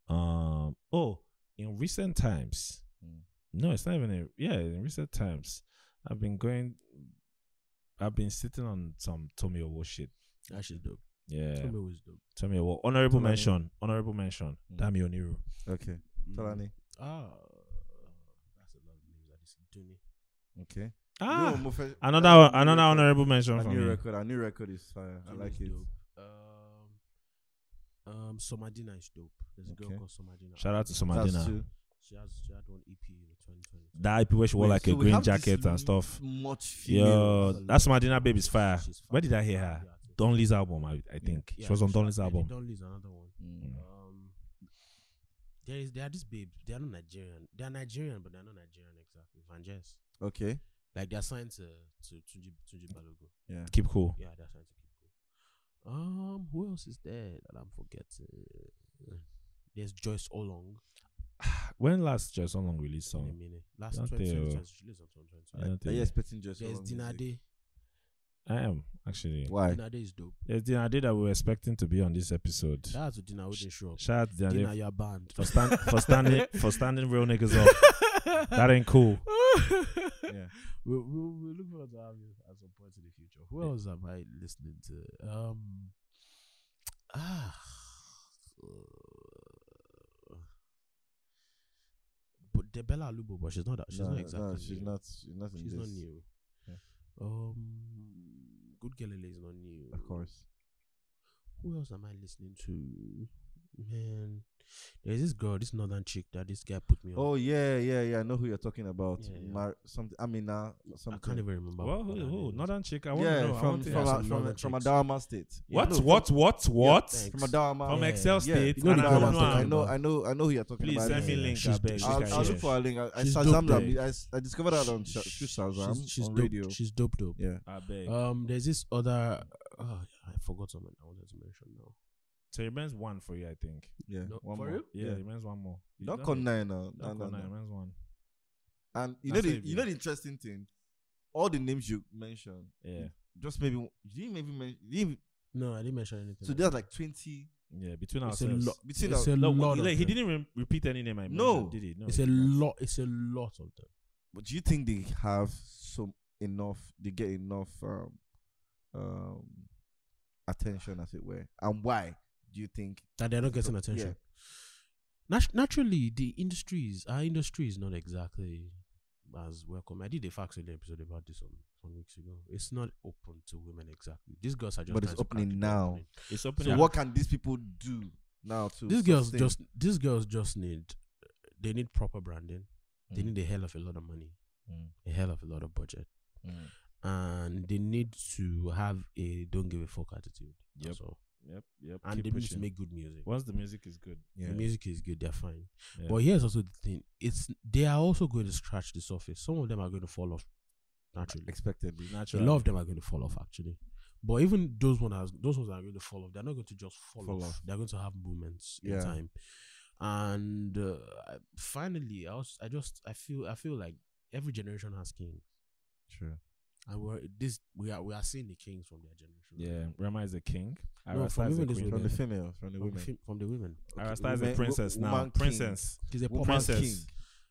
Speaker 1: Um Oh, in recent times.
Speaker 3: Mm.
Speaker 1: No, it's not even a yeah, in recent times. I've been going I've been sitting on some Tommy Owo shit.
Speaker 2: That shit's dope.
Speaker 1: Yeah.
Speaker 2: Tommy was dope.
Speaker 1: Tommy Owo. Honorable
Speaker 3: Tolani.
Speaker 1: mention. Honorable mention.
Speaker 3: Mm.
Speaker 1: Dami Oniru.
Speaker 3: Okay. Tolani.
Speaker 2: Ah, that's a lot of names. That is Duni.
Speaker 3: Okay.
Speaker 1: Ah,
Speaker 3: No, mo fe-
Speaker 1: another
Speaker 3: uh,
Speaker 1: one-
Speaker 3: new
Speaker 1: another
Speaker 3: record.
Speaker 1: honorable mention
Speaker 3: Our
Speaker 1: from
Speaker 3: new
Speaker 1: me.
Speaker 3: record. Our new record is fire. I
Speaker 2: Duni's
Speaker 3: like it.
Speaker 2: Dope. Um, um, Somadina is dope. There's a girl
Speaker 3: Okay.
Speaker 2: called Somadina.
Speaker 1: Shout out to
Speaker 3: That's
Speaker 1: Somadina.
Speaker 3: two.
Speaker 2: She has she had one EP in 2020.
Speaker 1: that people where she wore
Speaker 3: Wait,
Speaker 1: like
Speaker 3: so
Speaker 1: a
Speaker 3: we
Speaker 1: green
Speaker 3: have this
Speaker 1: jacket and
Speaker 3: m-
Speaker 1: stuff.
Speaker 3: Much female.
Speaker 1: Yo,
Speaker 2: female.
Speaker 1: that's my dinner baby's fire.
Speaker 2: She's
Speaker 1: Where did I
Speaker 2: fine.
Speaker 1: hear her?
Speaker 2: Yeah, artist.
Speaker 1: Donley's album, I, I think.
Speaker 2: Yeah,
Speaker 1: she was on Donley's
Speaker 2: yeah,
Speaker 1: album.
Speaker 2: Donley's another one.
Speaker 3: Mm.
Speaker 2: Um, there is there are these babes. They are not Nigerian. They are Nigerian, but they are not Nigerian exactly. Vanjes.
Speaker 3: Okay.
Speaker 2: Like they are signed to to Tunji Tunji Balogo.
Speaker 3: Yeah.
Speaker 1: Keep cool.
Speaker 2: Yeah, they are signed to Kiko. Um, who else is there that I'm forgetting? There's Joyce Olong.
Speaker 1: When last Joyce Song released
Speaker 2: in a
Speaker 1: song?
Speaker 2: minute. Last
Speaker 1: don't
Speaker 2: 20,
Speaker 1: they,
Speaker 2: 20,
Speaker 1: uh,
Speaker 2: 20, she lives on 20,
Speaker 1: I
Speaker 2: 20.
Speaker 1: don't
Speaker 3: Are you
Speaker 1: think.
Speaker 3: expecting just
Speaker 2: There's Dina Day.
Speaker 1: I am actually.
Speaker 3: Why?
Speaker 2: Dina Day is dope.
Speaker 1: There's Dina Ade that we were expecting to be on this episode.
Speaker 2: Shout out to Dina who didn't show up.
Speaker 1: Shout out to Dina Ade
Speaker 2: Dina, you're banned.
Speaker 1: for, stand, for standing for standing real niggas up. That ain't cool.
Speaker 3: Yeah.
Speaker 2: we we we look forward to having you at some point in the future. Who else am I listening to? Um, ah, uh, but Debella Lubo, but she's not that. She's
Speaker 3: No,
Speaker 2: not
Speaker 3: no,
Speaker 2: exactly.
Speaker 3: she's
Speaker 2: new.
Speaker 3: not. She's not. in
Speaker 2: She's not
Speaker 3: this,
Speaker 2: new.
Speaker 3: Yeah.
Speaker 2: Um, Good Galilei is not new.
Speaker 3: Of course.
Speaker 2: Who else am I listening to? Man, there's this girl, this northern chick that this guy put me on.
Speaker 3: Oh yeah, yeah, yeah. I know who you're talking about.
Speaker 2: Yeah, yeah.
Speaker 3: Mar- something. I mean, uh,
Speaker 2: I
Speaker 3: something.
Speaker 2: can't even remember.
Speaker 1: Well, who,
Speaker 2: what her
Speaker 1: who?
Speaker 2: name is.
Speaker 1: Northern chick. I want to
Speaker 3: yeah,
Speaker 1: know. I
Speaker 3: from
Speaker 1: want to
Speaker 3: from
Speaker 2: ask
Speaker 3: a,
Speaker 2: some
Speaker 3: from a,
Speaker 2: northern
Speaker 3: from
Speaker 2: chicks.
Speaker 3: Adama State.
Speaker 1: what,
Speaker 3: No,
Speaker 1: what? What? What?
Speaker 2: thanks.
Speaker 3: From Adama.
Speaker 1: From
Speaker 2: Yeah,
Speaker 1: Excel
Speaker 3: yeah,
Speaker 1: State.
Speaker 2: you know
Speaker 1: and
Speaker 2: the
Speaker 1: I
Speaker 2: girl
Speaker 1: don't
Speaker 2: I'm
Speaker 1: know.
Speaker 2: talking
Speaker 3: I
Speaker 1: her-
Speaker 3: know,
Speaker 2: about.
Speaker 3: I know, I know who you're talking
Speaker 1: Please
Speaker 3: about.
Speaker 1: send me
Speaker 2: Yeah,
Speaker 1: link.
Speaker 2: she's
Speaker 1: I beg.
Speaker 2: dope.
Speaker 3: I'll,
Speaker 2: She's
Speaker 3: I'll look
Speaker 2: dope.
Speaker 3: for a link. I, I
Speaker 2: She's dope,
Speaker 3: Shazam that.
Speaker 2: babe.
Speaker 3: I, I discovered her on Sha-
Speaker 2: She's-
Speaker 3: through Shazam
Speaker 2: she's, she's
Speaker 3: on
Speaker 2: dope,
Speaker 3: radio.
Speaker 2: She's dope, dope.
Speaker 3: Yeah.
Speaker 1: I beg.
Speaker 2: Um, there's this other. Oh, I forgot something I wanted to mention now.
Speaker 1: so it remains one for you, I think.
Speaker 3: Yeah.
Speaker 2: No,
Speaker 3: one
Speaker 2: for
Speaker 3: more.
Speaker 2: real?
Speaker 1: Yeah, it remains one more. You
Speaker 3: Not
Speaker 1: done
Speaker 3: Con
Speaker 1: it.
Speaker 3: Nine now. No,
Speaker 1: Not
Speaker 3: no,
Speaker 1: Con nine,
Speaker 3: no.
Speaker 1: remains one.
Speaker 3: And you know
Speaker 1: That's
Speaker 3: the
Speaker 1: it,
Speaker 3: you
Speaker 1: yeah.
Speaker 3: know the interesting thing, all the names you mentioned,
Speaker 1: Yeah,
Speaker 3: just maybe you didn't even mention. you didn't even-
Speaker 2: No, I didn't mention anything.
Speaker 3: So there's like twenty
Speaker 1: yeah. Between
Speaker 2: it's a
Speaker 1: ourselves,
Speaker 2: lot. It's
Speaker 3: between.
Speaker 2: a
Speaker 3: our-
Speaker 1: No,
Speaker 2: lot.
Speaker 1: he,
Speaker 2: of
Speaker 1: like, he
Speaker 2: them.
Speaker 1: didn't even repeat any name I mentioned,
Speaker 3: No.
Speaker 1: did he? No,
Speaker 2: It's a lot. It's a lot of them.
Speaker 3: But do you think they have some enough? They get enough um, um, attention, as it were. And why do you think?
Speaker 2: That they're not getting
Speaker 3: Yeah.
Speaker 2: attention. Nat- naturally, the industries, our industry is not exactly as welcome. I did a facts episode about this on some weeks ago. It's not open to women exactly. These girls are just.
Speaker 3: But it's
Speaker 2: trying to crack
Speaker 3: opening
Speaker 2: the door
Speaker 3: now.
Speaker 2: opening.
Speaker 1: It's
Speaker 3: So
Speaker 1: opening.
Speaker 3: what can these people do now to?
Speaker 2: These girls
Speaker 3: sustain-
Speaker 2: just. These girls just need. They need proper branding. They
Speaker 1: Mm.
Speaker 2: need a hell of a lot of money.
Speaker 1: Mm,
Speaker 2: A hell of a lot of budget.
Speaker 1: mm.
Speaker 2: and they need to have a don't give a fuck attitude. That's all.
Speaker 1: Yep, yep.
Speaker 2: And
Speaker 1: keep
Speaker 2: they need to
Speaker 1: pushing.
Speaker 2: make good music.
Speaker 1: once the music is good.
Speaker 2: The music is good, they're fine.
Speaker 1: Yeah.
Speaker 2: But here's also the thing: it's they are also going to scratch the surface. Some of them are going to fall off naturally.
Speaker 3: expectedly.
Speaker 2: A
Speaker 1: naturally.
Speaker 2: lot of them are going to fall off actually. But even those one has those ones that are going to fall off. They're not going to just fall,
Speaker 3: Fall
Speaker 2: off.
Speaker 3: off.
Speaker 2: They're going to have moments
Speaker 3: Yeah.
Speaker 2: in time. And uh, I- finally, I was, I just I feel I feel like every generation has kings,
Speaker 3: True.
Speaker 2: and we're this we are we are seeing the kings from their generation.
Speaker 1: Yeah, Rema is a king.
Speaker 2: No,
Speaker 1: Arasta
Speaker 2: for
Speaker 1: is a
Speaker 2: women it's
Speaker 1: queen.
Speaker 3: From the
Speaker 2: women.
Speaker 3: females,
Speaker 2: from,
Speaker 3: from the
Speaker 2: the
Speaker 3: women.
Speaker 2: fem- from the women.
Speaker 1: Arasta is a
Speaker 3: women-
Speaker 1: princess
Speaker 3: wo-
Speaker 1: now.
Speaker 3: woman king.
Speaker 1: Princess.
Speaker 2: She's a
Speaker 3: Woman
Speaker 2: pop
Speaker 3: king.
Speaker 2: princess.
Speaker 1: Princess.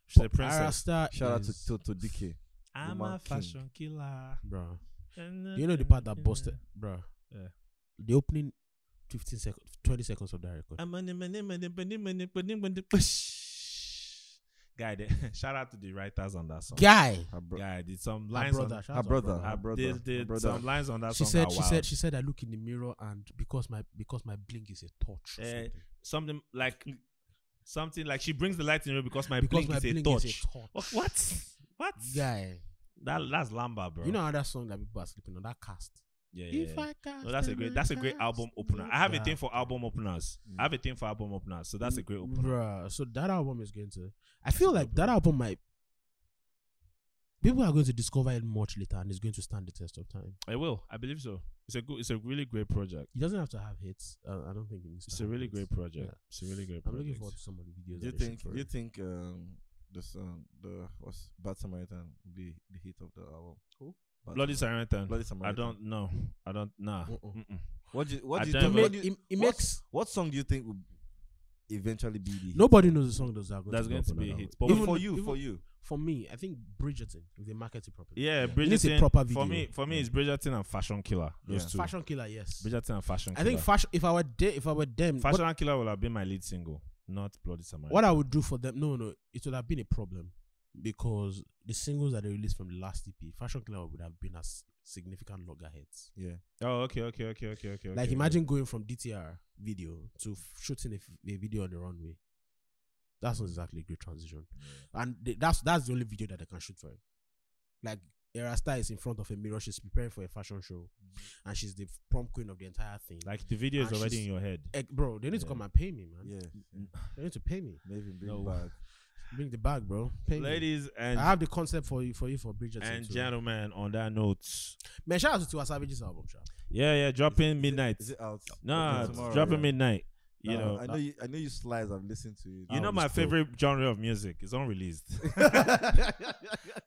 Speaker 1: She's a princess.
Speaker 2: Arasta
Speaker 3: Shout out
Speaker 2: is-
Speaker 3: to Toto DK.
Speaker 1: I'm
Speaker 3: woman
Speaker 1: a
Speaker 3: king.
Speaker 1: fashion killer.
Speaker 2: Bruh. You know the part that busted, bruh.
Speaker 1: Yeah.
Speaker 2: The opening 15 seconds, 20 seconds of that record.
Speaker 1: I'm a nim- nim- nim- nim- nim- nim- nim- nim- push. Guy, there. shout out to the writers on that song.
Speaker 2: Guy.
Speaker 3: Her bro-
Speaker 1: Guy, did some
Speaker 2: Her
Speaker 1: lines on
Speaker 2: brother. shout out to
Speaker 3: her brother. Her
Speaker 1: I
Speaker 3: brother.
Speaker 1: did,
Speaker 3: her
Speaker 1: did
Speaker 3: brother.
Speaker 1: some lines on that
Speaker 2: She
Speaker 1: song.
Speaker 2: said
Speaker 1: are
Speaker 2: she
Speaker 1: wild.
Speaker 2: said she said I look in the mirror and because my because my blink is a touch. or
Speaker 1: Eh,
Speaker 2: something.
Speaker 1: something like something like she brings the light in me because my
Speaker 2: Mm. because
Speaker 1: blink,
Speaker 2: my
Speaker 1: is,
Speaker 2: blink
Speaker 1: a touch.
Speaker 2: is a touch.
Speaker 1: Wha- What? What?
Speaker 2: Guy.
Speaker 1: That that's Lamba, bro.
Speaker 2: You know another song that people are sleeping on that cast.
Speaker 1: yeah, yeah, yeah.
Speaker 2: cast
Speaker 1: No, that's a
Speaker 2: in
Speaker 1: great
Speaker 2: my
Speaker 1: that's a great
Speaker 2: cast,
Speaker 1: album opener. I have a thing for
Speaker 2: Yeah.
Speaker 1: album openers. I have a thing for album openers, so that's a great
Speaker 2: Mm.
Speaker 1: opener.
Speaker 2: Bruh, so that album is going to. I feel like that
Speaker 1: opener.
Speaker 2: album might. People are going to discover it much later, and it's going to stand the test of time.
Speaker 1: I will. I believe so. It's a good. It's a really great project.
Speaker 2: It doesn't have to have hits. Uh, I don't think it needs. to
Speaker 1: It's a
Speaker 2: have
Speaker 1: really
Speaker 2: hits.
Speaker 1: great project.
Speaker 2: Yeah.
Speaker 1: It's a really great.
Speaker 2: I'm
Speaker 1: project.
Speaker 2: looking forward to some of the videos.
Speaker 3: Do you
Speaker 2: that they shoot
Speaker 3: think?
Speaker 2: for
Speaker 3: Do you
Speaker 2: it.
Speaker 3: think um, the song, the what's Bad Samaritan, will be the hit of the album? Who?
Speaker 1: Bloody Samaritan.
Speaker 3: Bloody
Speaker 1: I
Speaker 3: Samaritan.
Speaker 1: don't know. I don't. Nah.
Speaker 2: Mm-mm.
Speaker 1: Mm-mm.
Speaker 3: What do you, what
Speaker 1: I
Speaker 3: do you
Speaker 1: don't
Speaker 2: It
Speaker 3: think?
Speaker 2: ma-
Speaker 3: What, do you,
Speaker 2: it- it
Speaker 3: what's-
Speaker 2: makes
Speaker 3: what song do you think will eventually be the hit?
Speaker 2: nobody knows the song those are going
Speaker 1: That's
Speaker 2: to
Speaker 1: going
Speaker 2: drop
Speaker 1: to
Speaker 2: on
Speaker 1: be a
Speaker 2: that
Speaker 1: hit.
Speaker 2: album.
Speaker 1: But
Speaker 3: But
Speaker 2: Even-
Speaker 3: for you,
Speaker 2: even-
Speaker 3: for you.
Speaker 2: for me, I think Bridgerton, if they market it properly.
Speaker 1: Yeah,
Speaker 2: It needs a
Speaker 1: Bridgerton.
Speaker 2: proper
Speaker 1: For
Speaker 2: video.
Speaker 1: me, for me,
Speaker 2: Yeah.
Speaker 1: it's Bridgerton and Fashion Killer. Those
Speaker 3: Yeah.
Speaker 1: two.
Speaker 2: Fashion Killer, yes.
Speaker 1: Bridgerton and Fashion
Speaker 2: I
Speaker 1: Killer.
Speaker 2: think fashion. If I were de- if I were them,
Speaker 1: Fashion
Speaker 2: what,
Speaker 1: and Killer will have been my lead single, not Bloody Samaritan.
Speaker 2: what I would do for them, no, no, it would have been a problem because the singles that they released from the last EP, Fashion Killer would have been as significant loggerheads.
Speaker 3: Yeah.
Speaker 1: Oh, okay, okay, okay, okay, okay. okay,
Speaker 2: like
Speaker 1: okay.
Speaker 2: imagine going from DTR video to f- shooting a, f- a video on the runway. That's not exactly a great transition, and they, that's that's the only video that they can shoot for it. Like Erasta is in front of a mirror, she's preparing for a fashion show, and she's the prompt queen of the entire thing. Like,
Speaker 1: Like the video is
Speaker 2: Ah,
Speaker 1: already
Speaker 2: she's-
Speaker 1: in your head.
Speaker 2: bro, they need to
Speaker 1: Yeah.
Speaker 2: come and pay me, man.
Speaker 3: Yeah.
Speaker 2: They need to pay me.
Speaker 3: Maybe bring
Speaker 1: No.
Speaker 3: back.
Speaker 2: Bring the bag, bro. Pay me.
Speaker 1: Ladies and
Speaker 3: Ah.
Speaker 2: I have the concept for you for you for Bridgerton.
Speaker 1: and
Speaker 2: too.
Speaker 1: gentlemen, on that note,
Speaker 2: Man, shout out to Tiwa Savage's album, sha.
Speaker 1: yeah, yeah, dropping midnight.
Speaker 3: Is it out?
Speaker 1: Nah,
Speaker 3: Okay, tomorrow,
Speaker 1: dropping
Speaker 3: yeah.
Speaker 1: midnight. You
Speaker 3: Uh,
Speaker 1: know,
Speaker 3: I know you, Ah, I know you slides. I've listened to it.
Speaker 1: you know
Speaker 2: was
Speaker 1: my
Speaker 2: dope.
Speaker 1: favorite genre of music is unreleased.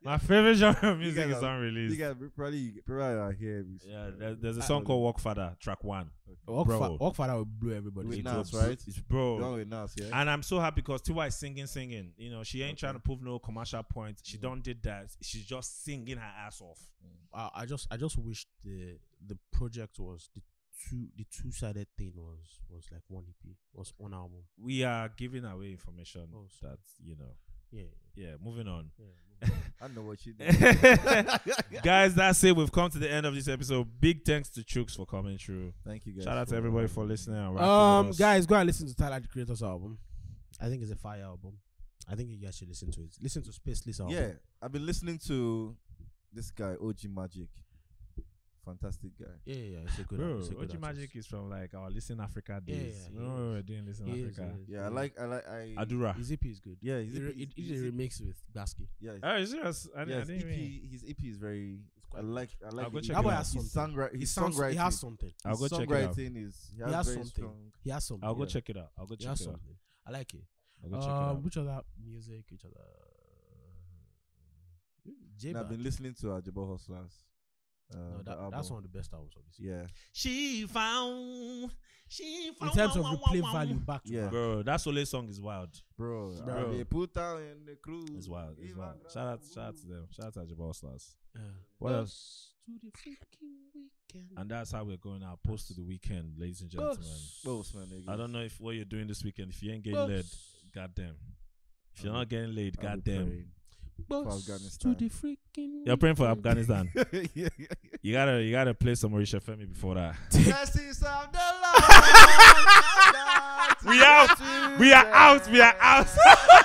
Speaker 1: my favorite genre of music
Speaker 3: guys
Speaker 1: is
Speaker 3: are- you
Speaker 1: unreleased.
Speaker 3: guys Ah, probably probably are here.
Speaker 1: yeah, there, there's a song called Walk Father, track one.
Speaker 2: Walk,
Speaker 1: Bro.
Speaker 2: fa- walk Father will blow everybody.
Speaker 3: With
Speaker 2: It
Speaker 3: Nas,
Speaker 2: drops.
Speaker 3: right?
Speaker 1: It's bro.
Speaker 3: Wrong with Nas, yeah.
Speaker 1: And I'm so happy because Tiwa is singing, singing. You know, she ain't trying to prove no commercial point. She don't did that. She's just singing her ass off.
Speaker 2: I, I just I just wish the the project was the two the two sided thing was was like one EP was one album.
Speaker 1: We are giving away information
Speaker 2: Oh, sorry.
Speaker 1: that you know.
Speaker 2: Yeah.
Speaker 1: Yeah, moving on.
Speaker 2: yeah.
Speaker 3: I know what you did.
Speaker 1: Guys, that's it. We've come to the end of this episode. Big thanks to Chooks for coming through.
Speaker 3: Thank you guys.
Speaker 1: Shout out to everybody for listening. And rocking
Speaker 2: um,
Speaker 1: with us.
Speaker 2: guys, go and listen to Tyler the Creator's album. I think it's a fire album. I think you guys should listen to it. Listen to Spaceless album.
Speaker 3: Yeah, I've been listening to this guy OG Magic, fantastic guy.
Speaker 2: Yeah, yeah, it's a good.
Speaker 1: Bro,
Speaker 2: it's a good
Speaker 1: OG Magic is from like our Listen Africa
Speaker 2: Yeah,
Speaker 1: days. Yeah,
Speaker 2: yeah, he
Speaker 1: we
Speaker 2: is.
Speaker 1: were doing Listen
Speaker 2: He is,
Speaker 1: Africa.
Speaker 2: he is,
Speaker 3: Yeah, I
Speaker 2: he
Speaker 3: like I like I.
Speaker 1: Adura.
Speaker 2: His EP is good.
Speaker 3: Yeah,
Speaker 2: He
Speaker 3: his
Speaker 2: re-
Speaker 3: EP,
Speaker 2: It
Speaker 3: his
Speaker 2: is a
Speaker 3: EP
Speaker 2: remix with Basky.
Speaker 3: yeah, his-
Speaker 1: Oh, is serious? I,
Speaker 3: yeah,
Speaker 1: didn't- I
Speaker 3: his
Speaker 1: didn't even-
Speaker 3: EP, his EP is very. I
Speaker 2: quite
Speaker 3: like I like.
Speaker 1: I'll go
Speaker 3: his E
Speaker 1: check
Speaker 2: That
Speaker 1: it
Speaker 2: boy
Speaker 1: out.
Speaker 2: has
Speaker 3: his
Speaker 2: something.
Speaker 3: songwri-
Speaker 2: He
Speaker 3: his
Speaker 2: sounds.
Speaker 3: songwriting.
Speaker 2: He has something.
Speaker 1: I'll go
Speaker 3: his
Speaker 1: check it out.
Speaker 3: songwriting is he
Speaker 2: He
Speaker 3: has,
Speaker 2: has
Speaker 3: very
Speaker 2: something.
Speaker 3: strong.
Speaker 2: He has something.
Speaker 1: I'll go
Speaker 3: Yeah.
Speaker 1: check it out. I'll go
Speaker 2: He
Speaker 1: check
Speaker 2: has
Speaker 1: it out.
Speaker 2: something. I like it.
Speaker 1: I'll go check it
Speaker 2: Uh,
Speaker 1: out.
Speaker 2: which other music? Which other? uh, J
Speaker 3: And I've
Speaker 2: Bad.
Speaker 3: been listening to Ajabo Hustlers. Uh,
Speaker 2: No,
Speaker 3: the
Speaker 2: that,
Speaker 3: album.
Speaker 2: that's one of the best albums of this year.
Speaker 3: Yeah,
Speaker 1: She found. She
Speaker 2: In
Speaker 1: found.
Speaker 2: terms of replay value, back to
Speaker 3: Yeah.
Speaker 2: back.
Speaker 1: Bro, that Sole song is wild.
Speaker 3: bro.
Speaker 2: Bro.
Speaker 3: They put out in the crew.
Speaker 1: It's wild. It's wild. Shout out, shout out to them. Shout out to Jabal Stars.
Speaker 2: Yeah.
Speaker 1: What else?
Speaker 2: To the freaking weekend.
Speaker 1: And that's how we're going out. Post to the weekend, ladies and
Speaker 2: Boss.
Speaker 1: gentlemen.
Speaker 3: Both man, nigga.
Speaker 1: I don't know if what you're doing this weekend. If you ain't getting
Speaker 2: Boss.
Speaker 1: laid, goddamn. If you're
Speaker 3: I'll
Speaker 1: not getting laid,
Speaker 3: I'll be
Speaker 1: goddamn.
Speaker 3: praying.
Speaker 2: Boss
Speaker 3: Afghanistan.
Speaker 2: To the freaking.
Speaker 1: You're praying for Afghanistan.
Speaker 3: yeah, yeah, yeah.
Speaker 1: You gotta, you gotta play some Marisha Femi before that.
Speaker 3: Blessings of the Lord.
Speaker 1: We out. We are out. We are out.